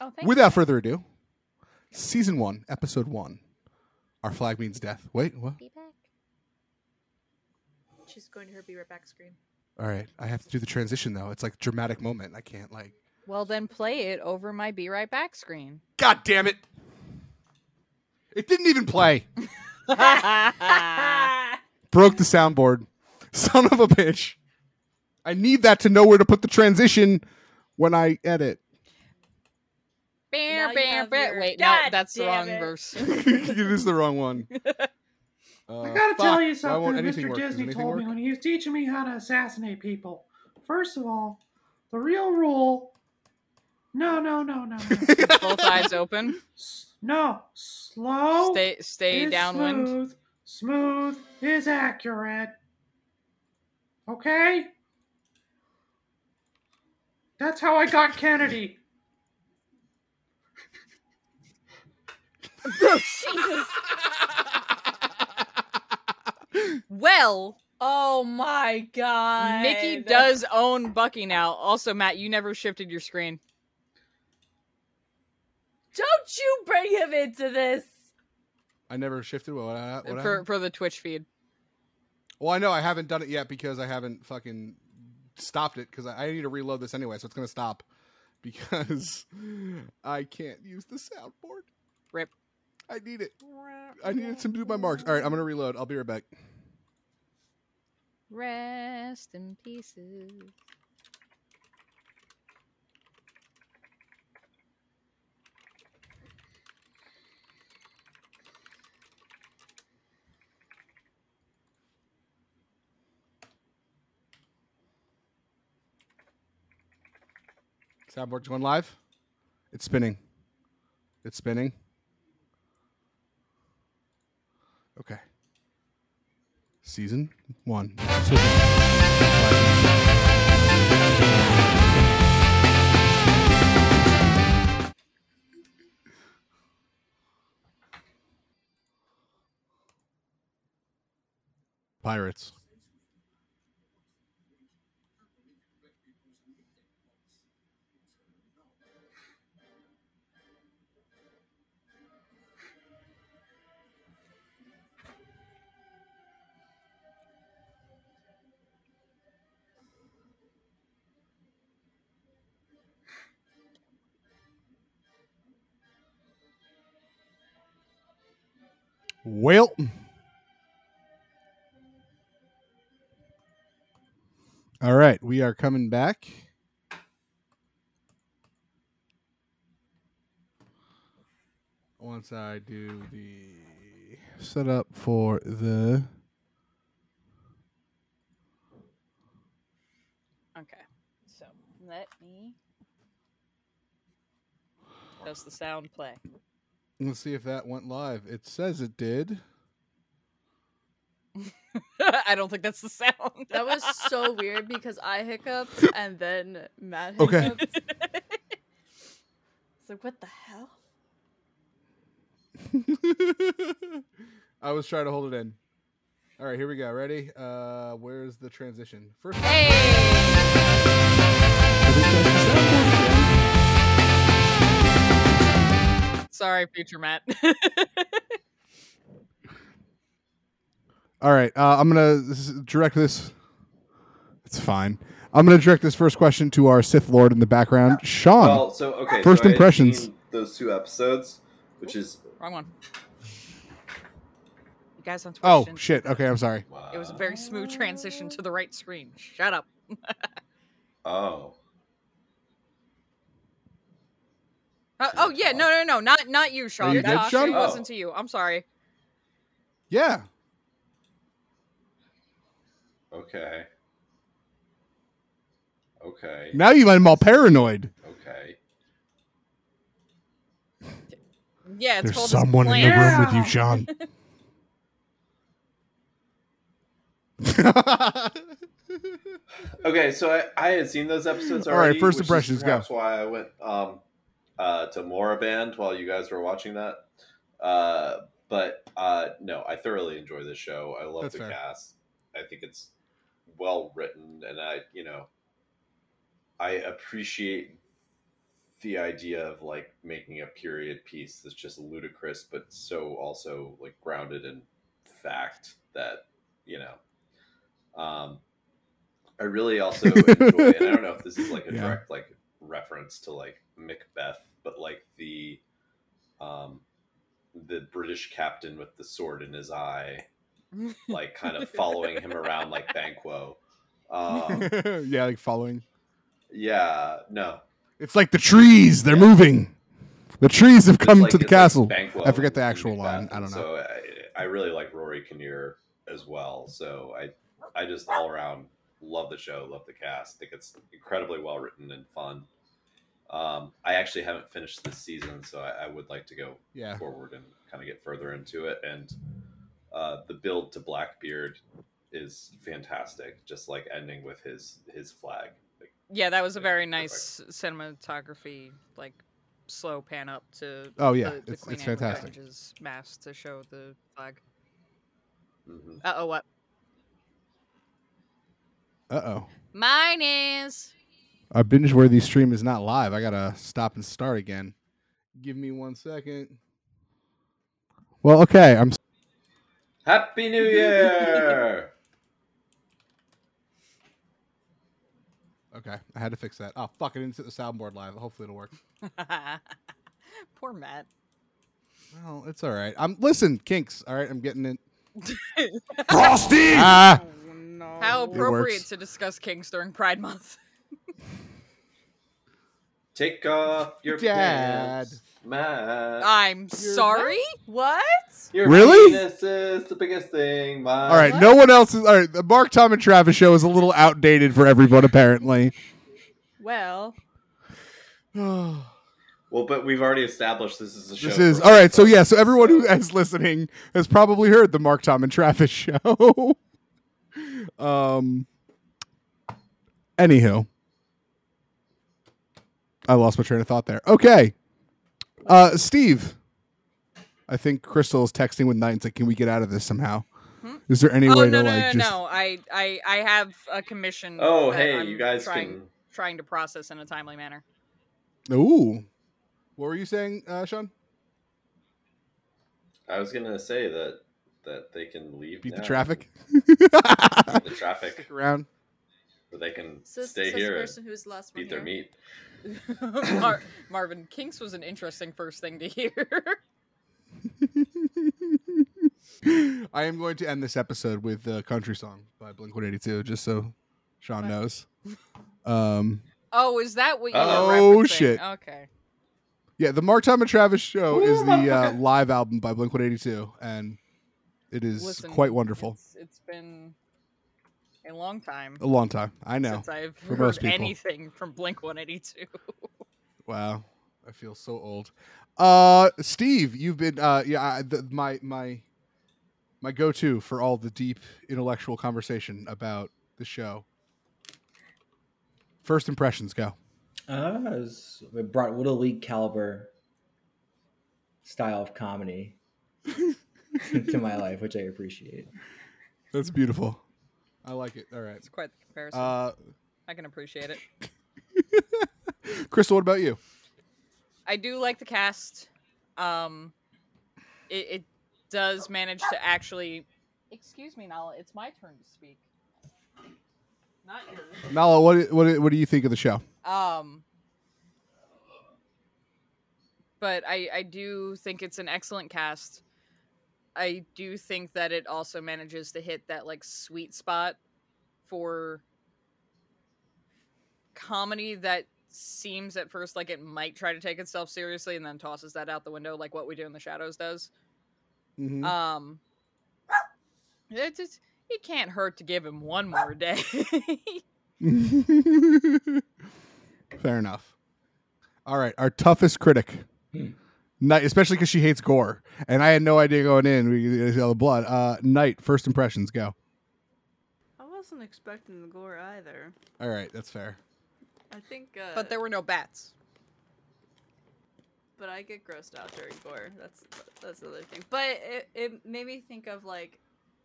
[SPEAKER 2] oh, thank you,
[SPEAKER 1] Without
[SPEAKER 2] Matt.
[SPEAKER 1] further ado, season one, episode one. Our flag means death. Wait, what?
[SPEAKER 6] Be back. She's going to her be right back screen.
[SPEAKER 1] All right, I have to do the transition though. It's like a dramatic moment. I can't like.
[SPEAKER 2] Well, then play it over my Be Right Back screen.
[SPEAKER 1] God damn it! It didn't even play.
[SPEAKER 2] Ah.
[SPEAKER 1] Broke the soundboard. Son of a bitch. I need that to know where to put the transition when I edit.
[SPEAKER 2] Bam,
[SPEAKER 6] you
[SPEAKER 2] bam,
[SPEAKER 6] have
[SPEAKER 2] bam.
[SPEAKER 6] your-
[SPEAKER 2] Wait, no,
[SPEAKER 6] God
[SPEAKER 2] that's the
[SPEAKER 6] damn
[SPEAKER 2] wrong
[SPEAKER 6] it.
[SPEAKER 2] verse.
[SPEAKER 1] it is the wrong one.
[SPEAKER 14] I
[SPEAKER 1] Uh,
[SPEAKER 14] gotta
[SPEAKER 1] fuck, why
[SPEAKER 14] tell you
[SPEAKER 1] won't
[SPEAKER 14] something that
[SPEAKER 1] anything
[SPEAKER 14] Mr.
[SPEAKER 1] work? Does
[SPEAKER 14] Disney
[SPEAKER 1] anything
[SPEAKER 14] told
[SPEAKER 1] work?
[SPEAKER 14] me when he was teaching me how to assassinate people. First of all, the real rule no, no, no, no, no.
[SPEAKER 2] Both eyes open.
[SPEAKER 14] no. Slow.
[SPEAKER 2] Stay, stay
[SPEAKER 14] is
[SPEAKER 2] downwind.
[SPEAKER 14] Smooth, smooth is accurate. Okay? That's how I got Kennedy.
[SPEAKER 2] Well,
[SPEAKER 6] oh my god.
[SPEAKER 2] Mickey does own Bucky now. Also, Matt, you never shifted your screen.
[SPEAKER 6] Don't you bring him into this.
[SPEAKER 1] I never shifted. What? I, what
[SPEAKER 2] for
[SPEAKER 1] happened?
[SPEAKER 2] for the Twitch feed.
[SPEAKER 1] Well, I know I haven't done it yet because I haven't fucking stopped it because I, I need to reload this anyway, so it's gonna stop because I can't use the soundboard.
[SPEAKER 2] Rip.
[SPEAKER 1] I need it. I needed to do my marks. All right, I'm gonna reload. I'll be right back.
[SPEAKER 2] Rest in pieces.
[SPEAKER 1] Soundboard's going live. It's spinning. It's spinning. Okay. Season one. Pirates. Well, all right, we are coming back. Once I do the Set up for the.
[SPEAKER 2] Okay, so let me. Does the sound play?
[SPEAKER 1] Let's see if that went live. It says it did.
[SPEAKER 2] I don't think that's the sound.
[SPEAKER 6] That was so weird because I hiccuped and then Matt
[SPEAKER 1] Okay.
[SPEAKER 6] hiccuped. it's like, what the hell?
[SPEAKER 1] I was trying to hold it in. All right, here we go. Ready? Uh, where's the transition? First.
[SPEAKER 2] Sorry, future Matt.
[SPEAKER 1] All right, uh, I'm gonna s- direct this. It's fine. I'm gonna direct this first question to our Sith Lord in the background, Sean.
[SPEAKER 11] Well, so okay.
[SPEAKER 1] First
[SPEAKER 11] so I had
[SPEAKER 1] impressions.
[SPEAKER 11] seen those two episodes, which is
[SPEAKER 2] Wrong one. You guys on Twitch.
[SPEAKER 1] Oh
[SPEAKER 2] didn't-
[SPEAKER 1] shit. Okay, I'm sorry.
[SPEAKER 2] It was a very smooth transition to the right screen. Shut up.
[SPEAKER 11] oh
[SPEAKER 2] Uh, oh yeah, no, no, no, not not you, Sean.
[SPEAKER 1] you
[SPEAKER 2] that
[SPEAKER 1] good, Sean?
[SPEAKER 2] actually
[SPEAKER 1] Oh.
[SPEAKER 2] wasn't to you. I'm sorry.
[SPEAKER 1] Yeah.
[SPEAKER 11] okay, okay,
[SPEAKER 1] Now you I'm all paranoid.
[SPEAKER 11] okay.
[SPEAKER 2] Yeah, it's
[SPEAKER 1] There's
[SPEAKER 2] called
[SPEAKER 1] someone in the room with you, Sean.
[SPEAKER 11] Okay, so I, I had seen those episodes
[SPEAKER 1] All right,
[SPEAKER 11] already.
[SPEAKER 1] first
[SPEAKER 11] which is
[SPEAKER 1] impressions, go.
[SPEAKER 11] perhaps Why I went um, uh, to Moraband while you guys were watching that. Uh, but uh, no, I thoroughly enjoy this show. I love
[SPEAKER 1] That's
[SPEAKER 11] the
[SPEAKER 1] fair.
[SPEAKER 11] cast. I think it's well written, and I you know I appreciate the idea of like making a period piece that's just ludicrous, but so also like grounded in fact that you know. Um, I really also enjoy, and I don't know if this is like a
[SPEAKER 1] Yeah.
[SPEAKER 11] direct like reference to like Macbeth, but like the um the British captain with the sword in his eye, like kind of following him around like Banquo. Um,
[SPEAKER 1] yeah, like following.
[SPEAKER 11] yeah, no,
[SPEAKER 1] It's like the trees. They're moving. The trees have
[SPEAKER 11] It's
[SPEAKER 1] come
[SPEAKER 11] like-
[SPEAKER 1] to the
[SPEAKER 11] it's like
[SPEAKER 1] castle.
[SPEAKER 11] Banquo
[SPEAKER 1] I forget the
[SPEAKER 11] in
[SPEAKER 1] actual line.
[SPEAKER 11] Macbeth,
[SPEAKER 1] I don't
[SPEAKER 11] and
[SPEAKER 1] know.
[SPEAKER 11] So I, I really like Rory Kinnear as well. So I I just all around love the show, love the cast. I think it's incredibly well written and fun. Um, I actually haven't finished this season, so I, I would like to go
[SPEAKER 1] Yeah.
[SPEAKER 11] forward and kind of get further into it. And uh, the build to Blackbeard is fantastic. Just like ending with his his flag. Like,
[SPEAKER 2] Yeah, that was a very nice cinematography, like slow pan up to.
[SPEAKER 1] Oh, yeah,
[SPEAKER 2] the, the
[SPEAKER 1] it's-
[SPEAKER 2] Queen
[SPEAKER 1] it's
[SPEAKER 2] Anne of
[SPEAKER 1] fantastic.
[SPEAKER 2] Orange's mask to show the flag.
[SPEAKER 11] Mhm.
[SPEAKER 2] Uh oh, what?
[SPEAKER 1] Uh oh.
[SPEAKER 2] Mine is.
[SPEAKER 1] Our binge worthy stream is not live. I gotta stop and start again. Give me one second. Well, okay. I'm. s-
[SPEAKER 11] Happy New Year!
[SPEAKER 1] Okay, I had to fix that. Oh fuck! I didn't set the soundboard live. Hopefully, it'll work.
[SPEAKER 2] Poor Matt.
[SPEAKER 1] Well, it's all right. I'm listen, kinks. All right, I'm getting it. Frosty. Ah,
[SPEAKER 2] How
[SPEAKER 1] It
[SPEAKER 2] appropriate
[SPEAKER 1] works.
[SPEAKER 2] to discuss kings during Pride Month.
[SPEAKER 11] Take off your
[SPEAKER 2] Dad.
[SPEAKER 11] pants, Matt.
[SPEAKER 2] I'm sorry. What?
[SPEAKER 11] Your
[SPEAKER 1] Really?
[SPEAKER 11] penis is the biggest thing. Matt.
[SPEAKER 1] all right. No one else is. All right, the Mark, Tom, and Travis show is a little outdated for everyone apparently.
[SPEAKER 6] Well,
[SPEAKER 11] Well, but we've already established this is a show.
[SPEAKER 1] This is
[SPEAKER 11] for-
[SPEAKER 1] all right. So yeah, so everyone who is listening has probably heard the Mark, Tom, and Travis show. um. Anywho, I lost my train of thought there. Okay, uh, Steve. I think Crystal is texting with Knight and said, "Can we get out of this somehow? Is there any
[SPEAKER 2] oh
[SPEAKER 1] way
[SPEAKER 2] no
[SPEAKER 1] to
[SPEAKER 2] no
[SPEAKER 1] like
[SPEAKER 2] no
[SPEAKER 1] just?"
[SPEAKER 2] no! I I I have a commission.
[SPEAKER 11] Oh,
[SPEAKER 2] that
[SPEAKER 11] hey,
[SPEAKER 2] I'm
[SPEAKER 11] you guys
[SPEAKER 2] trying
[SPEAKER 11] can-
[SPEAKER 2] trying to process in a timely manner.
[SPEAKER 1] Ooh. What were you saying, uh, Sean?
[SPEAKER 11] I was gonna say that that they can leave.
[SPEAKER 1] Beat the
[SPEAKER 11] now.
[SPEAKER 1] traffic.
[SPEAKER 11] Beat the traffic.
[SPEAKER 1] Stick around.
[SPEAKER 11] Or they can
[SPEAKER 6] Says-
[SPEAKER 11] stay
[SPEAKER 6] says the
[SPEAKER 11] here. and
[SPEAKER 6] person who's the last one
[SPEAKER 11] beat their
[SPEAKER 6] here.
[SPEAKER 11] meat.
[SPEAKER 2] Mar- Marvin Kinks was an interesting first thing to hear.
[SPEAKER 1] I am going to end this episode with the country song by Blink One Eighty Two, just so Sean knows. Um,
[SPEAKER 2] oh, is that what you? were
[SPEAKER 1] Oh,
[SPEAKER 2] referencing?
[SPEAKER 1] shit.
[SPEAKER 2] Okay.
[SPEAKER 1] yeah, the Mark Tom and Travis show is
[SPEAKER 2] Ooh,
[SPEAKER 1] the uh, live album by Blink One Eighty Two, and it is
[SPEAKER 2] Listen,
[SPEAKER 1] quite wonderful.
[SPEAKER 2] It's, it's been a long time.
[SPEAKER 1] A long time, I know.
[SPEAKER 2] Since I've
[SPEAKER 1] for
[SPEAKER 2] heard
[SPEAKER 1] most people.
[SPEAKER 2] anything from Blink One Eighty Two.
[SPEAKER 1] Wow, I feel so old. Uh, Steve, you've been uh, yeah, I, the, my my my go-to for all the deep intellectual conversation about the show. First impressions, go.
[SPEAKER 3] Uh, it, was, it brought Little League caliber style of comedy to my life, which I appreciate.
[SPEAKER 1] That's beautiful. I like it. All right.
[SPEAKER 2] It's quite the comparison.
[SPEAKER 1] Uh,
[SPEAKER 2] I can appreciate it.
[SPEAKER 1] Uh, Crystal, what about you?
[SPEAKER 2] I do like the cast. Um, it, it does manage to actually. Excuse me, Nala. It's my turn to speak. Not yours.
[SPEAKER 1] Nala, what what what do you think of the show?
[SPEAKER 2] Um, but I I do think it's an excellent cast. I do think that it also manages to hit that like sweet spot for comedy that seems at first like it might try to take itself seriously and then tosses that out the window like what we do in the shadows does.
[SPEAKER 1] Mhm.
[SPEAKER 2] Um it just it can't hurt to give him one more day.
[SPEAKER 1] Fair enough. All right, our toughest critic, Knight, especially because she hates gore, and I had no idea going in. We see all the blood. Uh, Knight, first impressions, go.
[SPEAKER 6] I wasn't expecting the gore either.
[SPEAKER 1] All right, that's fair.
[SPEAKER 7] I think. Uh,
[SPEAKER 2] but there were no bats.
[SPEAKER 7] but I get grossed out during gore. That's that's another thing. But it, it made me think of like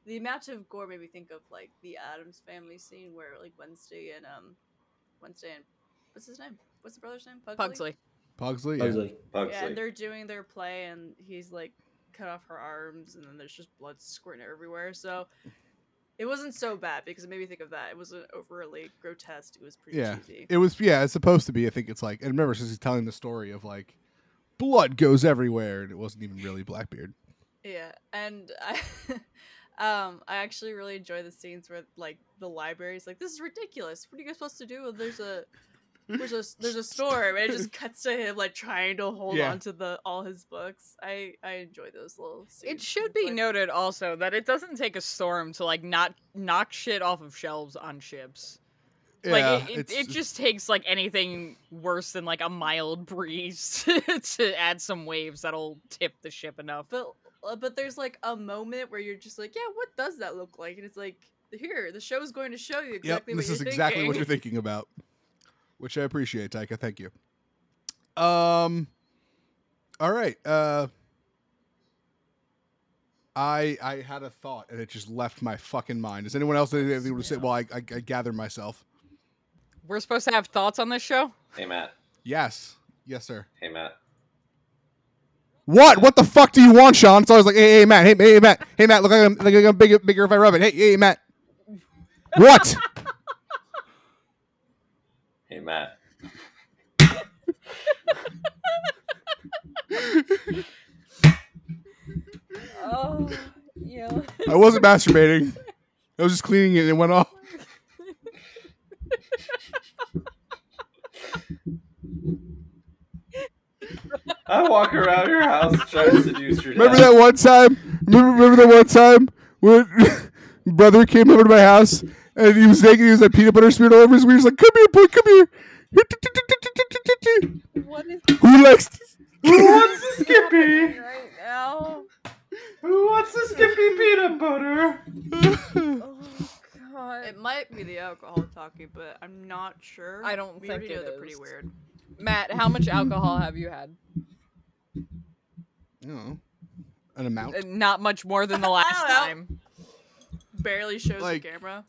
[SPEAKER 7] the amount of gore made me think of like the Adams family scene where like Wednesday and um Wednesday and what's his name? What's the brother's name? Pugsley.
[SPEAKER 2] Pugsley.
[SPEAKER 1] Pugsley.
[SPEAKER 3] Pugsley.
[SPEAKER 7] Yeah, and they're doing their play, and he's like cut off her arms, and then there's just blood squirting everywhere. So it wasn't so bad because it made me think of that. It wasn't overly grotesque. It was pretty
[SPEAKER 1] Yeah,
[SPEAKER 7] cheesy.
[SPEAKER 1] it was. Yeah, it's supposed to be. I think it's like, and remember, since he's telling the story of like, blood goes everywhere, and it wasn't even really Blackbeard.
[SPEAKER 7] Yeah, and I, um, I actually really enjoy the scenes where like the library's like, "This is ridiculous. What are you guys supposed to do when there's a
[SPEAKER 6] Which is there's a store, and it just cuts to him like trying to hold
[SPEAKER 2] Yeah.
[SPEAKER 6] on to the all his books. I I enjoy those little.
[SPEAKER 2] It should be noted also that it doesn't take a storm to like not knock shit off of shelves on ships.
[SPEAKER 1] Yeah,
[SPEAKER 2] like it, it,
[SPEAKER 1] it's-
[SPEAKER 2] it just takes like anything worse than like a mild breeze to, to add some waves that'll tip the ship enough.
[SPEAKER 6] But uh, but there's like a moment where you're just like, yeah, what does that look like? And it's like, here, the show's going to show you
[SPEAKER 1] Yep,
[SPEAKER 6] exactly.
[SPEAKER 1] this
[SPEAKER 6] what
[SPEAKER 1] is
[SPEAKER 6] you're
[SPEAKER 1] exactly what you're thinking about, which I appreciate, Taika. Thank you. Um, all right. Uh, I I had a thought and it just left my fucking mind. Does anyone else have anything to say? Well, I, I, I gather myself.
[SPEAKER 2] We're supposed to have thoughts on this show.
[SPEAKER 16] Hey Matt.
[SPEAKER 1] Yes, yes, sir.
[SPEAKER 16] Hey Matt.
[SPEAKER 1] What? What the fuck do you want, Sean? It's always like, hey, hey, Matt, hey, hey, Matt, hey, Matt, look like I'm, look like I'm bigger, bigger if I rub it. Hey, hey, Matt. What?
[SPEAKER 16] Hey Matt.
[SPEAKER 7] Oh, yeah.
[SPEAKER 1] I wasn't masturbating. I was just cleaning it and it went off.
[SPEAKER 16] I walk around your house trying to seduce your dad.
[SPEAKER 1] Remember that one time? Remember, remember that one time when brother came over to my house and he was naked. He was that peanut butter smeared all over his. We was like, "Come here, boy, come here."
[SPEAKER 7] What is
[SPEAKER 1] Who likes?
[SPEAKER 17] Who wants to Skippy?
[SPEAKER 7] right now?
[SPEAKER 17] Who wants to Skippy peanut butter?
[SPEAKER 6] God. It might be the alcohol talking, but I'm not sure.
[SPEAKER 2] I don't
[SPEAKER 6] we
[SPEAKER 2] think
[SPEAKER 6] already
[SPEAKER 2] it
[SPEAKER 6] know they're pretty
[SPEAKER 2] is.
[SPEAKER 6] weird.
[SPEAKER 2] Matt, how much alcohol have you had?
[SPEAKER 1] No, an amount.
[SPEAKER 2] Uh, Not much more than the last time.
[SPEAKER 6] Barely shows
[SPEAKER 1] Like-
[SPEAKER 6] the camera.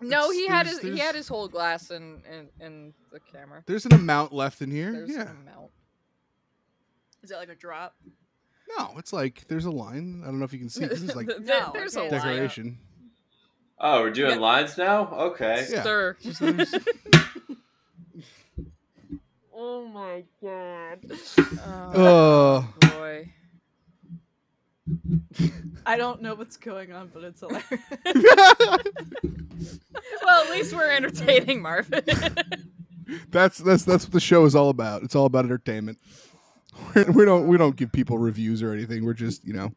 [SPEAKER 2] No, he
[SPEAKER 1] It's-
[SPEAKER 2] had his
[SPEAKER 1] there's-
[SPEAKER 2] he had his whole glass in in, in the camera.
[SPEAKER 1] There's an amount left in here.
[SPEAKER 2] There's
[SPEAKER 1] Mm, yeah.
[SPEAKER 2] an amount.
[SPEAKER 6] Is it like a drop?
[SPEAKER 1] No, it's like there's a line. I don't know if you can see. This is like
[SPEAKER 6] No,
[SPEAKER 2] there's a
[SPEAKER 6] okay.
[SPEAKER 1] decoration.
[SPEAKER 16] Oh, we're doing lines now? Okay.
[SPEAKER 2] Sir.
[SPEAKER 7] Oh my god.
[SPEAKER 1] Oh.
[SPEAKER 2] boy.
[SPEAKER 6] I don't know what's going on, but it's hilarious.
[SPEAKER 2] well, at least we're entertaining Marvin.
[SPEAKER 1] That's that's that's what the show is all about. It's all about entertainment. We don't we don't give people reviews or anything. We're just you know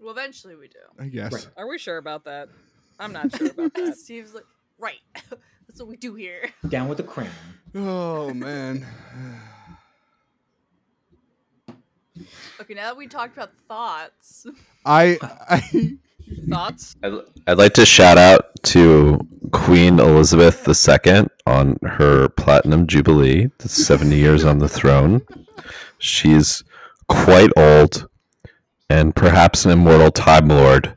[SPEAKER 6] well, eventually we do.
[SPEAKER 1] I guess.
[SPEAKER 2] Are we sure about that? I'm not sure about that.
[SPEAKER 6] Steve's like, right. That's what we do here.
[SPEAKER 3] Down with the cream.
[SPEAKER 1] Oh man.
[SPEAKER 6] Okay, now that we talked about thoughts,
[SPEAKER 1] I I
[SPEAKER 2] thoughts.
[SPEAKER 16] I'd,
[SPEAKER 11] I'd like to shout out to Queen Elizabeth II on her platinum jubilee, the 70 years on the throne. She's quite old and perhaps an immortal Time Lord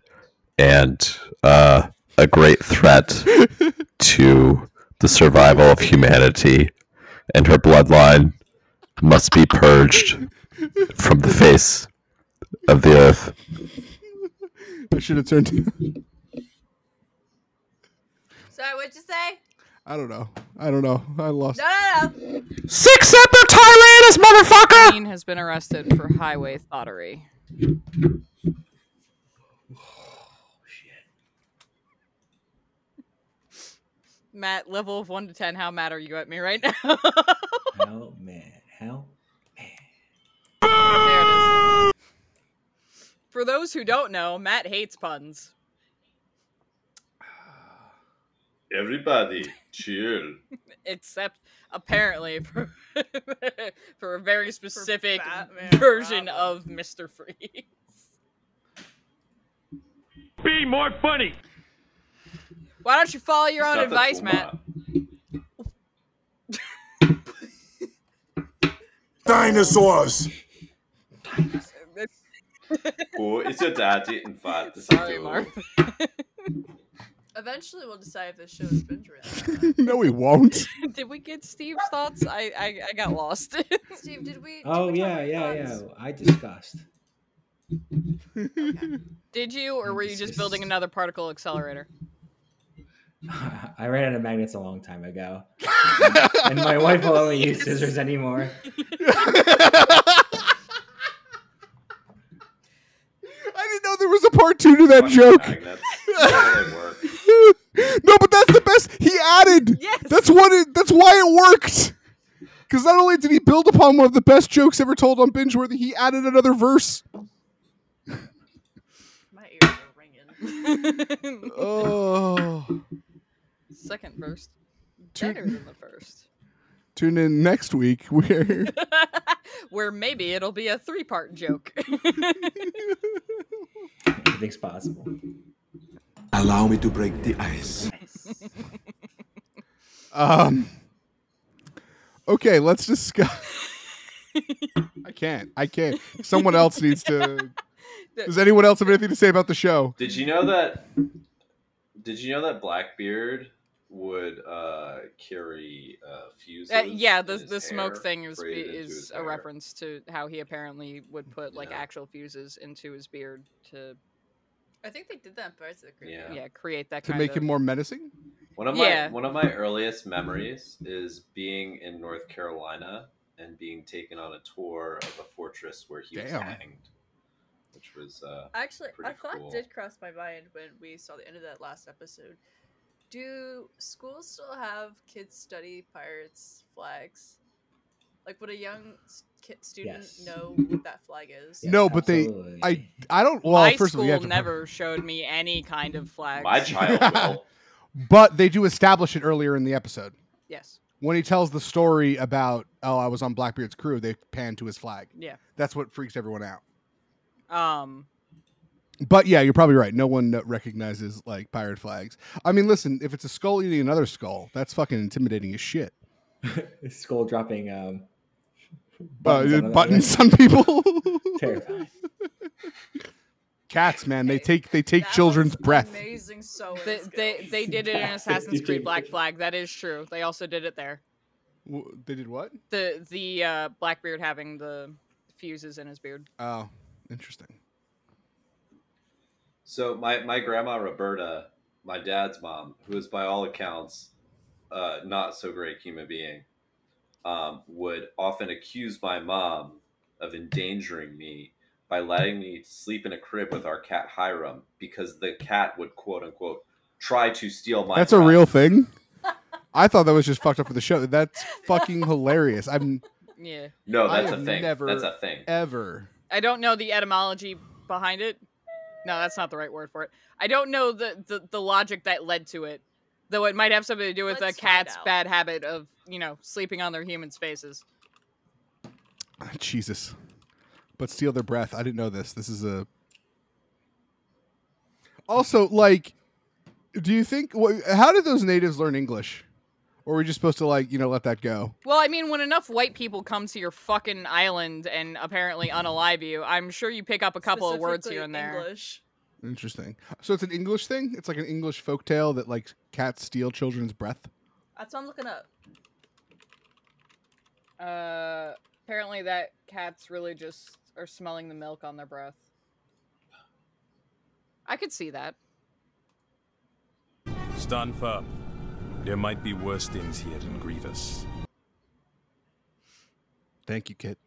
[SPEAKER 11] and uh, a great threat to the survival of humanity. And her bloodline must be purged from the face of the earth.
[SPEAKER 1] I should have turned.
[SPEAKER 7] Sorry, what'd you say?
[SPEAKER 1] I don't know. I don't know. I lost.
[SPEAKER 7] No, no, no.
[SPEAKER 1] Six Emperor Tyrannus, motherfucker!
[SPEAKER 2] Dean has been arrested for highway thottery. Matt, level of one to ten, how mad are you at me right now?
[SPEAKER 3] How mad? How?
[SPEAKER 2] for those who don't know, Matt hates puns.
[SPEAKER 16] Everybody, chill.
[SPEAKER 2] except apparently for, for a very specific version of Mr. Freeze.
[SPEAKER 17] Be more funny.
[SPEAKER 2] Why don't you follow your
[SPEAKER 17] It's not
[SPEAKER 2] own
[SPEAKER 17] that
[SPEAKER 2] advice,
[SPEAKER 17] cool,
[SPEAKER 2] Matt?
[SPEAKER 14] Dinosaurs!
[SPEAKER 16] Oh, it's your daddy, in fact. It's Sorry, Mark.
[SPEAKER 6] eventually we'll decide if this show is binge worthy.
[SPEAKER 1] no, he won't.
[SPEAKER 2] Did we get Steve's thoughts? I I, I got lost.
[SPEAKER 6] Steve, did we?
[SPEAKER 3] Oh yeah, yeah, yeah. I discussed.
[SPEAKER 2] Did you, or were you just building another particle accelerator?
[SPEAKER 3] I ran out of magnets a long time ago, and my wife will only use scissors anymore.
[SPEAKER 1] I didn't know there was a part two to that joke.
[SPEAKER 16] Magnets. How do they work?
[SPEAKER 1] no, but that's the best. He added did. That's what it. That's why it worked. Because not only did he build upon one of the best jokes ever told on bingeworthy, he added another verse. Oh.
[SPEAKER 2] Second verse. Better than the first.
[SPEAKER 1] Tune in next week where
[SPEAKER 2] Where maybe it'll be a three part joke.
[SPEAKER 3] Anything's possible.
[SPEAKER 12] Allow me to break the ice.
[SPEAKER 1] um Okay, let's discuss I can't. I can't. Someone else needs to Does
[SPEAKER 2] uh,
[SPEAKER 1] anyone else have anything to say about the show?
[SPEAKER 11] Did you know that? Did you know that Blackbeard would uh, carry uh, fuses?
[SPEAKER 2] Uh, yeah, the
[SPEAKER 11] in his
[SPEAKER 2] the smoke
[SPEAKER 11] hair
[SPEAKER 2] thing is
[SPEAKER 11] braided into
[SPEAKER 2] is
[SPEAKER 11] his
[SPEAKER 2] a
[SPEAKER 11] hair? Mm,
[SPEAKER 2] reference to how he apparently would put like actual fuses into his beard to
[SPEAKER 7] I think they did that in Pirates of the Caribbean.
[SPEAKER 2] yeah, create that
[SPEAKER 1] to
[SPEAKER 2] kind
[SPEAKER 1] make
[SPEAKER 2] of
[SPEAKER 1] him more menacing?
[SPEAKER 11] One of my
[SPEAKER 2] Yeah.
[SPEAKER 11] one of my earliest memories is being in North Carolina and being taken on a tour of a fortress where he was
[SPEAKER 1] Damn.
[SPEAKER 11] hanged, which was uh,
[SPEAKER 7] Actually,
[SPEAKER 11] pretty
[SPEAKER 7] a thought
[SPEAKER 11] cool.
[SPEAKER 7] did cross my mind when we saw the end of that last episode. Do schools still have kids study pirates' flags? Like, would a young s- kid student
[SPEAKER 3] Yes.
[SPEAKER 7] know what that flag is?
[SPEAKER 1] no, but they I I don't well
[SPEAKER 2] My
[SPEAKER 1] first of
[SPEAKER 2] school
[SPEAKER 1] all you have to
[SPEAKER 2] never showed me any kind of flags.
[SPEAKER 11] My child will.
[SPEAKER 1] But they do establish it earlier in the episode.
[SPEAKER 2] Yes.
[SPEAKER 1] When he tells the story about, oh, I was on Blackbeard's crew, they pan to his flag.
[SPEAKER 2] Yeah.
[SPEAKER 1] That's what freaks everyone out.
[SPEAKER 2] Um.
[SPEAKER 1] But yeah, you're probably right. No one kno- recognizes like pirate flags. I mean, listen, if it's a skull eating another skull, that's fucking intimidating as shit.
[SPEAKER 3] Skull dropping um,
[SPEAKER 1] Buttons,
[SPEAKER 3] on-
[SPEAKER 1] Uh, buttons on people.
[SPEAKER 3] Terrifying.
[SPEAKER 1] Cats, man, they take they take children's breath.
[SPEAKER 7] Amazing so
[SPEAKER 11] Oh,
[SPEAKER 2] They, they they did it in Assassin's
[SPEAKER 1] You
[SPEAKER 2] Creed
[SPEAKER 1] did.
[SPEAKER 2] Black Flag. That is true. They also did it there.
[SPEAKER 1] W- They did what?
[SPEAKER 2] The the uh, Blackbeard having the fuses in his beard.
[SPEAKER 1] Oh, interesting.
[SPEAKER 11] So my, my grandma Roberta, my dad's mom, who is by all accounts uh, not so great human being, um, would often accuse my mom of endangering me by letting me sleep in a crib with our cat Hiram because the cat would quote unquote try to steal my.
[SPEAKER 1] That's a real thing. I thought that was just fucked up for the show. That's fucking hilarious. I'm
[SPEAKER 2] Yeah.
[SPEAKER 11] No,
[SPEAKER 1] I
[SPEAKER 11] that's a
[SPEAKER 1] have
[SPEAKER 11] thing.
[SPEAKER 1] Never,
[SPEAKER 11] That's a thing.
[SPEAKER 1] Ever.
[SPEAKER 2] I don't know the etymology behind it. No, that's not the right word for it. I don't know the the, the logic that led to it, though it might have something to do with a cat's bad habit of you know sleeping on their humans' faces.
[SPEAKER 1] Jesus. But steal their breath. I didn't know this. This is a. Also, like, do you think? wh- How did those natives learn English? Or were we just supposed to like you know let that go?
[SPEAKER 2] Well, I mean, when enough white people come to your fucking island and apparently unalive you, I'm sure you pick up a couple of words here and there.
[SPEAKER 7] English.
[SPEAKER 1] Interesting. So it's an English thing. It's like an English folktale that like cats steal children's breath.
[SPEAKER 7] That's what I'm looking up.
[SPEAKER 2] Uh, apparently that cats really just are smelling the milk on their breath. I could see that.
[SPEAKER 18] Stand firm. There might be worse things here than Grievous.
[SPEAKER 1] Thank you, Kit.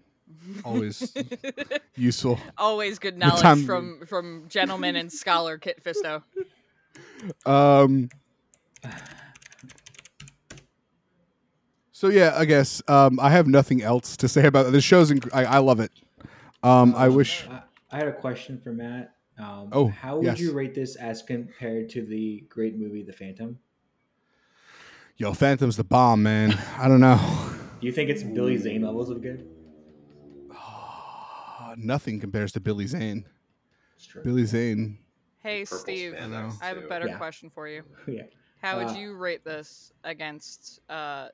[SPEAKER 1] Always useful.
[SPEAKER 2] Always good
[SPEAKER 1] The
[SPEAKER 2] knowledge
[SPEAKER 1] time-
[SPEAKER 2] from from gentleman and scholar Kit Fisto.
[SPEAKER 1] Um. So yeah, I guess um, I have nothing else to say about it. the show's. Inc- I, I love it. Um, I wish.
[SPEAKER 3] I, I had a question for Matt. Um,
[SPEAKER 1] Oh,
[SPEAKER 3] how would
[SPEAKER 1] yes.
[SPEAKER 3] you rate this as compared to the great movie The Phantom?
[SPEAKER 1] Yo, Phantom's the bomb, man. I don't know.
[SPEAKER 3] Do you think it's Billy Zane levels of good?
[SPEAKER 1] Uh, nothing compares to Billy Zane. Billy Zane.
[SPEAKER 2] Hey
[SPEAKER 1] Purple
[SPEAKER 2] Steve,
[SPEAKER 1] spandex,
[SPEAKER 2] I have a
[SPEAKER 1] too.
[SPEAKER 2] better
[SPEAKER 1] Yeah.
[SPEAKER 2] question for you.
[SPEAKER 3] Yeah.
[SPEAKER 2] How would
[SPEAKER 3] Uh,
[SPEAKER 2] you rate this against uh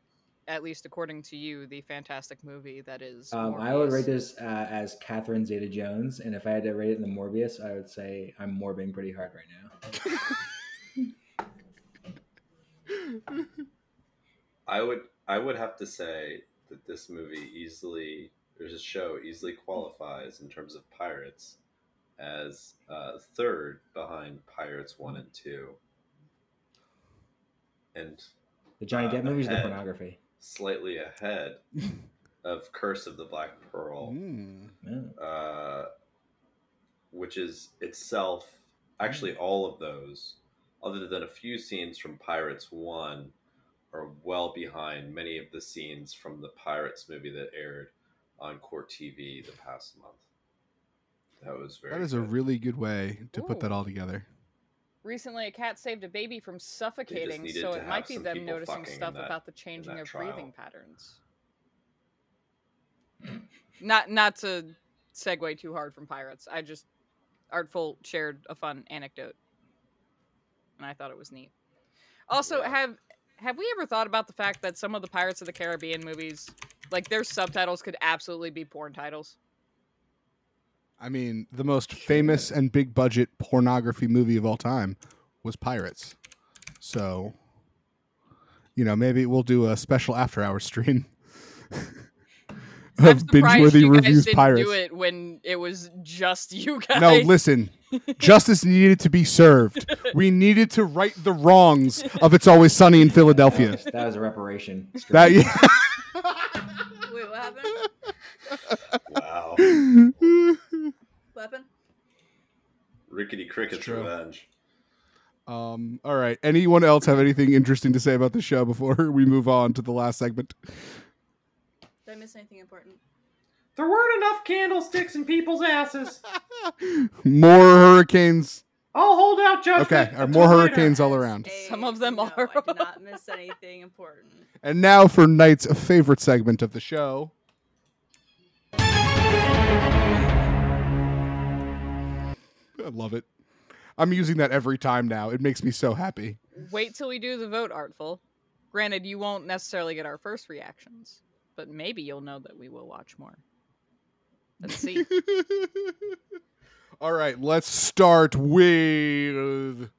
[SPEAKER 2] at least according to you the fantastic movie that is
[SPEAKER 3] Um, I would rate this uh, as Catherine Zeta Jones, and if I had to rate it in the Morbius, I would say I'm morbing pretty hard right now.
[SPEAKER 11] I would I would have to say that this movie easily or this show easily qualifies in terms of pirates as uh, third behind Pirates One and Two, and
[SPEAKER 3] The Johnny Depp movies, the
[SPEAKER 11] ahead.
[SPEAKER 3] pornography.
[SPEAKER 11] slightly ahead of Curse of the Black Pearl,
[SPEAKER 1] Hmm.
[SPEAKER 11] uh, which is itself
[SPEAKER 1] Mm-hmm.
[SPEAKER 11] actually all of those, other than a few scenes from Pirates One, are well behind many of the scenes from the Pirates movie that aired on Court TV the past month. That was very.
[SPEAKER 1] That is a really good way to put that all together.
[SPEAKER 2] Recently, a cat saved a baby from suffocating,
[SPEAKER 11] needed
[SPEAKER 2] so
[SPEAKER 11] to
[SPEAKER 2] it
[SPEAKER 11] have
[SPEAKER 2] might be
[SPEAKER 11] some
[SPEAKER 2] them
[SPEAKER 11] people
[SPEAKER 2] noticing
[SPEAKER 11] fucking in
[SPEAKER 2] stuff
[SPEAKER 11] that-
[SPEAKER 2] about the
[SPEAKER 11] in
[SPEAKER 2] changing
[SPEAKER 11] that
[SPEAKER 2] of
[SPEAKER 11] trial.
[SPEAKER 2] breathing patterns. not not to segue too hard from pirates. I just artful shared a fun anecdote, and I thought it was neat. Also, have have we ever thought about the fact that some of the Pirates of the Caribbean movies, like their subtitles, could absolutely be porn titles?
[SPEAKER 1] I mean, the most famous and big budget pornography movie of all time was Pirates. So, you know, maybe we'll do a special after hour stream of binge
[SPEAKER 2] Surprised
[SPEAKER 1] worthy
[SPEAKER 2] you guys
[SPEAKER 1] reviews
[SPEAKER 2] didn't
[SPEAKER 1] Pirates.
[SPEAKER 2] do it when it was just you guys.
[SPEAKER 1] No, listen. Justice needed to be served. We needed to right the wrongs of It's Always Sunny in Philadelphia.
[SPEAKER 3] That was a reparation.
[SPEAKER 1] That- yeah.
[SPEAKER 6] Wait, what happened?
[SPEAKER 11] Wow.
[SPEAKER 6] What happened?
[SPEAKER 11] Rickety Cricket's Revenge.
[SPEAKER 1] Um, all right. Anyone else have anything interesting to say about the show before we move on to the last segment?
[SPEAKER 6] Did I miss anything important?
[SPEAKER 14] There weren't enough candlesticks in people's asses.
[SPEAKER 1] More hurricanes.
[SPEAKER 14] I'll hold out judgment.
[SPEAKER 1] Okay. Or
[SPEAKER 14] until
[SPEAKER 1] more
[SPEAKER 14] later.
[SPEAKER 1] hurricanes all around.
[SPEAKER 6] Some of them
[SPEAKER 2] are.
[SPEAKER 6] I did not miss anything important.
[SPEAKER 1] And now for night's favorite segment of the show. I love it. I'm using that every time now. It makes me so happy.
[SPEAKER 2] Wait till we do the vote, Artful. Granted, you won't necessarily get our first reactions, but maybe you'll know that we will watch more. Let's see.
[SPEAKER 1] All right, let's start with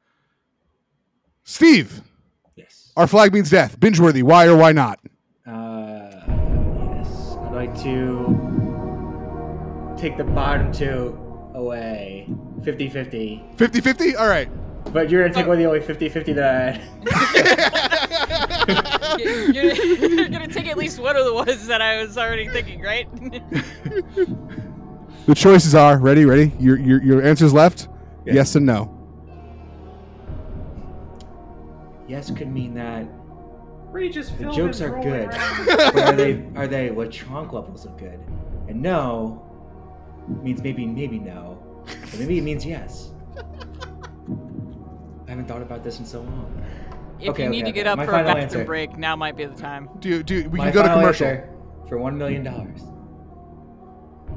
[SPEAKER 1] Steve.
[SPEAKER 3] Yes.
[SPEAKER 1] Our flag means death. Binge worthy. Why or why not?
[SPEAKER 3] Uh, yes. I'd like to take the bottom two away. 50 50.
[SPEAKER 1] 50 50? All right.
[SPEAKER 3] But you're going to take away the only 50 50 that I had.
[SPEAKER 2] you're, you're gonna take at least one of the ones that I was already thinking, right?
[SPEAKER 1] The choices are ready, ready. Your your, your answers left.
[SPEAKER 3] Yeah.
[SPEAKER 1] Yes and no.
[SPEAKER 3] Yes could mean that
[SPEAKER 14] Regis
[SPEAKER 3] the
[SPEAKER 14] Philbin's
[SPEAKER 3] jokes are
[SPEAKER 14] rolling
[SPEAKER 3] good.
[SPEAKER 14] around.
[SPEAKER 3] but are they are they Lechonk levels of good? And no means maybe maybe no. But maybe it means yes. I haven't thought about this in so long.
[SPEAKER 2] If
[SPEAKER 3] Okay,
[SPEAKER 2] you need to
[SPEAKER 3] okay,
[SPEAKER 2] get
[SPEAKER 3] okay.
[SPEAKER 2] up
[SPEAKER 3] My
[SPEAKER 2] for a
[SPEAKER 3] final
[SPEAKER 2] bathroom
[SPEAKER 3] answer.
[SPEAKER 2] break, now might be the time.
[SPEAKER 1] Do do we
[SPEAKER 3] My
[SPEAKER 1] can go to
[SPEAKER 3] final
[SPEAKER 1] commercial.
[SPEAKER 3] answer for one million dollars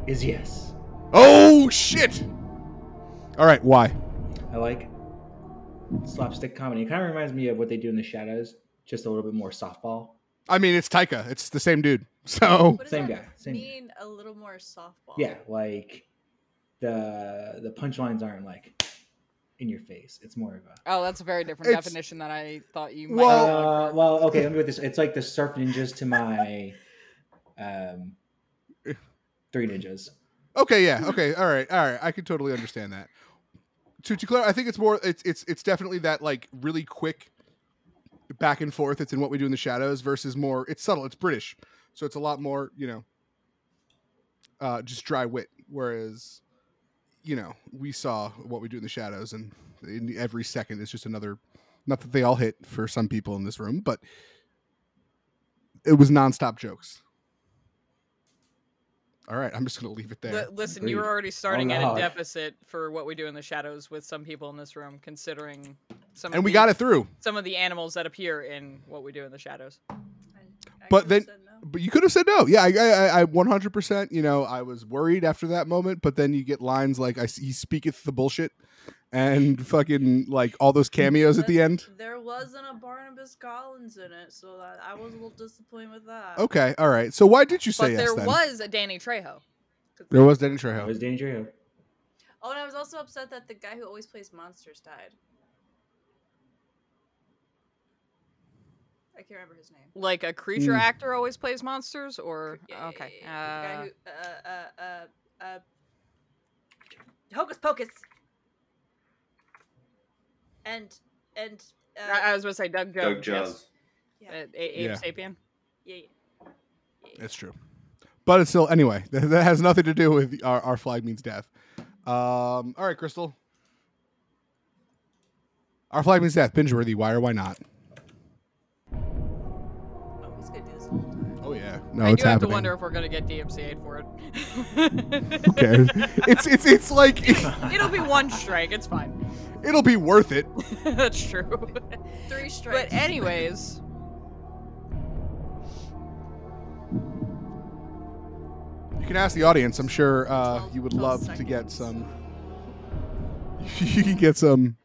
[SPEAKER 3] is yes.
[SPEAKER 1] Oh shit! All right, why?
[SPEAKER 3] I like slapstick comedy. It kind of reminds me of what they do in the shadows, just a little bit more softball.
[SPEAKER 1] I mean, it's Taika. It's the same dude. So
[SPEAKER 3] What is Oh, Same guy, same guy.
[SPEAKER 7] mean a little more softball.
[SPEAKER 3] Yeah, like the the punchlines aren't like in your face. It's more of a
[SPEAKER 2] Oh, that's a very different
[SPEAKER 3] It's-
[SPEAKER 2] definition than I thought you might.
[SPEAKER 3] well, uh, well, okay. Let me put this. It's like the surf ninjas to my um, three ninjas.
[SPEAKER 1] Okay, yeah. Okay, all right, all right. I can totally understand that. To to clarify, I think it's more. It's it's it's definitely that like really quick back and forth. It's in what we do in the shadows versus more. It's subtle. It's British, so it's a lot more. You know, uh, just dry wit. Whereas, you know, we saw what we do in the shadows, and in every second is just another. Not that they all hit for some people in this room, but it was nonstop jokes. All right, I'm just gonna leave it there.
[SPEAKER 2] Li- listen, you were already starting at a deficit for what we do in the shadows with some people in this room, considering some.
[SPEAKER 1] And
[SPEAKER 2] of
[SPEAKER 1] we
[SPEAKER 2] the-
[SPEAKER 1] got it through.
[SPEAKER 2] Some of the animals that appear in what we do in the shadows.
[SPEAKER 1] but then but you could have said no yeah i i, I 100% you know i was worried after that moment but then you get lines like i s- he speaketh the bullshit and fucking like all those cameos at the end
[SPEAKER 6] There wasn't a Barnabas Collins in it, so that I was a little disappointed with that.
[SPEAKER 1] okay all right so why did you say
[SPEAKER 2] but
[SPEAKER 1] yes
[SPEAKER 2] there
[SPEAKER 1] then
[SPEAKER 2] was a Danny Trejo.
[SPEAKER 1] there was danny trejo
[SPEAKER 3] It was Danny Trejo.
[SPEAKER 7] Oh, and I was also upset that the guy who always plays monsters died. I can't remember his name.
[SPEAKER 2] Like a creature
[SPEAKER 1] Mm.
[SPEAKER 2] actor always plays monsters, or oh, okay,
[SPEAKER 7] guy
[SPEAKER 2] uh,
[SPEAKER 7] who, uh, uh, uh, uh, Hocus Pocus.
[SPEAKER 6] And and uh,
[SPEAKER 2] I, I was going to say Doug Jones.
[SPEAKER 11] Doug Jones.
[SPEAKER 2] yes. Uh, A- Abe
[SPEAKER 1] Yeah.
[SPEAKER 2] Sapien.
[SPEAKER 6] Yeah, yeah.
[SPEAKER 1] that's true but it's still anyway that, that has nothing to do with our, our flag means death um all right crystal our flag means death binge worthy why or why not
[SPEAKER 7] Oh,
[SPEAKER 1] No,
[SPEAKER 2] Oh, I
[SPEAKER 1] it's
[SPEAKER 2] do have
[SPEAKER 1] happening.
[SPEAKER 2] to wonder if we're gonna get DMCA'd for it.
[SPEAKER 1] Who cares? it's it's it's like
[SPEAKER 2] It'll be one strike. It's fine.
[SPEAKER 1] it'll be worth it.
[SPEAKER 2] That's true.
[SPEAKER 7] Three strikes.
[SPEAKER 2] But anyways,
[SPEAKER 1] You can ask the audience. I'm sure uh, you would love to get some. you can get some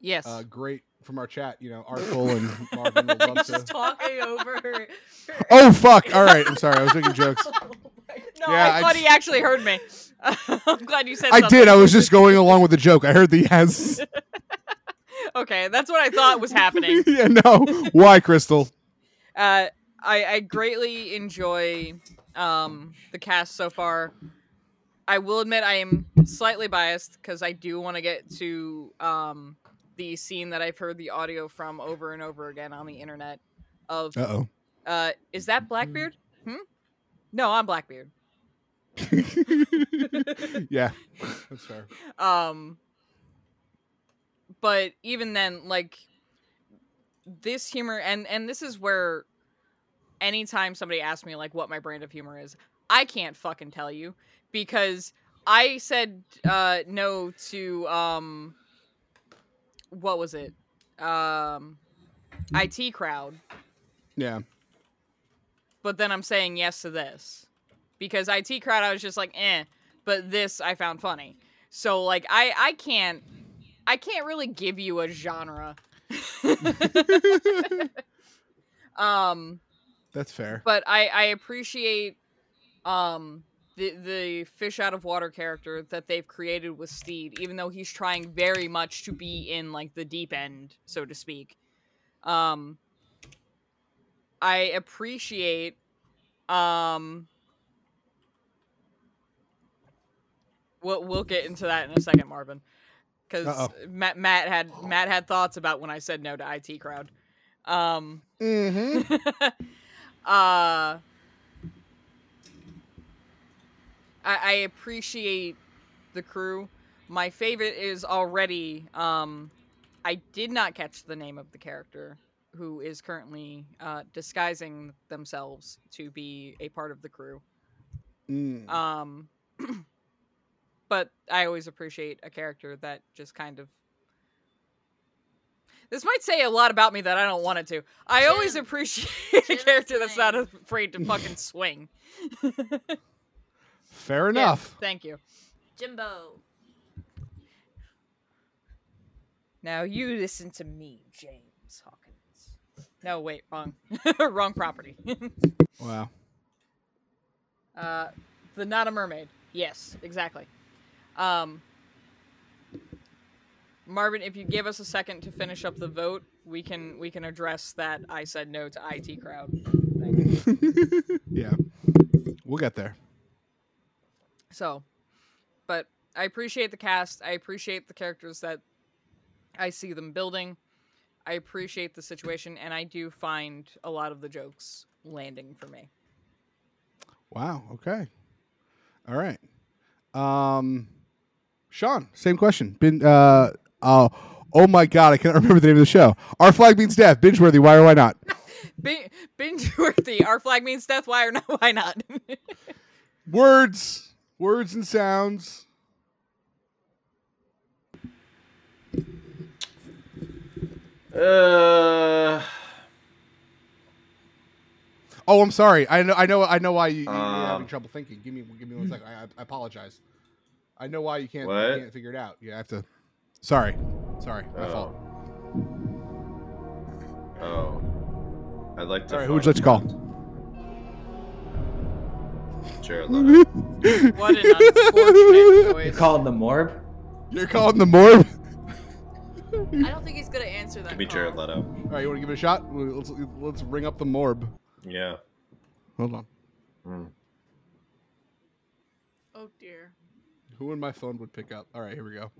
[SPEAKER 2] yes.
[SPEAKER 1] uh, great from our chat. You know, artful and Marvin would love to.
[SPEAKER 7] talking over.
[SPEAKER 1] Oh fuck! All right, I'm sorry. I was making jokes.
[SPEAKER 2] no,
[SPEAKER 1] Yeah,
[SPEAKER 2] I
[SPEAKER 1] I
[SPEAKER 2] thought
[SPEAKER 1] j-
[SPEAKER 2] he actually heard me. I'm glad you said.
[SPEAKER 1] I did. I was
[SPEAKER 2] something.
[SPEAKER 1] just going along with the joke. I heard the yes.
[SPEAKER 2] okay, that's what I thought was happening.
[SPEAKER 1] yeah, no. Why, Crystal?
[SPEAKER 2] Uh, I, I greatly enjoy um, the cast so far. I will admit I am slightly biased because I do want to get to um, the scene that I've heard the audio from over and over again on the internet. Of
[SPEAKER 1] Uh-oh.
[SPEAKER 2] uh, is that Blackbeard? Hmm. No, I'm Blackbeard.
[SPEAKER 1] Yeah, that's fair.
[SPEAKER 2] Um, but even then, like this humor, and and this is where anytime somebody asks me like what my brand of humor is, I can't fucking tell you because I said uh, no to um, what was it? Um, IT crowd
[SPEAKER 1] Yeah.
[SPEAKER 2] but then I'm saying yes to this because IT crowd I was just like eh, but this I found funny. So like I I can't I can't really give you a genre. um
[SPEAKER 1] That's fair.
[SPEAKER 2] but I I appreciate um the the fish out of water character that they've created with Steed, even though he's trying very much to be in like the deep end, so to speak. Um I appreciate um we'll, we'll get into that in a second, Marvin. Because
[SPEAKER 1] Uh-oh.
[SPEAKER 2] Matt, Matt had Matt had thoughts about when I said no to IT crowd. Um, uh, I, I appreciate the crew. My favorite is already. Um, I did not catch the name of the character who is currently uh, disguising themselves to be a part of the crew.
[SPEAKER 1] Mm.
[SPEAKER 2] Um, but I always appreciate a character that just kind of. This might say a lot about me that I don't want it to. I always appreciate a character that's not afraid to fucking swing.
[SPEAKER 1] Fair
[SPEAKER 2] Yeah,
[SPEAKER 1] enough.
[SPEAKER 2] thank you.
[SPEAKER 7] Jimbo.
[SPEAKER 2] Now you listen to me, James Hawkins. No, wait, wrong, wrong property.
[SPEAKER 1] Wow.
[SPEAKER 2] Uh, the not a mermaid. Yes, exactly. Um, Marvin, if you give us a second to finish up the vote, we can we can address that. I said no to IT crowd.
[SPEAKER 1] Yeah. We'll get there.
[SPEAKER 2] So, but I appreciate the cast. I appreciate the characters that I see them building. I appreciate the situation, and I do find a lot of the jokes landing for me.
[SPEAKER 1] Wow. Okay. All right. Um, Sean, same question. Been uh, uh oh my god, I cannot remember the name of the show. Our flag means death. Binge worthy. Why or why not?
[SPEAKER 2] Bin- binge worthy. Our flag means death. Why or not? Why not?
[SPEAKER 1] Words, words and sounds.
[SPEAKER 11] Uh,
[SPEAKER 1] Oh, I'm sorry. I know. I know. I know why you, you, are having
[SPEAKER 11] Um.
[SPEAKER 1] trouble thinking. Give me. Give me one second. I, I I apologize. I know why you can't. you
[SPEAKER 11] What?
[SPEAKER 1] can't figure it out. You have to. Sorry. Sorry. My fault.
[SPEAKER 11] Oh. I'd like to.
[SPEAKER 1] All right. Who would you like to call?
[SPEAKER 11] Jared Leto.
[SPEAKER 2] What an unfortunate
[SPEAKER 3] You're
[SPEAKER 2] choice.
[SPEAKER 3] calling the morb?
[SPEAKER 1] You're calling the morb.
[SPEAKER 7] I don't think he's gonna answer that.
[SPEAKER 11] Could be Jared Leto.
[SPEAKER 1] All right. You want to give it a shot? Let's let's ring up the morb.
[SPEAKER 11] Yeah. Mm.
[SPEAKER 1] Hold on.
[SPEAKER 7] Oh dear.
[SPEAKER 1] Who in my phone would pick up? All right, here we go.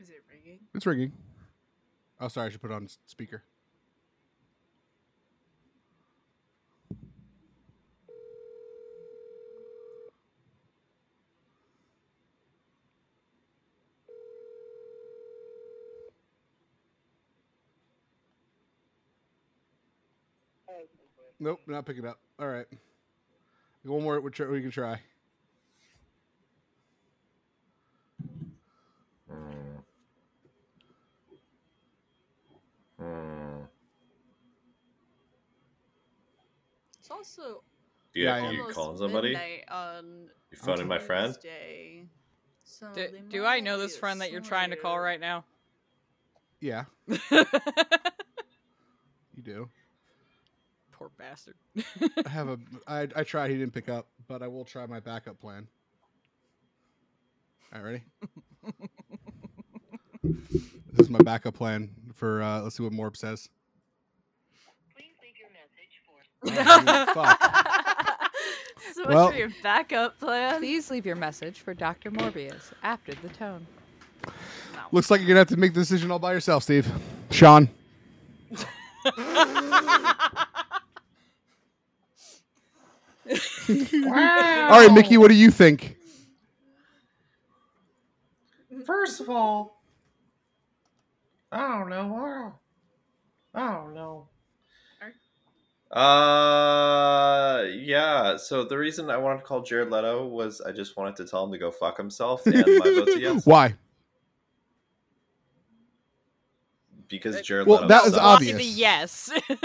[SPEAKER 7] Is it ringing?
[SPEAKER 1] It's ringing. Oh, sorry, I should put it on s- speaker. Nope, not picking up. All right. One more we try- we can try.
[SPEAKER 7] It's also
[SPEAKER 11] Yeah,
[SPEAKER 7] almost
[SPEAKER 11] you calling somebody?
[SPEAKER 7] midnight on
[SPEAKER 11] You phoning my friend?
[SPEAKER 7] Tuesday. So
[SPEAKER 2] Do,
[SPEAKER 7] they
[SPEAKER 2] do
[SPEAKER 7] might
[SPEAKER 2] I know
[SPEAKER 7] be
[SPEAKER 2] this friend that you're trying to call
[SPEAKER 7] somewhere.
[SPEAKER 2] right now?
[SPEAKER 1] Yeah. you do.
[SPEAKER 2] Poor bastard.
[SPEAKER 1] I have a. I I tried. He didn't pick up, but I will try my backup plan. All right, ready? this is my backup plan for. Uh, let's see what Morb says. Oh,
[SPEAKER 7] so much
[SPEAKER 1] Well-
[SPEAKER 7] for your backup plan.
[SPEAKER 2] Please leave your message for Dr. Morbius after the tone.
[SPEAKER 1] Looks like you're gonna have to make the decision all by yourself, Steve. Sean. All right, Mickey. What do you think?
[SPEAKER 14] First of all, I don't know. I don't- I don't know.
[SPEAKER 11] Uh, yeah. So the reason I wanted to call Jared Leto was I just wanted to tell him to go fuck himself, and my vote's a yes
[SPEAKER 1] Why?
[SPEAKER 11] because Jared
[SPEAKER 1] Well,
[SPEAKER 11] Leto.
[SPEAKER 1] that was
[SPEAKER 11] sucks.
[SPEAKER 1] obvious.
[SPEAKER 2] yes.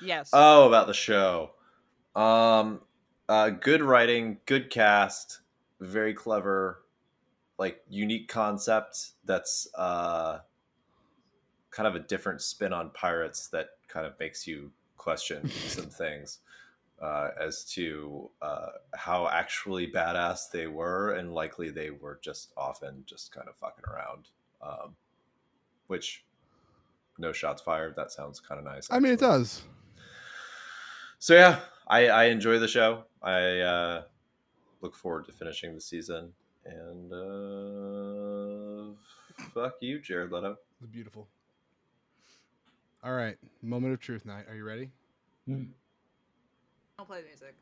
[SPEAKER 2] yes.
[SPEAKER 1] Uh,
[SPEAKER 11] Oh, about the show. Um, uh, good writing, good cast, very clever, like unique concept. That's uh, kind of a different spin on pirates that kind of makes you question some things uh, as to uh, how actually badass they were, and likely they were just often just kind of fucking around. Um, which, no shots fired. That sounds kind of nice.
[SPEAKER 1] I mean, it does.
[SPEAKER 11] So yeah, I, I enjoy the show. I uh, look forward to finishing the season. And uh, fuck you, Jared Leto.
[SPEAKER 1] It's beautiful. All right, moment of truth night. Are you ready?
[SPEAKER 7] Don't play music.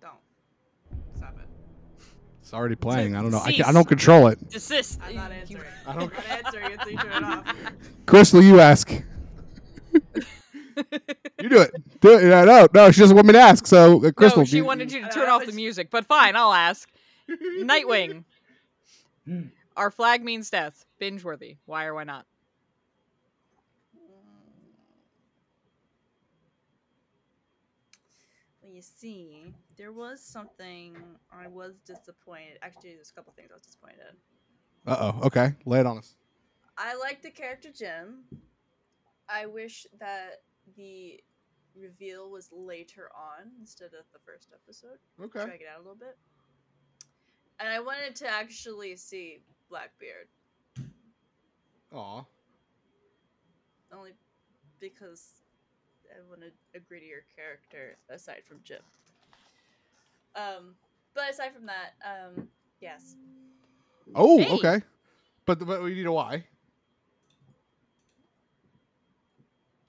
[SPEAKER 7] Don't. Stop it.
[SPEAKER 1] It's already playing. I don't know. I,
[SPEAKER 7] Cease.
[SPEAKER 1] ca- I don't control it.
[SPEAKER 2] Desist.
[SPEAKER 7] I'm not answering.
[SPEAKER 1] I don't-
[SPEAKER 7] I'm not answering until you turn it off.
[SPEAKER 1] Crystal, you ask. you do it. Do it. No, no, no, she doesn't want me to ask. So, uh, Crystal,
[SPEAKER 2] no, she
[SPEAKER 1] you-
[SPEAKER 2] wanted you to turn off the music, but fine, I'll ask. Nightwing.
[SPEAKER 7] Hmm.
[SPEAKER 2] Our flag means death. Binge worthy. Why or why not?
[SPEAKER 6] Well, you see, there was something I was disappointed. Actually, there's a couple things I was disappointed in.
[SPEAKER 1] Uh oh. Okay, lay it on us.
[SPEAKER 6] I like the character Jim.
[SPEAKER 7] I wish that the reveal was later on instead of the first episode.
[SPEAKER 1] Okay.
[SPEAKER 7] Drag it out a little bit. And I wanted to actually see Blackbeard
[SPEAKER 1] Aw.
[SPEAKER 7] only because I wanted a grittier character aside from Jim. Um, but aside from that, um, yes.
[SPEAKER 1] Oh,
[SPEAKER 7] Hey.
[SPEAKER 1] okay. But but we need a why.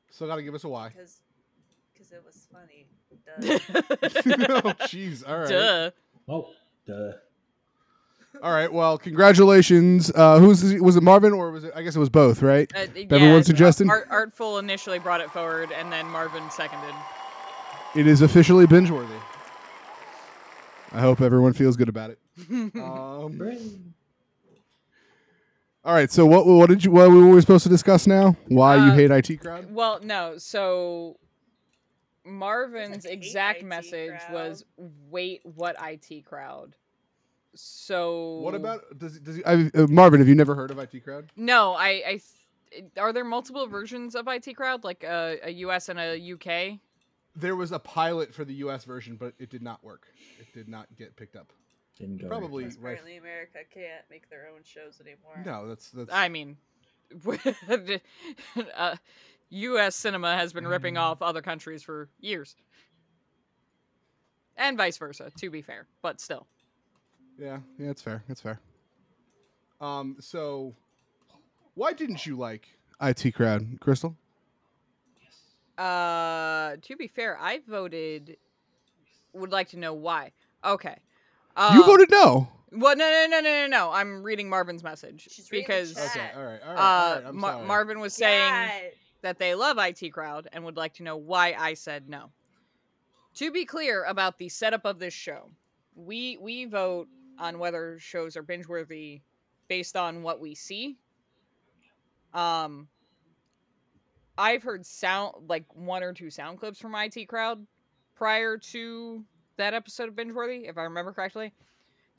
[SPEAKER 1] Still got to give us a why.
[SPEAKER 7] Because because it was funny.
[SPEAKER 1] oh, jeez. All right.
[SPEAKER 7] Duh.
[SPEAKER 3] Oh, duh.
[SPEAKER 1] All right. Well, congratulations. Uh, who's was it? Marvin or was it? I guess it was both, right?
[SPEAKER 2] Uh,
[SPEAKER 1] Everyone suggested.
[SPEAKER 2] Art, Artful initially brought it forward, and then Marvin seconded.
[SPEAKER 1] It is officially binge worthy. I hope everyone feels good about it.
[SPEAKER 3] um,
[SPEAKER 1] All right. So what what did you what were we supposed to discuss now? Why you
[SPEAKER 2] Uh,
[SPEAKER 1] hate IT crowd?
[SPEAKER 2] Well, no. So Marvin's exact message was wait, what IT crowd? So.
[SPEAKER 1] What about does does he, I, uh, Marvin? Have you never heard of IT crowd?
[SPEAKER 2] No, I. I th- are there multiple versions of IT crowd, like a, a US and a UK?
[SPEAKER 1] There was a pilot for the U.S. version, but it did not work. It did not get picked up.
[SPEAKER 3] Didn't go.
[SPEAKER 1] Probably
[SPEAKER 7] Because
[SPEAKER 1] right.
[SPEAKER 7] apparently America can't make their own shows anymore.
[SPEAKER 1] No, that's that's.
[SPEAKER 2] I mean, uh, U.S. cinema has been ripping
[SPEAKER 1] Mm.
[SPEAKER 2] off other countries for years, and vice versa. To be fair, but still,
[SPEAKER 1] Yeah, yeah, it's fair. It's fair. Um, so why didn't you like IT Crowd, Crystal?
[SPEAKER 2] uh, to be fair, I voted. Would like to know why. Okay, um,
[SPEAKER 1] you voted no.
[SPEAKER 2] Well, no, no, no, no, no, no. I'm reading Marvin's message
[SPEAKER 1] reading
[SPEAKER 2] because
[SPEAKER 1] the Okay, chat. all right, all right,
[SPEAKER 2] uh,
[SPEAKER 1] all right, I'm
[SPEAKER 2] Ma-
[SPEAKER 1] sorry.
[SPEAKER 2] Marvin was saying
[SPEAKER 1] God.
[SPEAKER 2] that they love IT Crowd and would like to know why I said no. To be clear about the setup of this show, we we vote on whether shows are binge worthy based on what we see. Um, I've heard sound like one or two sound clips from IT Crowd prior to that episode of Binge Worthy, if I remember correctly.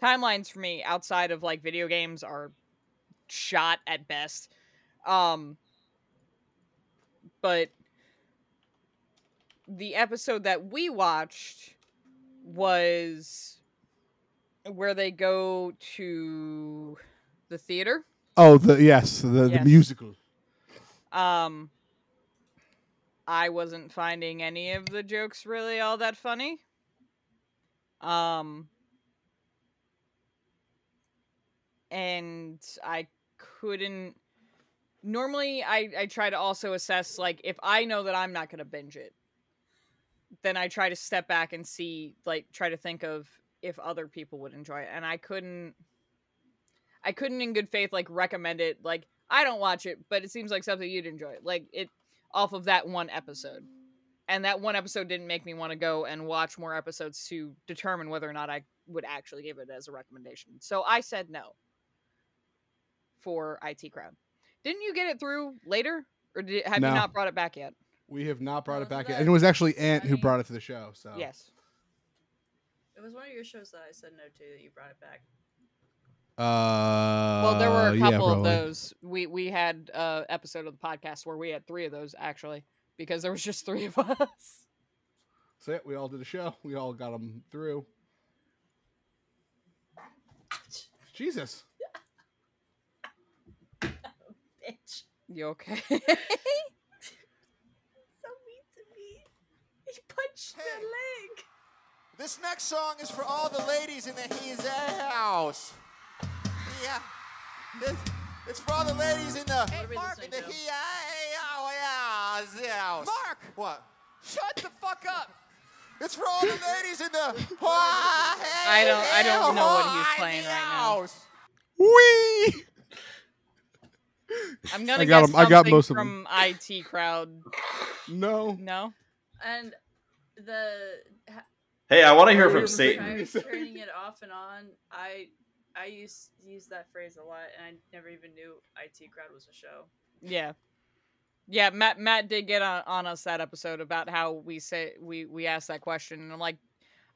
[SPEAKER 2] Timelines for me outside of like video games are shot at best. Um but the episode that we watched was where they go to the theater.
[SPEAKER 1] Oh, the yes, the, the
[SPEAKER 2] Yes.
[SPEAKER 1] musical.
[SPEAKER 2] Um, I wasn't finding any of the jokes really all that funny. Um, and I couldn't. Normally, I I try to also assess like if I know that I'm not gonna binge it, then I try to step back and see like try to think of if other people would enjoy it, and I couldn't. I couldn't in good faith like recommend it. Like I don't watch it, but it seems like something you'd enjoy. Like it off of that one episode. And that one episode didn't make me want to go and watch more episodes to determine whether or not I would actually give it as a recommendation. So I said no for IT Crowd. Didn't you get it through later, or did, have
[SPEAKER 1] No.
[SPEAKER 2] you not brought it back yet?
[SPEAKER 1] We have not brought it back yet, and it was actually Ant who brought it to the show. So
[SPEAKER 2] Yes.
[SPEAKER 6] It was one of your shows that I said no to that you brought it back.
[SPEAKER 1] Uh,
[SPEAKER 2] Well, there were a
[SPEAKER 1] yeah,
[SPEAKER 2] couple of
[SPEAKER 1] probably.
[SPEAKER 2] those. We we had a episode of the podcast where we had three of those actually because there was just three of us.
[SPEAKER 1] So yeah, we all did a show. We all got them through. Jesus.
[SPEAKER 6] Bitch.
[SPEAKER 2] You okay?
[SPEAKER 6] So mean to me. He punched the leg.
[SPEAKER 19] This next song is for all the ladies in the he's house. Yeah. This, it's for all the ladies in the hey, Mark in the he oh, house. Mark. What? Shut the fuck up. It's for all the ladies in the I
[SPEAKER 2] don't- I don't know what he's playing right now.
[SPEAKER 1] Wee.
[SPEAKER 2] I'm gonna
[SPEAKER 1] I got
[SPEAKER 2] guess
[SPEAKER 1] 'em. I got
[SPEAKER 2] something
[SPEAKER 1] most of 'em.
[SPEAKER 2] from IT crowd.
[SPEAKER 1] No.
[SPEAKER 2] No.
[SPEAKER 6] And the ha-
[SPEAKER 11] Hey, I wanna hear from
[SPEAKER 6] Prior to
[SPEAKER 11] Satan.
[SPEAKER 6] Turning it off and on, I I used to use that phrase a lot, and I never even knew IT Crowd was a show.
[SPEAKER 2] Yeah. Yeah, Matt Matt did get on, on us that episode about how we say we we asked that question and I'm like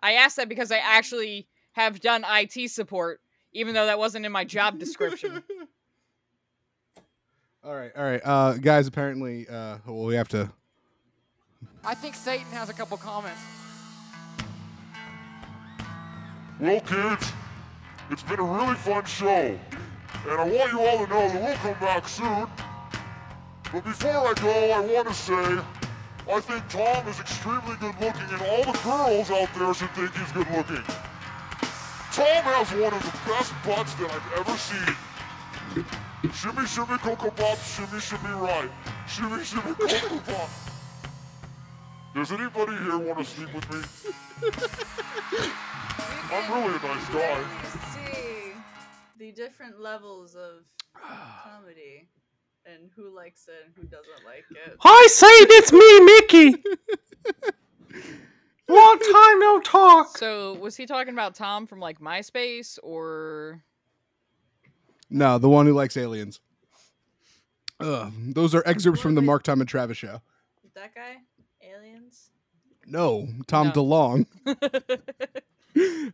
[SPEAKER 2] I asked that because I actually have done IT support even though that wasn't in my job description.
[SPEAKER 1] All right, all right, uh, guys. Apparently, uh, well, we have to.
[SPEAKER 19] I think Satan has a couple comments.
[SPEAKER 14] Well, kids, it's been a really fun show, and I want you all to know that we'll come back soon. But before I go, I want to say I think Tom is extremely good looking, and all the girls out there should think he's good looking. Tom has one of the best butts that I've ever seen. Shimmy, shimmy, cocoa pop, shimmy, shimmy, right. Shimmy, shimmy, cocoa pop. Does anybody here want to sleep with me? I'm really a nice guy.
[SPEAKER 6] See the different levels of comedy and who likes it and who doesn't like it.
[SPEAKER 20] Hi, Satan, it's me, Mickey. Long time no talk.
[SPEAKER 2] so was he talking about Tom from like MySpace or
[SPEAKER 1] No, the one who likes aliens. Ugh, those are excerpts from the Mark Tom and Travis show.
[SPEAKER 6] That guy, aliens.
[SPEAKER 1] No, Tom DeLong.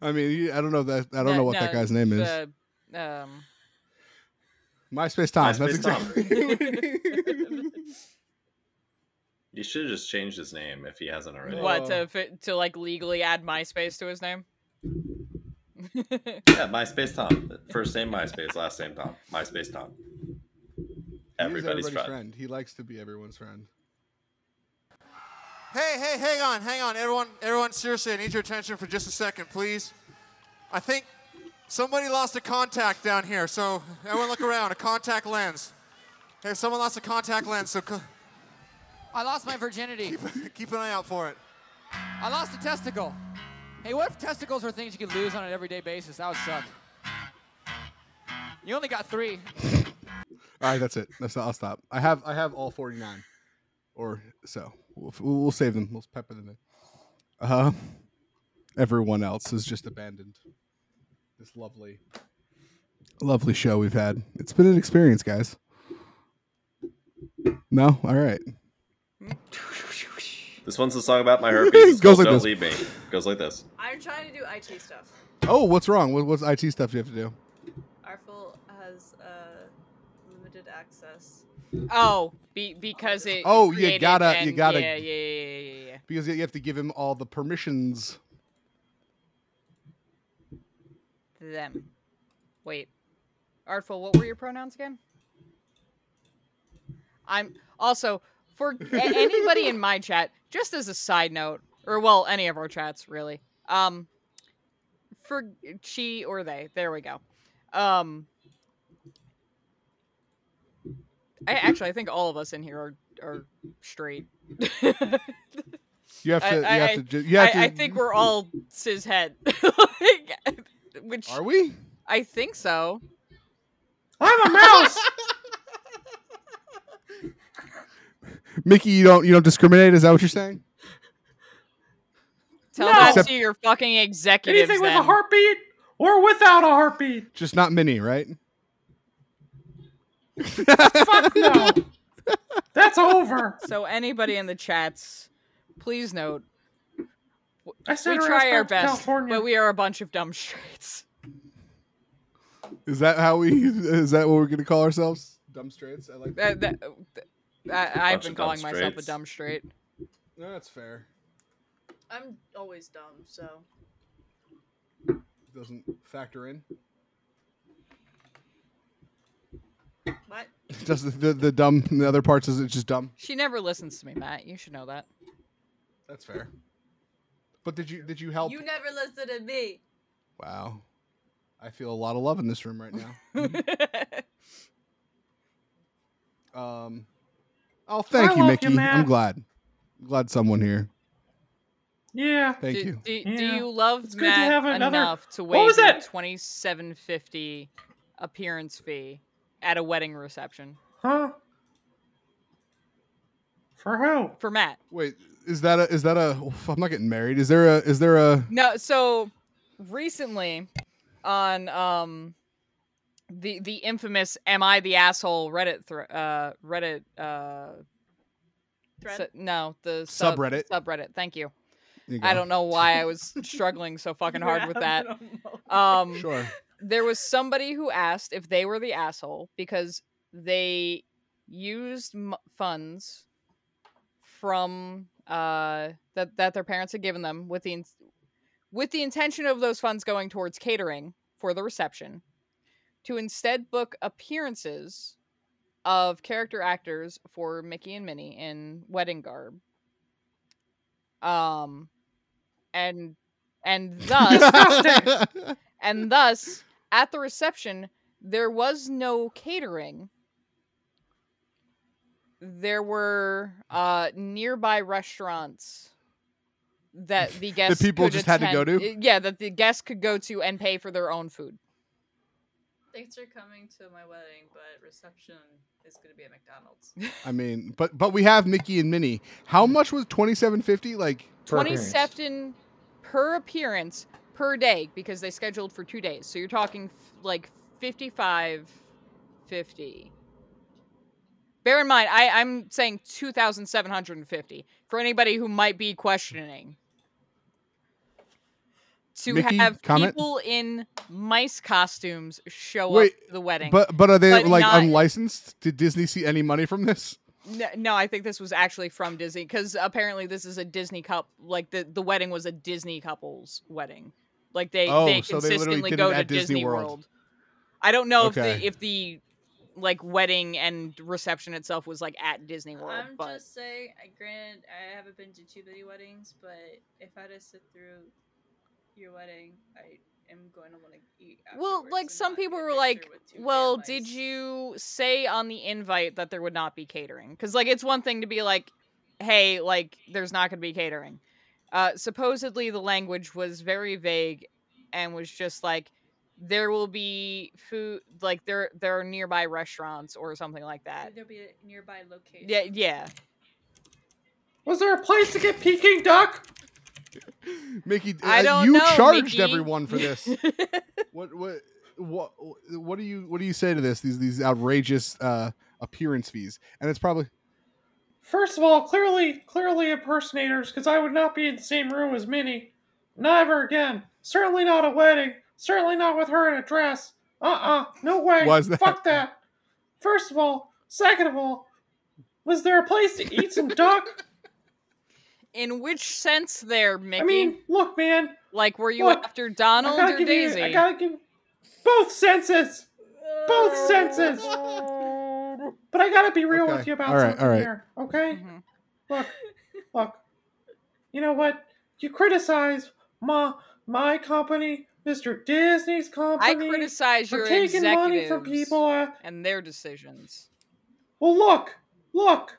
[SPEAKER 1] I mean, he- I don't know that. I don't know what that guy's name is.
[SPEAKER 2] is. Um,
[SPEAKER 1] MySpace Tom. that's
[SPEAKER 11] MySpace Tom.
[SPEAKER 1] exactly.
[SPEAKER 11] You should have just changed his name if he hasn't already.
[SPEAKER 2] what to fit, to like legally add MySpace to his name?
[SPEAKER 11] Yeah, MySpace Tom. First name MySpace, last name Tom. MySpace Tom. Everybody's
[SPEAKER 1] everybody's
[SPEAKER 11] friend.
[SPEAKER 1] friend. He likes to be everyone's friend.
[SPEAKER 19] Hey, hey, hang on, hang on, everyone, everyone. Seriously, I need your attention for just a second, please. I think somebody lost a contact down here, so everyone look around. A contact lens. Hey, someone lost a contact lens, so co-
[SPEAKER 21] I lost my virginity.
[SPEAKER 19] keep an eye out for it.
[SPEAKER 21] I lost a testicle. Hey, what if testicles were things you could lose on an everyday basis? That would suck.
[SPEAKER 22] You only got three.
[SPEAKER 1] All right, that's it. That's I'll stop. I have I have all forty nine, or so. We'll, we'll save them. We'll pepper them in. Uh, everyone else is just abandoned. This lovely, lovely show we've had. It's been an experience, guys. No, all right.
[SPEAKER 11] This one's a song about my herpes. It's
[SPEAKER 1] Goes
[SPEAKER 11] called
[SPEAKER 1] like
[SPEAKER 11] Don't
[SPEAKER 1] this.
[SPEAKER 11] leave me. Goes like this.
[SPEAKER 7] I'm trying to do IT stuff.
[SPEAKER 1] Oh, what's wrong? What, what's IT stuff you have to do?
[SPEAKER 7] Artful has uh, limited access.
[SPEAKER 2] Oh, be, because it.
[SPEAKER 1] Oh, you
[SPEAKER 2] created
[SPEAKER 1] gotta- you
[SPEAKER 2] and-
[SPEAKER 1] gotta-
[SPEAKER 2] Yeah, yeah, yeah, yeah, yeah, yeah.
[SPEAKER 1] Because you have to give him all the permissions.
[SPEAKER 2] Them. Wait. Artful, what were your pronouns again? I'm also for a- anybody in my chat, just as a side note, or well, any of our chats really. Um for she or they. There we go. Um I actually I think all of us in here are are straight.
[SPEAKER 1] You have to.
[SPEAKER 2] I,
[SPEAKER 1] you have
[SPEAKER 2] I-
[SPEAKER 1] to. ju- You have
[SPEAKER 2] I, I
[SPEAKER 1] to-
[SPEAKER 2] think we're all cis head. Like, which
[SPEAKER 1] Are we?
[SPEAKER 2] I think so.
[SPEAKER 14] I'm a mouse.
[SPEAKER 1] Mickey, you don't. You don't discriminate. Is that what you're saying?
[SPEAKER 2] Tell
[SPEAKER 14] No.
[SPEAKER 2] that
[SPEAKER 1] Except-
[SPEAKER 2] to your fucking executives.
[SPEAKER 14] Anything with
[SPEAKER 2] then.
[SPEAKER 14] a heartbeat or without a heartbeat.
[SPEAKER 1] Just not mini, right?
[SPEAKER 14] Fuck no. That's over.
[SPEAKER 2] So anybody in the chats, please note. w-
[SPEAKER 14] I said
[SPEAKER 2] we
[SPEAKER 14] her
[SPEAKER 2] try
[SPEAKER 14] ass
[SPEAKER 2] our
[SPEAKER 14] back to
[SPEAKER 2] best,
[SPEAKER 14] California.
[SPEAKER 2] but we are a bunch of dumb straights.
[SPEAKER 1] Is that how we? Is that what we're gonna call ourselves? Dumb straights. I like
[SPEAKER 2] That, that, I,
[SPEAKER 1] Bunch
[SPEAKER 2] I've
[SPEAKER 1] of
[SPEAKER 2] been
[SPEAKER 1] dumb
[SPEAKER 2] calling myself a
[SPEAKER 1] straights.
[SPEAKER 2] dumb straight.
[SPEAKER 1] No, that's fair.
[SPEAKER 7] I'm always dumb, so.
[SPEAKER 1] Doesn't factor in.
[SPEAKER 7] What?
[SPEAKER 1] Does the, the, the dumb the other parts is it's just dumb.
[SPEAKER 2] She never listens to me, Matt. You should know that.
[SPEAKER 1] That's fair. But did you did you help?
[SPEAKER 7] You never listen to me.
[SPEAKER 1] Wow. I feel a lot of love in this room right now.
[SPEAKER 14] Mm-hmm.
[SPEAKER 1] um Oh, thank
[SPEAKER 14] I
[SPEAKER 1] you,
[SPEAKER 14] love
[SPEAKER 1] Mickey.
[SPEAKER 14] you, Matt.
[SPEAKER 1] I'm glad. I'm glad someone here.
[SPEAKER 14] Yeah.
[SPEAKER 1] Thank
[SPEAKER 2] do,
[SPEAKER 1] you.
[SPEAKER 2] Do, do
[SPEAKER 14] Yeah.
[SPEAKER 2] you love
[SPEAKER 14] It's good to
[SPEAKER 2] Matt
[SPEAKER 14] have another-
[SPEAKER 2] enough to
[SPEAKER 14] What
[SPEAKER 2] waive
[SPEAKER 14] was
[SPEAKER 2] the
[SPEAKER 14] that?
[SPEAKER 2] twenty seven fifty appearance fee at a wedding reception
[SPEAKER 14] Huh? For who?
[SPEAKER 2] for Matt?
[SPEAKER 1] Wait, is that a is that a oof, I'm not getting married. Is there a is there a
[SPEAKER 2] No, so recently on um the the infamous "Am I the asshole?" Reddit thr uh Reddit uh
[SPEAKER 7] Thread?
[SPEAKER 2] su- no the sub-
[SPEAKER 1] Subreddit.
[SPEAKER 2] subreddit. Thank you.
[SPEAKER 1] There you
[SPEAKER 2] I
[SPEAKER 1] go.
[SPEAKER 2] don't know why I was struggling so fucking hard with that. Um,
[SPEAKER 1] Sure.
[SPEAKER 2] There was somebody who asked if they were the asshole because they used m- funds from uh, that that their parents had given them with the in- with the intention of those funds going towards catering for the reception to instead book appearances of character actors for Mickey and Minnie in wedding garb. Um and and thus and thus at the reception there was no catering. There were uh nearby restaurants that the guests
[SPEAKER 1] people
[SPEAKER 2] could
[SPEAKER 1] just had to go
[SPEAKER 2] attend-
[SPEAKER 1] to?
[SPEAKER 2] Yeah, that the guests could go to and pay for their own food.
[SPEAKER 7] Thanks for coming to my wedding, but reception is going to be at McDonald's.
[SPEAKER 1] I mean, but but we have Mickey and Minnie. How much was 2750 like
[SPEAKER 2] Twenty seven per appearance per day because they scheduled for two days. So you're talking f- like 55, 50. Bear in mind, I, I'm saying 2,750 for anybody who might be questioning. To
[SPEAKER 1] Mickey,
[SPEAKER 2] have
[SPEAKER 1] comment?
[SPEAKER 2] people in mice costumes show
[SPEAKER 1] Wait,
[SPEAKER 2] up to the wedding.
[SPEAKER 1] But but are they like
[SPEAKER 2] not-
[SPEAKER 1] unlicensed? Did Disney see any money from this?
[SPEAKER 2] No, no, I think this was actually from Disney because apparently this is a Disney cup. Like the the wedding was a Disney couple's wedding. Like they
[SPEAKER 1] Oh,
[SPEAKER 2] they
[SPEAKER 1] so they literally
[SPEAKER 2] consistently
[SPEAKER 1] did it
[SPEAKER 2] go to
[SPEAKER 1] at Disney
[SPEAKER 2] Disney, World.
[SPEAKER 1] World.
[SPEAKER 2] I don't know
[SPEAKER 1] Okay.
[SPEAKER 2] if the if the like wedding and reception itself was like at Disney World.
[SPEAKER 7] I'm
[SPEAKER 2] but
[SPEAKER 7] just saying, I- granted, I haven't been to too many weddings, but if I had to sit through your wedding, I am going to want to eat.
[SPEAKER 2] well,
[SPEAKER 7] afterwards
[SPEAKER 2] like
[SPEAKER 7] and
[SPEAKER 2] some
[SPEAKER 7] not be
[SPEAKER 2] people
[SPEAKER 7] a
[SPEAKER 2] were
[SPEAKER 7] picture
[SPEAKER 2] like,
[SPEAKER 7] with two
[SPEAKER 2] "Well,
[SPEAKER 7] families."
[SPEAKER 2] did you say on the invite that there would not be catering?" Because like it's one thing to be like, "Hey, like there's not going to be catering." Uh, supposedly the language was very vague, and was just like, there will be food like there there are nearby restaurants or something like that.
[SPEAKER 6] There'll be a nearby location.
[SPEAKER 2] Yeah, yeah.
[SPEAKER 14] Was there a place to get Peking duck?
[SPEAKER 1] Mickey,
[SPEAKER 2] I
[SPEAKER 1] uh,
[SPEAKER 2] don't
[SPEAKER 1] you
[SPEAKER 2] know,
[SPEAKER 1] charged
[SPEAKER 2] Mickey.
[SPEAKER 1] everyone for this. what what what what do you what do you say to this? These these outrageous uh appearance fees. And it's probably
[SPEAKER 14] First of all, clearly, clearly impersonators, because I would not be in the same room as Minnie. Never again. Certainly not a wedding. Certainly not with her in a dress. Uh uh No way.
[SPEAKER 1] Why's that?
[SPEAKER 14] Fuck that. First of all. Second of all, was there a place to eat some duck?
[SPEAKER 2] In which sense there, Mickey?
[SPEAKER 14] I mean, look, man.
[SPEAKER 2] like were you
[SPEAKER 14] look,
[SPEAKER 2] after
[SPEAKER 14] I
[SPEAKER 2] Donald
[SPEAKER 14] gotta
[SPEAKER 2] or
[SPEAKER 14] give you-
[SPEAKER 2] Daisy?
[SPEAKER 14] I gotta give both senses. Both senses. But I gotta be real
[SPEAKER 1] Okay.
[SPEAKER 14] with you about
[SPEAKER 1] All right,
[SPEAKER 14] something
[SPEAKER 1] all right.
[SPEAKER 14] here,
[SPEAKER 2] Mm-hmm.
[SPEAKER 14] okay? Look, look. You know what? You criticize my my company, Mr. Disney's
[SPEAKER 2] I
[SPEAKER 14] company.
[SPEAKER 2] criticize
[SPEAKER 14] for
[SPEAKER 2] your
[SPEAKER 14] taking money
[SPEAKER 2] executives
[SPEAKER 14] from people. uh,
[SPEAKER 2] and their decisions.
[SPEAKER 14] Well, look, look.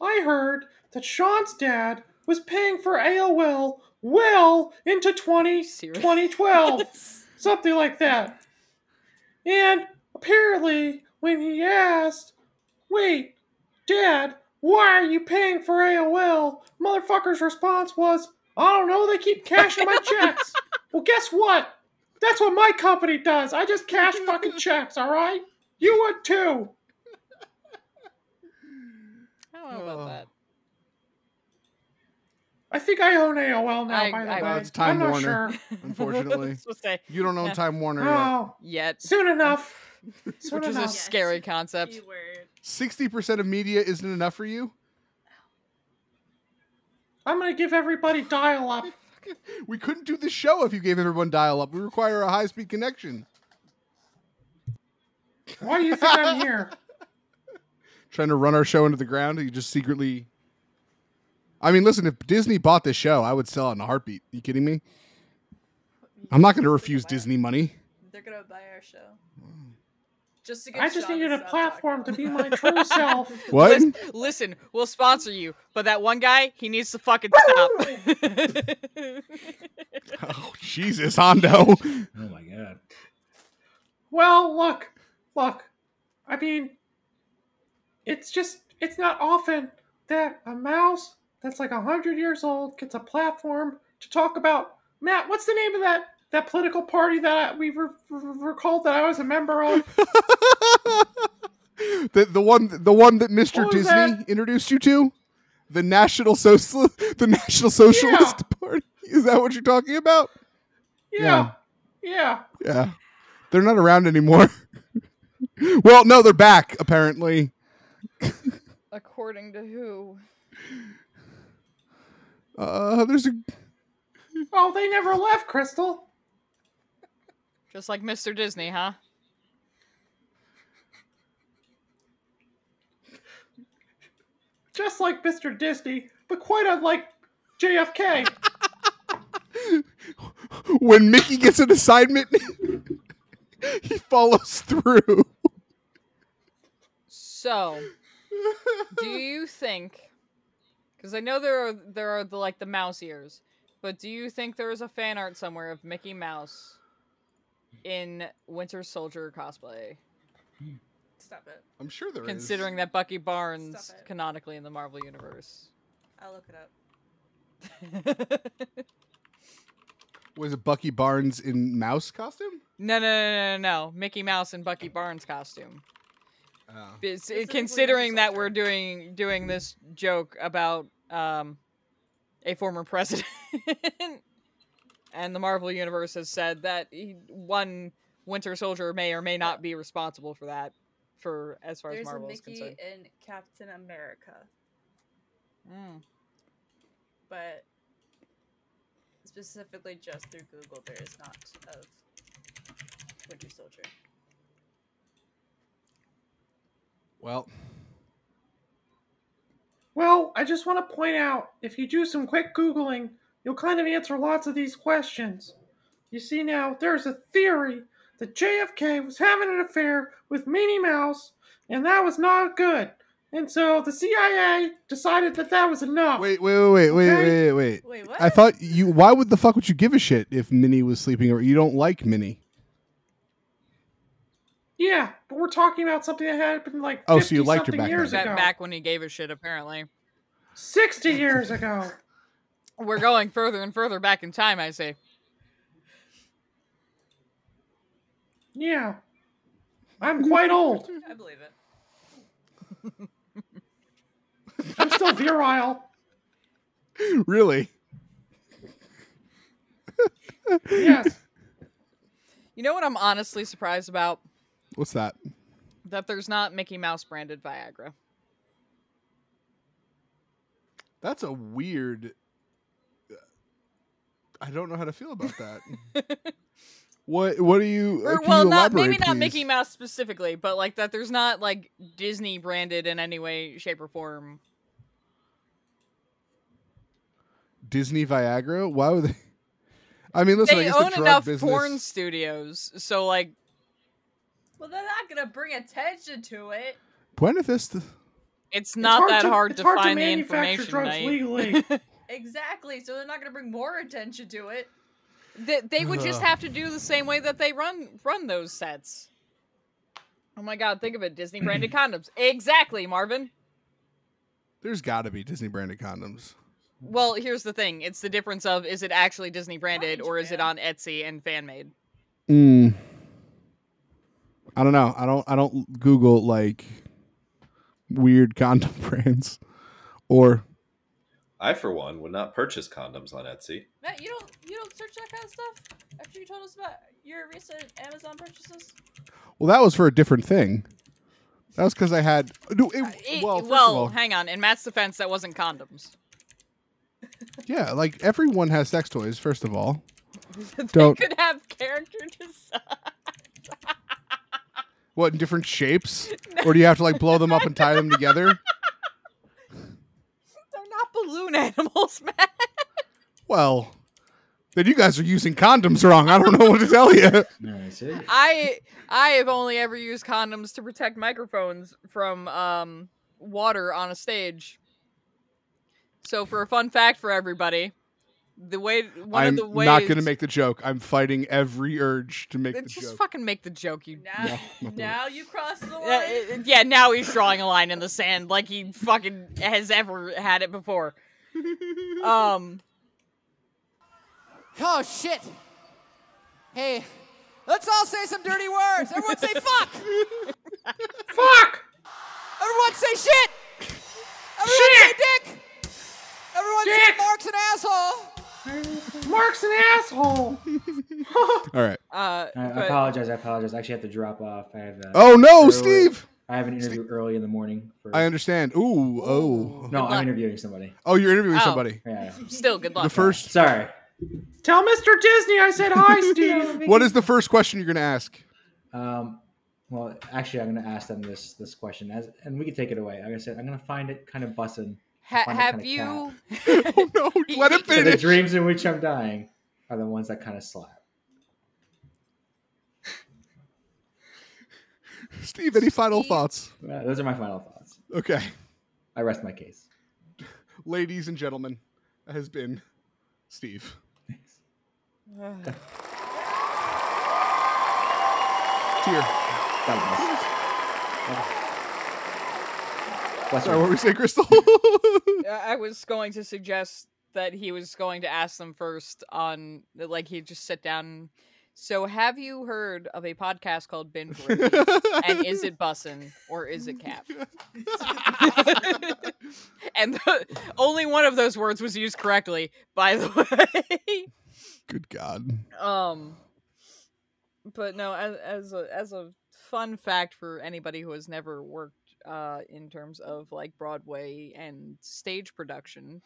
[SPEAKER 14] I heard that Sean's dad was paying for AOL well into 20, 2012. Something like that. And apparently, when he asked, wait, dad, why are you paying for AOL? Motherfucker's response was, I don't know, they keep cashing my checks. well, guess what? That's what my company does. I just cash fucking checks, all right? You would too.
[SPEAKER 2] I don't know about that.
[SPEAKER 14] I think I own AOL
[SPEAKER 1] Oh,
[SPEAKER 14] now,
[SPEAKER 2] I-
[SPEAKER 14] by the
[SPEAKER 2] I-
[SPEAKER 14] way.
[SPEAKER 2] Well,
[SPEAKER 1] it's Time
[SPEAKER 14] I'm not
[SPEAKER 1] Warner,
[SPEAKER 14] sure.
[SPEAKER 1] unfortunately. you don't own
[SPEAKER 2] Yeah.
[SPEAKER 1] Time Warner yet.
[SPEAKER 14] Oh,
[SPEAKER 2] Yet,
[SPEAKER 14] soon enough. Soon
[SPEAKER 2] which is a
[SPEAKER 14] enough.
[SPEAKER 2] scary concept.
[SPEAKER 1] Sixty percent of media isn't enough for you.
[SPEAKER 14] I'm gonna give everybody dial up.
[SPEAKER 1] We couldn't do this show if you gave everyone dial up. We require a high speed connection.
[SPEAKER 14] Why do you think I'm here?
[SPEAKER 1] Trying to run our show into the ground, you just secretly. I mean, listen. If Disney bought this show, I would sell it in a heartbeat. you kidding me? I'm not going to refuse Disney money.
[SPEAKER 7] They're gonna buy our show. Just to get
[SPEAKER 14] Mm. I
[SPEAKER 7] Sean
[SPEAKER 14] just
[SPEAKER 7] to
[SPEAKER 14] needed a
[SPEAKER 7] stop
[SPEAKER 14] platform to be my true self.
[SPEAKER 1] What?
[SPEAKER 2] Listen, listen, we'll sponsor you, but that one guy, he needs to fucking stop.
[SPEAKER 1] Oh Jesus, Hondo!
[SPEAKER 3] Oh my god.
[SPEAKER 14] Well, look, look. I mean, it's just it's not often that a mouse that's like hundred years old gets a platform to talk about. Matt, what's the name of that that political party that I, we re- re- recalled that I was a member of?
[SPEAKER 1] The the one the one that Mr.
[SPEAKER 14] What was
[SPEAKER 1] Disney
[SPEAKER 14] that?
[SPEAKER 1] introduced you to, the National Social the National Socialist Party. Is that what you're talking about?
[SPEAKER 14] Yeah. Yeah.
[SPEAKER 1] Yeah. They're not around anymore. well, no, they're back apparently.
[SPEAKER 2] According to who?
[SPEAKER 1] Uh, there's a
[SPEAKER 14] Oh, they never left, Crystal.
[SPEAKER 2] Just like Mr. Disney, huh?
[SPEAKER 14] Just like Mr. Disney, but quite unlike JFK.
[SPEAKER 1] when Mickey gets an assignment, he follows through.
[SPEAKER 2] So, do you think? Because I know there are there are the like the mouse ears, but do you think there is a fan art somewhere of Mickey Mouse in Winter Soldier cosplay?
[SPEAKER 6] Stop it.
[SPEAKER 1] I'm sure there is.
[SPEAKER 2] considering that Bucky Barnes canonically in the Marvel universe.
[SPEAKER 6] I'll look it up.
[SPEAKER 1] Was it Bucky Barnes in mouse costume?
[SPEAKER 2] No, no, no, no, no, no. Mickey Mouse in Bucky Barnes costume.
[SPEAKER 1] Oh.
[SPEAKER 2] It's- it- considering that we're doing doing this joke about um, a former president, and the Marvel universe has said that he, one Winter Soldier may or may not be responsible for that, for as far
[SPEAKER 6] There's
[SPEAKER 2] as
[SPEAKER 6] a
[SPEAKER 2] Marvel is
[SPEAKER 6] Mickey
[SPEAKER 2] concerned.
[SPEAKER 6] in Captain America,
[SPEAKER 2] Mm.
[SPEAKER 6] but specifically just through Google, there is not of Winter Soldier.
[SPEAKER 1] Well,
[SPEAKER 14] Well, I just want to point out if you do some quick Googling, you'll kind of answer lots of these questions. You see, now there's a theory that JFK was having an affair with Minnie Mouse, and that was not good. And so the CIA decided that that was enough.
[SPEAKER 1] wait, wait, wait, wait, wait, wait, wait.
[SPEAKER 14] Wait,
[SPEAKER 1] I thought you. Why would the fuck would you give a shit if Minnie was sleeping? Or you don't like Minnie?
[SPEAKER 14] Yeah, but we're talking about something that happened like
[SPEAKER 1] Oh,
[SPEAKER 14] 50
[SPEAKER 1] so you liked your
[SPEAKER 14] something
[SPEAKER 1] back
[SPEAKER 14] years
[SPEAKER 2] Back-
[SPEAKER 14] ago.
[SPEAKER 2] back when he gave a shit, apparently.
[SPEAKER 14] 60 years ago.
[SPEAKER 2] We're going further and further back in time, I say.
[SPEAKER 14] Yeah. I'm quite old.
[SPEAKER 2] I believe it.
[SPEAKER 14] I'm still virile.
[SPEAKER 1] really?
[SPEAKER 14] Yes.
[SPEAKER 2] You know what I'm honestly surprised about?
[SPEAKER 1] What's that?
[SPEAKER 2] That there's not Mickey Mouse branded Viagra.
[SPEAKER 1] Uh, That's a weird. uh, I don't know how to feel about that. what? What do you? uh,
[SPEAKER 2] Or,
[SPEAKER 1] can
[SPEAKER 2] well,
[SPEAKER 1] you
[SPEAKER 2] not
[SPEAKER 1] elaborate,
[SPEAKER 2] maybe not
[SPEAKER 1] please?
[SPEAKER 2] Mickey Mouse specifically, but like that there's not like Disney branded in any way, shape, or form.
[SPEAKER 1] Disney Viagra. Why would they? I mean, listen. I
[SPEAKER 2] they
[SPEAKER 1] guess
[SPEAKER 2] own
[SPEAKER 1] the drug
[SPEAKER 2] enough
[SPEAKER 1] business...
[SPEAKER 2] porn studios, so like
[SPEAKER 6] Well, they're not gonna bring attention to it.
[SPEAKER 1] Buena Vista.
[SPEAKER 2] it's not
[SPEAKER 6] hard
[SPEAKER 2] that
[SPEAKER 6] to-
[SPEAKER 2] hard
[SPEAKER 6] it's
[SPEAKER 2] to
[SPEAKER 6] hard to
[SPEAKER 2] find the information.
[SPEAKER 6] manufacture drugs
[SPEAKER 2] Knight.
[SPEAKER 6] legally. Exactly. So they're not gonna bring more attention to it.
[SPEAKER 2] They, they would just
[SPEAKER 6] Ugh.
[SPEAKER 2] have to do the same way that they run run those sets. Oh my god, think of it. Disney branded condoms. Exactly, Marvin.
[SPEAKER 1] There's got to be Disney branded condoms.
[SPEAKER 2] Well, here's the thing. It's the difference of is it actually Disney branded or is it on Etsy and fan made?
[SPEAKER 1] Mm. I don't know. I don't. I don't Google like weird condom brands, or
[SPEAKER 11] I, for one, would not purchase condoms on Etsy.
[SPEAKER 6] Matt, you don't you don't search that kind of stuff after you told us about your recent Amazon purchases.
[SPEAKER 1] well, that was for a different thing. That was because I had. No, it,
[SPEAKER 2] Uh, It-
[SPEAKER 1] well, first of all-
[SPEAKER 2] hang on. In Matt's defense, that wasn't condoms.
[SPEAKER 1] yeah, like everyone has sex toys. First of all,
[SPEAKER 2] they
[SPEAKER 1] Don't-
[SPEAKER 2] could have character design.
[SPEAKER 1] what in different shapes, or do you have to like blow them up and tie them together?
[SPEAKER 2] They're not balloon animals, Matt.
[SPEAKER 1] Well, then you guys are using condoms wrong. I don't know what to tell you.
[SPEAKER 2] I I have only ever used condoms to protect microphones from um water on a stage. So for a fun fact for everybody, the way one
[SPEAKER 1] I'm
[SPEAKER 2] of the ways
[SPEAKER 1] not going to make the joke. I'm fighting every urge to make
[SPEAKER 2] Then
[SPEAKER 1] the
[SPEAKER 2] just
[SPEAKER 1] joke.
[SPEAKER 2] fucking make the joke you
[SPEAKER 1] No, no.
[SPEAKER 6] Now you cross the
[SPEAKER 2] Yeah,
[SPEAKER 6] line.
[SPEAKER 2] it- Uh, yeah, now he's drawing a line in the sand like he fucking has ever had it before. Um
[SPEAKER 4] Oh shit! Hey, let's all say some dirty words. Everyone say fuck.
[SPEAKER 14] fuck.
[SPEAKER 4] Everyone say shit. Everyone say dick. Everyone say
[SPEAKER 14] Dick.
[SPEAKER 4] Mark's an asshole.
[SPEAKER 14] Mark's an asshole.
[SPEAKER 1] All right.
[SPEAKER 2] Uh,
[SPEAKER 3] I, I apologize. I apologize. I actually have to drop off. I have. Uh,
[SPEAKER 1] Oh, no, Steve!
[SPEAKER 3] I have an interview early in the morning. For,
[SPEAKER 1] I understand. Ooh, oh.
[SPEAKER 3] no, I'm interviewing somebody.
[SPEAKER 1] Oh, you're interviewing somebody.
[SPEAKER 3] Yeah.
[SPEAKER 2] still good luck.
[SPEAKER 1] The first.
[SPEAKER 3] Sorry.
[SPEAKER 14] Tell Mr. Disney I said hi, Steve.
[SPEAKER 1] What is the first question you're going to ask?
[SPEAKER 3] Um, well, actually, I'm going to ask them this this question, as and we can take it away. Like I said, I'm going to find it kind of bussin.
[SPEAKER 2] ha-
[SPEAKER 3] find it
[SPEAKER 2] have
[SPEAKER 3] kinda
[SPEAKER 2] you
[SPEAKER 1] oh no, let him
[SPEAKER 3] cat. So the dreams in which I'm dying are the ones that kind of slap.
[SPEAKER 1] Steve, any final thoughts?
[SPEAKER 3] Uh, those are my final thoughts.
[SPEAKER 1] Okay.
[SPEAKER 3] I rest my case.
[SPEAKER 1] Ladies and gentlemen, that has been Steve. Tear. Sorry, what were we saying, Crystal?
[SPEAKER 2] uh, I I was going to suggest that he was going to ask them first on like he'd just sit down. So have you heard of a podcast called Bin for Repeat? and is it Bussin or is it Cap? and the, only one of those words was used correctly, by the way.
[SPEAKER 1] Good God.
[SPEAKER 2] Um, but no, as as a, as a fun fact for anybody who has never worked uh, in terms of like Broadway and stage production,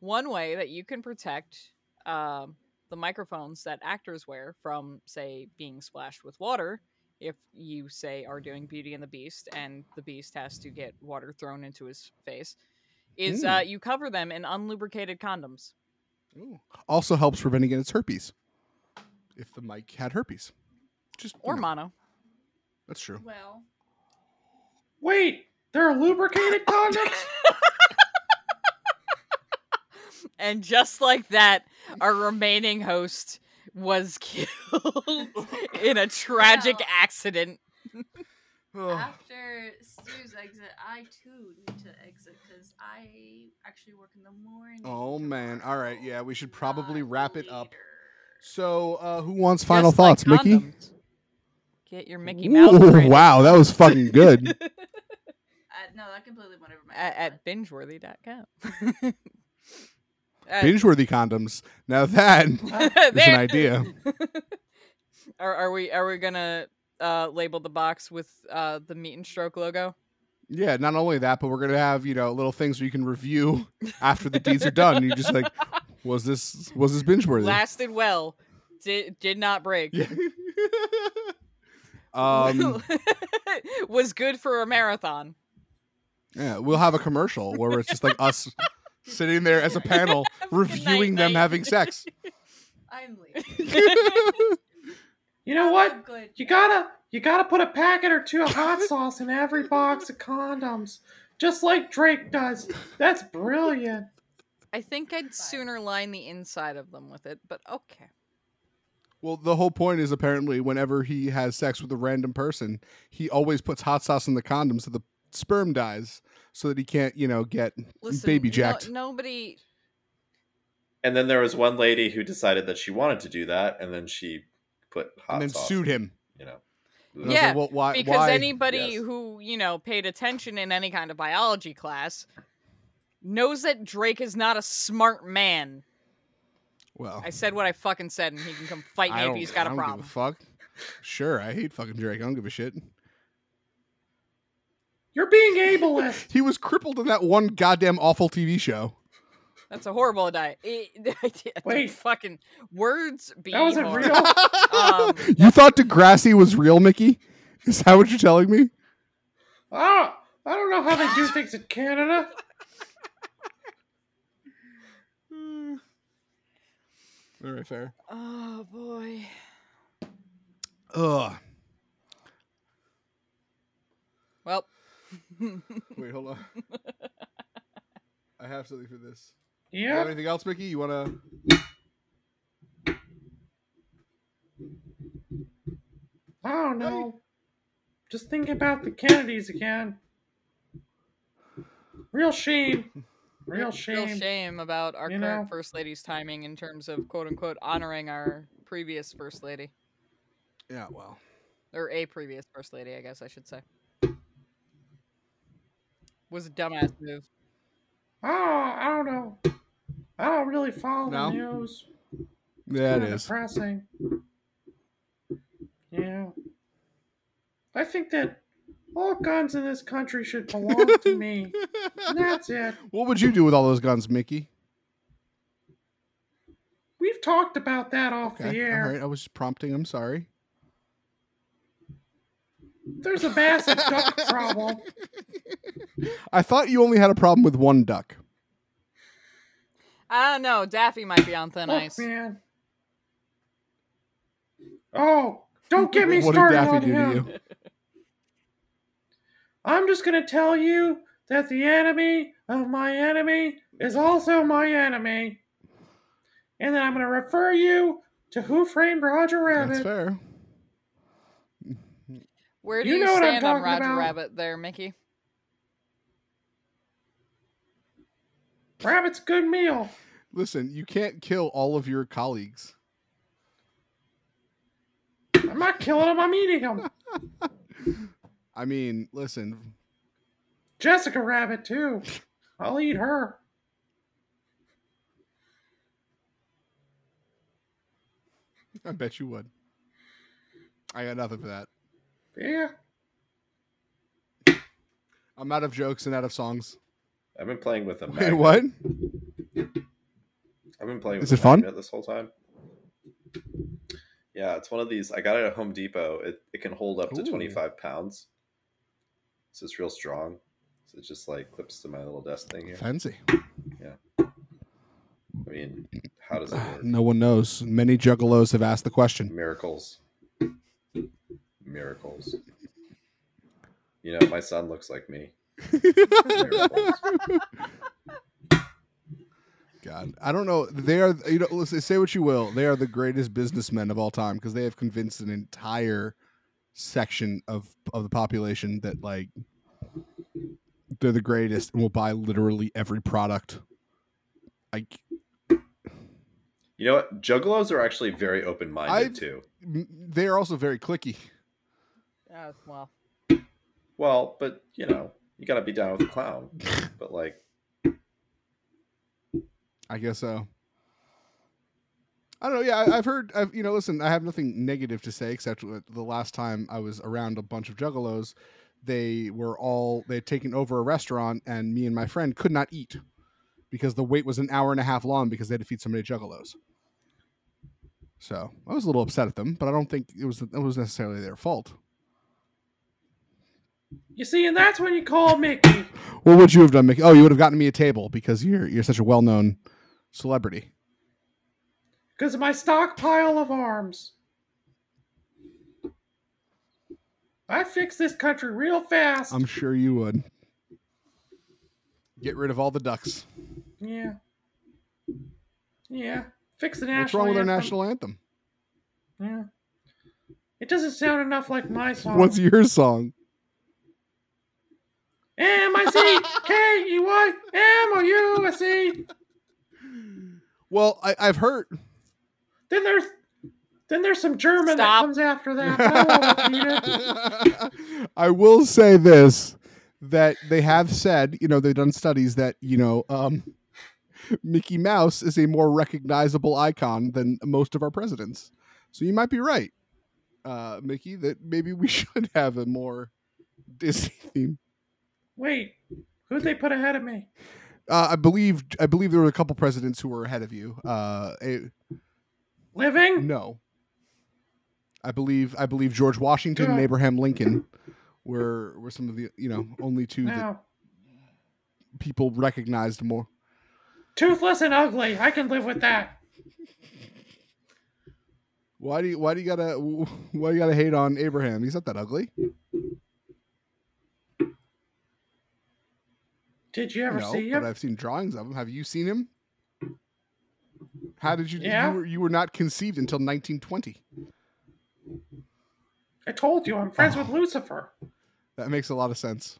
[SPEAKER 2] one way that you can protect um the microphones that actors wear from, say, being splashed with water, if you say are doing Beauty and the Beast and the Beast has to get water thrown into his face, is uh,
[SPEAKER 1] Ooh.
[SPEAKER 2] you cover them in unlubricated condoms.
[SPEAKER 1] Also helps prevent against herpes. If the mic had herpes. Just
[SPEAKER 2] or mono.
[SPEAKER 1] That's true.
[SPEAKER 6] Well,
[SPEAKER 14] Wait, there are lubricated condoms?
[SPEAKER 2] And just like that, our remaining host was killed in a tragic accident.
[SPEAKER 6] Oh.
[SPEAKER 1] Oh,
[SPEAKER 7] After Stu's exit, I too need to exit because I actually work in the morning.
[SPEAKER 1] Oh man. All right. Yeah, we should probably wrap it up. So, uh, who wants final thoughts, Mickey?
[SPEAKER 2] Get your Mickey Mouse.
[SPEAKER 1] Ooh,
[SPEAKER 2] rating.
[SPEAKER 1] wow, that was fucking good.
[SPEAKER 7] Uh, no, that completely went over my
[SPEAKER 2] at, at bingeworthy.com. Uh,
[SPEAKER 1] Bingeworthy condoms. Now that is
[SPEAKER 2] There-
[SPEAKER 1] an idea.
[SPEAKER 2] are, are we are we gonna uh, label the box with uh, the meat and stroke logo?
[SPEAKER 1] Yeah, not only that, but we're gonna have you know little things where you can review after the deeds are done. And you just like, was this was this binge worthy?
[SPEAKER 2] Lasted well. Did did not break.
[SPEAKER 1] Um,
[SPEAKER 2] was good for a marathon.
[SPEAKER 1] yeah, we'll have a commercial where it's just like us sitting there as a panel reviewing them having sex.
[SPEAKER 7] I'm
[SPEAKER 14] You know what? You gotta you gotta put a packet or two of hot sauce in every box of condoms, just like Drake does. That's brilliant.
[SPEAKER 2] I think I'd sooner line the inside of them with it, but okay.
[SPEAKER 1] Well, the whole point is apparently whenever he has sex with a random person, he always puts hot sauce in the condom so the sperm dies, so that he can't you know get
[SPEAKER 2] Listen,
[SPEAKER 1] baby
[SPEAKER 2] no-
[SPEAKER 1] jacked.
[SPEAKER 2] nobody.
[SPEAKER 11] And then there was one lady who decided that she wanted to do that, and then she put hot
[SPEAKER 1] And then
[SPEAKER 11] sauce,
[SPEAKER 1] sued him.
[SPEAKER 11] You know,
[SPEAKER 1] And I was like,
[SPEAKER 2] Yeah,
[SPEAKER 1] well, why-
[SPEAKER 2] because
[SPEAKER 1] why-
[SPEAKER 2] anybody
[SPEAKER 1] Yes.
[SPEAKER 2] who you know paid attention in any kind of biology class knows that Drake is not a smart man.
[SPEAKER 1] Well,
[SPEAKER 2] I said what I fucking said, and he can come fight me
[SPEAKER 1] I
[SPEAKER 2] if
[SPEAKER 1] don't-
[SPEAKER 2] he's
[SPEAKER 1] I
[SPEAKER 2] got a
[SPEAKER 1] don't
[SPEAKER 2] problem.
[SPEAKER 1] Give a fuck. Sure, I hate fucking Drake. I don't give a shit.
[SPEAKER 14] You're being ableist.
[SPEAKER 1] He was crippled in that one goddamn awful TV show.
[SPEAKER 2] That's a horrible diet. Wait, fucking words be
[SPEAKER 14] That wasn't
[SPEAKER 2] hard.
[SPEAKER 14] real.
[SPEAKER 2] um,
[SPEAKER 1] You thought Degrassi was real, Mickey? Is that what you're telling me?
[SPEAKER 14] Oh, I don't know how they do things in Canada.
[SPEAKER 1] All right, fair.
[SPEAKER 2] oh boy.
[SPEAKER 1] Ugh.
[SPEAKER 2] Well.
[SPEAKER 1] Wait, hold on. I have something for this.
[SPEAKER 14] Yeah.
[SPEAKER 1] You have anything else, Mickey? You wanna?
[SPEAKER 14] I don't know. Just think about the Kennedys again. Real shame. Real shame.
[SPEAKER 2] Real shame about our
[SPEAKER 14] You
[SPEAKER 2] current
[SPEAKER 14] know?
[SPEAKER 2] first lady's timing in terms of quote unquote honoring our previous first lady
[SPEAKER 1] Yeah, well.
[SPEAKER 2] or a previous first lady, I guess I should say. Was a dumbass move.
[SPEAKER 14] Oh, I don't know. I don't really follow
[SPEAKER 1] No?
[SPEAKER 14] the news.
[SPEAKER 1] Yeah, it
[SPEAKER 14] Kinda
[SPEAKER 1] is.
[SPEAKER 14] Depressing. Yeah. I think that all guns in this country should belong to me. And that's it.
[SPEAKER 1] What would you do with all those guns, Mickey?
[SPEAKER 14] We've talked about that off the air.
[SPEAKER 1] All right, I was prompting. I'm sorry.
[SPEAKER 14] There's a massive duck problem.
[SPEAKER 1] I thought you only had a problem with one duck.
[SPEAKER 2] I don't know. Daffy might be on thin
[SPEAKER 14] Look,
[SPEAKER 2] ice.
[SPEAKER 14] Oh, man. Oh, don't get me
[SPEAKER 1] What did
[SPEAKER 14] started
[SPEAKER 1] Daffy
[SPEAKER 14] on
[SPEAKER 1] do to
[SPEAKER 14] him. I'm just gonna tell you that the enemy of my enemy is also my enemy, and then I'm gonna refer you to Who Framed Roger Rabbit.
[SPEAKER 1] That's fair.
[SPEAKER 2] Where do
[SPEAKER 14] You
[SPEAKER 2] you,
[SPEAKER 14] know what I'm
[SPEAKER 2] stand on
[SPEAKER 14] talking
[SPEAKER 2] Roger
[SPEAKER 14] about.
[SPEAKER 2] Rabbit there, Mickey?
[SPEAKER 14] Rabbit's a good meal.
[SPEAKER 1] Listen, you can't kill all of your colleagues.
[SPEAKER 14] I'm not killing him. I'm eating him.
[SPEAKER 1] I mean, listen,
[SPEAKER 14] Jessica Rabbit too. I'll eat her.
[SPEAKER 1] I bet you would. I got nothing for that.
[SPEAKER 14] Yeah.
[SPEAKER 1] I'm out of jokes and out of songs.
[SPEAKER 11] I've been playing with them.
[SPEAKER 1] Wait, what?
[SPEAKER 11] I've been playing.
[SPEAKER 1] Is
[SPEAKER 11] With
[SPEAKER 1] it
[SPEAKER 11] a
[SPEAKER 1] fun?
[SPEAKER 11] magnet This whole time. Yeah, it's one of these. I got it at Home Depot. It it can hold up to
[SPEAKER 1] Ooh.
[SPEAKER 11] twenty five pounds. So it's real strong. So it just like clips to my little desk thing here.
[SPEAKER 1] Fancy.
[SPEAKER 11] Yeah. I mean, how does it work?
[SPEAKER 1] No one knows. Many juggalos have asked the question.
[SPEAKER 11] Miracles. Miracles. You know, my son looks like me.
[SPEAKER 1] God, I don't know. They are, you know, listen, say what you will. They are the greatest businessmen of all time because they have convinced an entire section of of the population that like they're the greatest and will buy literally every product. Like
[SPEAKER 23] You know what? Juggalos are actually very open minded too.
[SPEAKER 1] m- they are also very clicky.
[SPEAKER 2] Oh, well.
[SPEAKER 23] Well, but you know, you gotta be down with the clown. But like,
[SPEAKER 1] I guess so. I don't know. Yeah, I, I've heard. I've, you know, listen, I have nothing negative to say except that the last time I was around a bunch of juggalos, they were all they had taken over a restaurant, and me and my friend could not eat because the wait was an hour and a half long because they had to feed so many juggalos. So I was a little upset at them, but I don't think it was it was necessarily their fault.
[SPEAKER 11] You see, and that's when you call Mickey.
[SPEAKER 1] What would you have done, Mickey? Oh, you would have gotten me a table because you're you're such a well known celebrity.
[SPEAKER 11] Because of my stockpile of arms. I fix this country real fast.
[SPEAKER 1] I'm sure you would. Get rid of all the ducks.
[SPEAKER 11] Yeah. Yeah. Fix the national
[SPEAKER 1] What's wrong with our
[SPEAKER 11] anthem.
[SPEAKER 1] national anthem?
[SPEAKER 11] Yeah. It doesn't sound enough like my song.
[SPEAKER 1] What's your song?
[SPEAKER 11] M I C K E Y M O U S E.
[SPEAKER 1] Well, I, I've heard.
[SPEAKER 11] Then there's then there's some German that comes after that. Oh, but
[SPEAKER 1] Oh,
[SPEAKER 11] I won't repeat it.
[SPEAKER 1] I will say this that they have said, you know, they've done studies that, you know, um, Mickey Mouse is a more recognizable icon than most of our presidents. So you might be right, uh, Mickey, that maybe we should have a more Disney theme.
[SPEAKER 11] Wait, who'd they put ahead of me?
[SPEAKER 1] Uh, I believe I believe there were a couple presidents who were ahead of you. Uh, a-
[SPEAKER 11] Living?
[SPEAKER 1] No. I believe I believe George Washington and
[SPEAKER 11] Yeah.
[SPEAKER 1] Abraham Lincoln were were some of the you know only two that
[SPEAKER 11] No.
[SPEAKER 1] people recognized more.
[SPEAKER 11] Toothless and ugly. I can live with that.
[SPEAKER 1] Why do you why do you gotta why do you gotta hate on Abraham? He's not that ugly.
[SPEAKER 11] Did you ever
[SPEAKER 1] no,
[SPEAKER 11] see
[SPEAKER 1] but
[SPEAKER 11] him?
[SPEAKER 1] I've seen drawings of him. Have you seen him? How did you?
[SPEAKER 11] Yeah.
[SPEAKER 1] You, were, you were not conceived until 1920.
[SPEAKER 11] I told you I'm
[SPEAKER 1] Ah.
[SPEAKER 11] friends with Lucifer.
[SPEAKER 1] That makes a lot of sense.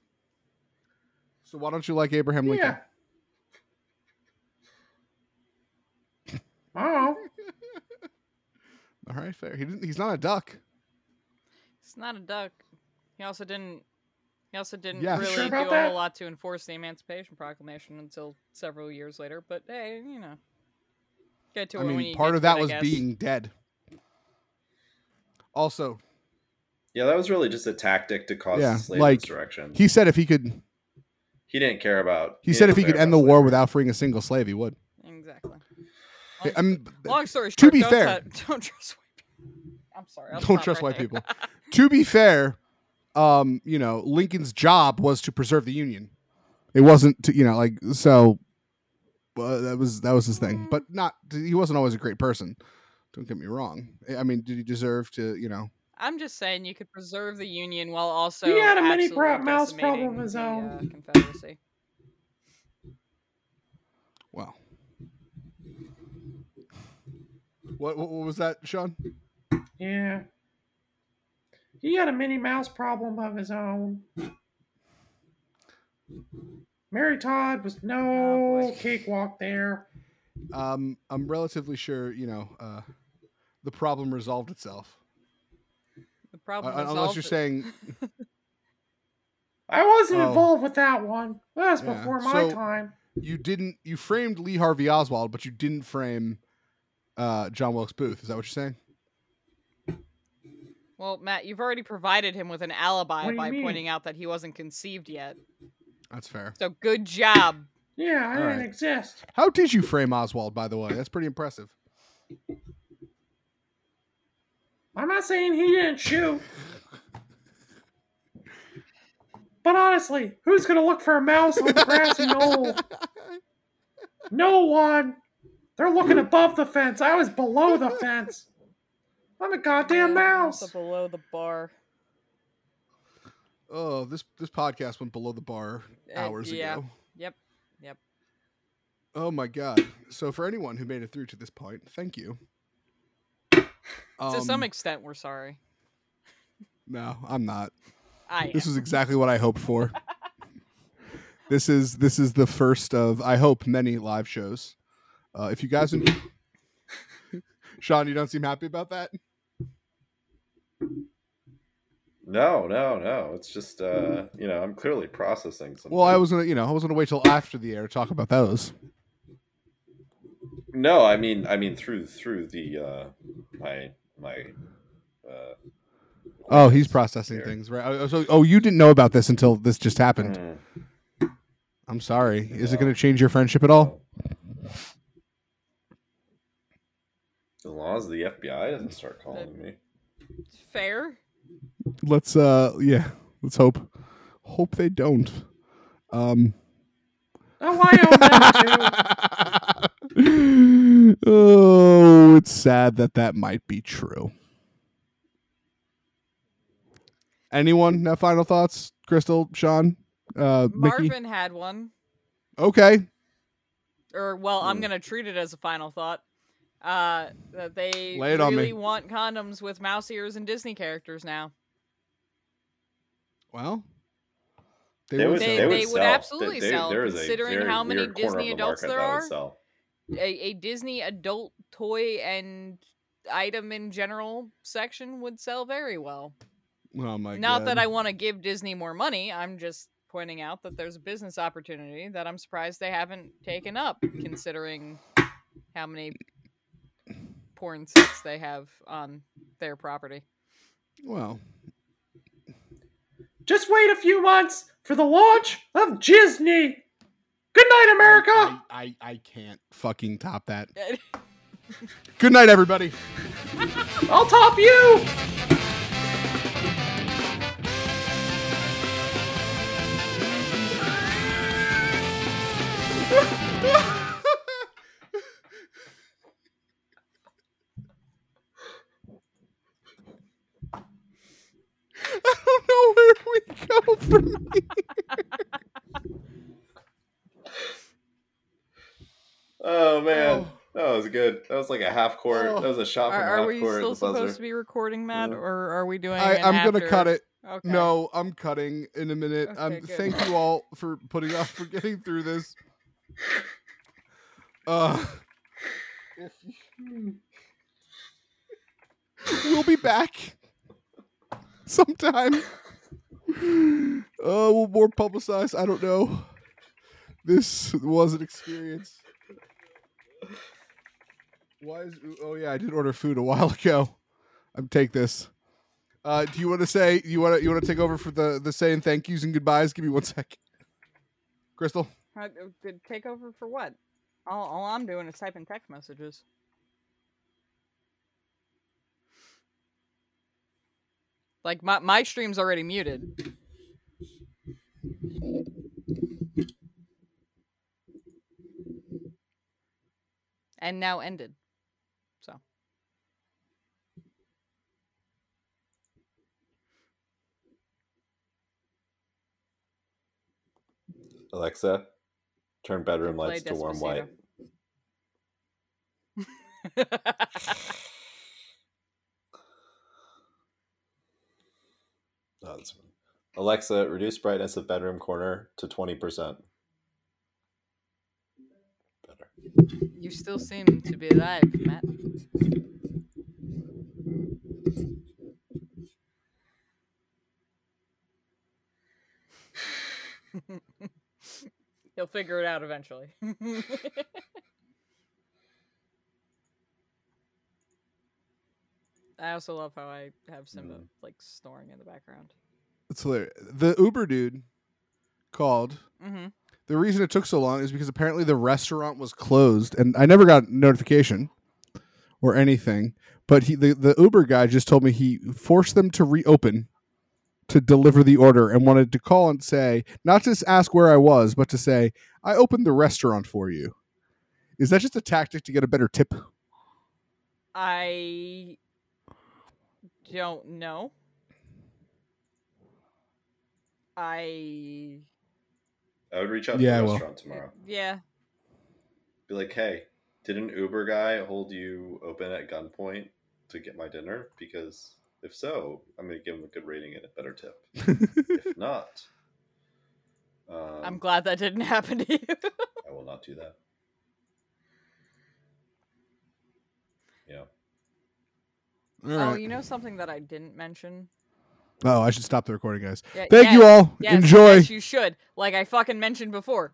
[SPEAKER 1] So why don't you like Abraham Lincoln?
[SPEAKER 11] Yeah. Oh.
[SPEAKER 1] All right, fair. He didn't. He's not a duck.
[SPEAKER 2] It's not a duck. He also didn't. He also didn't
[SPEAKER 1] Yeah. You
[SPEAKER 2] really
[SPEAKER 1] sure
[SPEAKER 2] do
[SPEAKER 1] about
[SPEAKER 2] a
[SPEAKER 1] that?
[SPEAKER 2] whole lot to enforce the Emancipation Proclamation until several years later. But hey, you know, get to
[SPEAKER 1] I
[SPEAKER 2] it when
[SPEAKER 1] mean,
[SPEAKER 2] you
[SPEAKER 1] part
[SPEAKER 2] get
[SPEAKER 1] of
[SPEAKER 2] to it,
[SPEAKER 1] that
[SPEAKER 2] I
[SPEAKER 1] was
[SPEAKER 2] guess.
[SPEAKER 1] being dead. Also,
[SPEAKER 23] yeah, that was really just a tactic to cause
[SPEAKER 1] yeah,
[SPEAKER 23] slave
[SPEAKER 1] like
[SPEAKER 23] insurrection.
[SPEAKER 1] he said, if he could, he,
[SPEAKER 23] He didn't care about.
[SPEAKER 1] said
[SPEAKER 23] didn't
[SPEAKER 1] if he
[SPEAKER 23] care
[SPEAKER 1] could end the
[SPEAKER 23] about
[SPEAKER 1] war without freeing a single slave, he would.
[SPEAKER 2] Exactly.
[SPEAKER 1] Hey, I mean,
[SPEAKER 2] Long story short,
[SPEAKER 1] to be
[SPEAKER 2] don't
[SPEAKER 1] fair,
[SPEAKER 2] tou- don't trust white people. I'm sorry. I'll
[SPEAKER 1] don't
[SPEAKER 2] stop
[SPEAKER 1] trust
[SPEAKER 2] right
[SPEAKER 1] white
[SPEAKER 2] there.
[SPEAKER 1] people. to be fair, um, you know, Lincoln's job was to preserve the Union. It wasn't to, you know, like so. Uh, that was that was his thing, but not. He wasn't always a great person. Don't get me wrong. I- I mean, did he deserve to? You know,
[SPEAKER 2] I'm just saying you could preserve the Union while also
[SPEAKER 11] he had a mini
[SPEAKER 2] absolutely
[SPEAKER 11] pro- mouse
[SPEAKER 2] decimating
[SPEAKER 11] problem of his
[SPEAKER 2] the,
[SPEAKER 11] own.
[SPEAKER 2] uh, Confederacy.
[SPEAKER 1] well. What, what what was that, Sean?
[SPEAKER 11] Yeah. He had a Minnie Mouse problem of his own. Mary Todd was
[SPEAKER 1] Oh,
[SPEAKER 11] no cakewalk there.
[SPEAKER 1] Um, I'm relatively sure. You know, uh, the problem resolved itself.
[SPEAKER 2] The problem.
[SPEAKER 1] Uh, unless
[SPEAKER 2] resolved
[SPEAKER 1] you're
[SPEAKER 2] it-
[SPEAKER 1] saying
[SPEAKER 11] I wasn't
[SPEAKER 1] Oh.
[SPEAKER 11] involved with that one. That was
[SPEAKER 1] Yeah.
[SPEAKER 11] before my
[SPEAKER 1] So-
[SPEAKER 11] time.
[SPEAKER 1] you didn't you framed Lee Harvey Oswald, but you didn't frame uh, John Wilkes Booth. Is that what you're saying?
[SPEAKER 2] Well, Matt, you've already provided him with an alibi
[SPEAKER 11] What do you
[SPEAKER 2] by
[SPEAKER 11] mean?
[SPEAKER 2] pointing out that he wasn't conceived yet.
[SPEAKER 1] That's fair.
[SPEAKER 2] So good job.
[SPEAKER 11] Yeah, I
[SPEAKER 1] All
[SPEAKER 11] didn't
[SPEAKER 1] right.
[SPEAKER 11] exist.
[SPEAKER 1] How did you frame Oswald, by the way? That's pretty impressive.
[SPEAKER 11] I'm not saying he didn't shoot. but honestly, who's gonna look for a mouse on the grassy knoll? No one. They're looking above the fence. I was below the fence. I'm a goddamn mouse.
[SPEAKER 2] below the bar.
[SPEAKER 1] Oh, this this podcast went below the bar hours
[SPEAKER 2] Eh, yeah.
[SPEAKER 1] ago.
[SPEAKER 2] Yep. Yep.
[SPEAKER 1] Oh my god! So for anyone who made it through to this point, thank you.
[SPEAKER 2] to some
[SPEAKER 1] Um,
[SPEAKER 2] extent, we're sorry.
[SPEAKER 1] No, I'm not.
[SPEAKER 2] I
[SPEAKER 1] This is exactly what I hoped for. this is this is the first of I hope many live shows. Uh, if you guys, en- Sean, you don't seem happy about that.
[SPEAKER 11] No, no, no. It's just uh, you know, I'm clearly processing something.
[SPEAKER 1] Well, I was gonna, you know, I was gonna wait till after the air to talk about those.
[SPEAKER 11] No, I mean, I mean through through the uh, my my. Uh,
[SPEAKER 1] Oh, he's processing things, right? Oh, so, oh, you didn't know about this until this just happened. I'm sorry. Is it going to change your friendship at all?
[SPEAKER 11] as long as the FBI doesn't start calling me.
[SPEAKER 2] Fair.
[SPEAKER 1] Let's, uh, yeah, let's hope, hope they don't. Um,
[SPEAKER 14] Oh, I own that too.
[SPEAKER 1] oh, it's sad that that might be true. Anyone have final thoughts? Crystal, Sean, uh, Mickey.
[SPEAKER 2] Marvin had one.
[SPEAKER 1] Okay,
[SPEAKER 2] Or well,
[SPEAKER 1] Hmm.
[SPEAKER 2] I'm gonna treat it as a final thought. Uh that they
[SPEAKER 1] Lay it on me.
[SPEAKER 2] really want condoms with mouse ears and Disney characters now.
[SPEAKER 1] well,
[SPEAKER 11] They would-
[SPEAKER 2] they,
[SPEAKER 11] they would
[SPEAKER 2] they would
[SPEAKER 11] sell.
[SPEAKER 2] absolutely
[SPEAKER 11] They- they-
[SPEAKER 2] sell
[SPEAKER 11] there is a
[SPEAKER 2] considering
[SPEAKER 11] very
[SPEAKER 2] how many
[SPEAKER 11] weird corner of
[SPEAKER 2] Disney
[SPEAKER 11] the
[SPEAKER 2] adults
[SPEAKER 11] market
[SPEAKER 2] there
[SPEAKER 11] that would
[SPEAKER 2] are.
[SPEAKER 11] sell.
[SPEAKER 1] Hmm.
[SPEAKER 2] A, a Disney adult toy and item in general section would sell very well.
[SPEAKER 1] Oh my
[SPEAKER 2] Not that
[SPEAKER 1] God.
[SPEAKER 2] I want to give Disney more money. I'm just pointing out that there's a business opportunity that I'm surprised they haven't taken up, considering how many porn sites they have on their property.
[SPEAKER 1] Well,
[SPEAKER 14] just wait a few months for the launch of Disney. Good night, America.
[SPEAKER 1] I, I can't fucking top that. Good night, everybody.
[SPEAKER 14] I'll top you.
[SPEAKER 1] I don't know where we go from here.
[SPEAKER 11] Oh man, that was good. That was like a half court.
[SPEAKER 2] Oh.
[SPEAKER 11] That was a shot from
[SPEAKER 2] Are, are
[SPEAKER 11] half
[SPEAKER 2] we
[SPEAKER 11] court at
[SPEAKER 2] still
[SPEAKER 11] the buzzer.
[SPEAKER 2] supposed to be recording, Matt, or are we doing?
[SPEAKER 1] I,
[SPEAKER 2] an
[SPEAKER 1] I'm gonna
[SPEAKER 2] after-
[SPEAKER 1] cut it.
[SPEAKER 2] Okay.
[SPEAKER 1] No, I'm cutting in a minute. um,
[SPEAKER 2] good.
[SPEAKER 1] thank you all for putting up for getting through this. Uh, we'll be back sometime. Uh, we'll more publicize. I don't know. This was an experience. Why is? Oh yeah, I did order food a while ago. I'm take this. Uh, do you want to say you want to you want to take over for the the saying thank yous and goodbyes? Give me one second. Crystal,
[SPEAKER 2] Uh, did- Take over for what? All, all I'm doing is typing text messages. Like my my stream's already muted. And now ended. So
[SPEAKER 11] Alexa, turn bedroom
[SPEAKER 2] Play
[SPEAKER 11] lights to warm
[SPEAKER 2] Despacito.
[SPEAKER 11] white. Oh, that's- Alexa, reduce brightness of bedroom corner to twenty percent.
[SPEAKER 2] you still seem to be alive, Matt. He'll figure it out eventually. I also love how I have Simba like snoring in the background.
[SPEAKER 1] it's hilarious. The Uber dude called.
[SPEAKER 2] Mhm.
[SPEAKER 1] The reason it took so long is because apparently the restaurant was closed, and I never got notification or anything. But he the, the Uber guy just told me he forced them to reopen to deliver the order and wanted to call and say not just ask where I was, but to say I opened the restaurant for you. Is that just a tactic to get a better tip?
[SPEAKER 2] Oh, I don't know. I
[SPEAKER 11] I would reach out
[SPEAKER 1] Yeah, I
[SPEAKER 11] to the
[SPEAKER 1] will.
[SPEAKER 11] restaurant tomorrow.
[SPEAKER 2] yeah.
[SPEAKER 11] Be like, hey, did an Uber guy hold you open at gunpoint to get my dinner? Because If so, I'm going to give him a good rating and a better tip. if not, um,
[SPEAKER 2] I'm glad that didn't happen to you.
[SPEAKER 11] I will not do that. Yeah.
[SPEAKER 2] Oh, you know something that I didn't mention?
[SPEAKER 1] Oh, I should stop the recording, guys.
[SPEAKER 2] Uh, Yeah,
[SPEAKER 1] Thank you
[SPEAKER 2] yes,
[SPEAKER 1] all.
[SPEAKER 2] yes,
[SPEAKER 1] Enjoy.
[SPEAKER 2] yes, you should. Like I fucking mentioned before.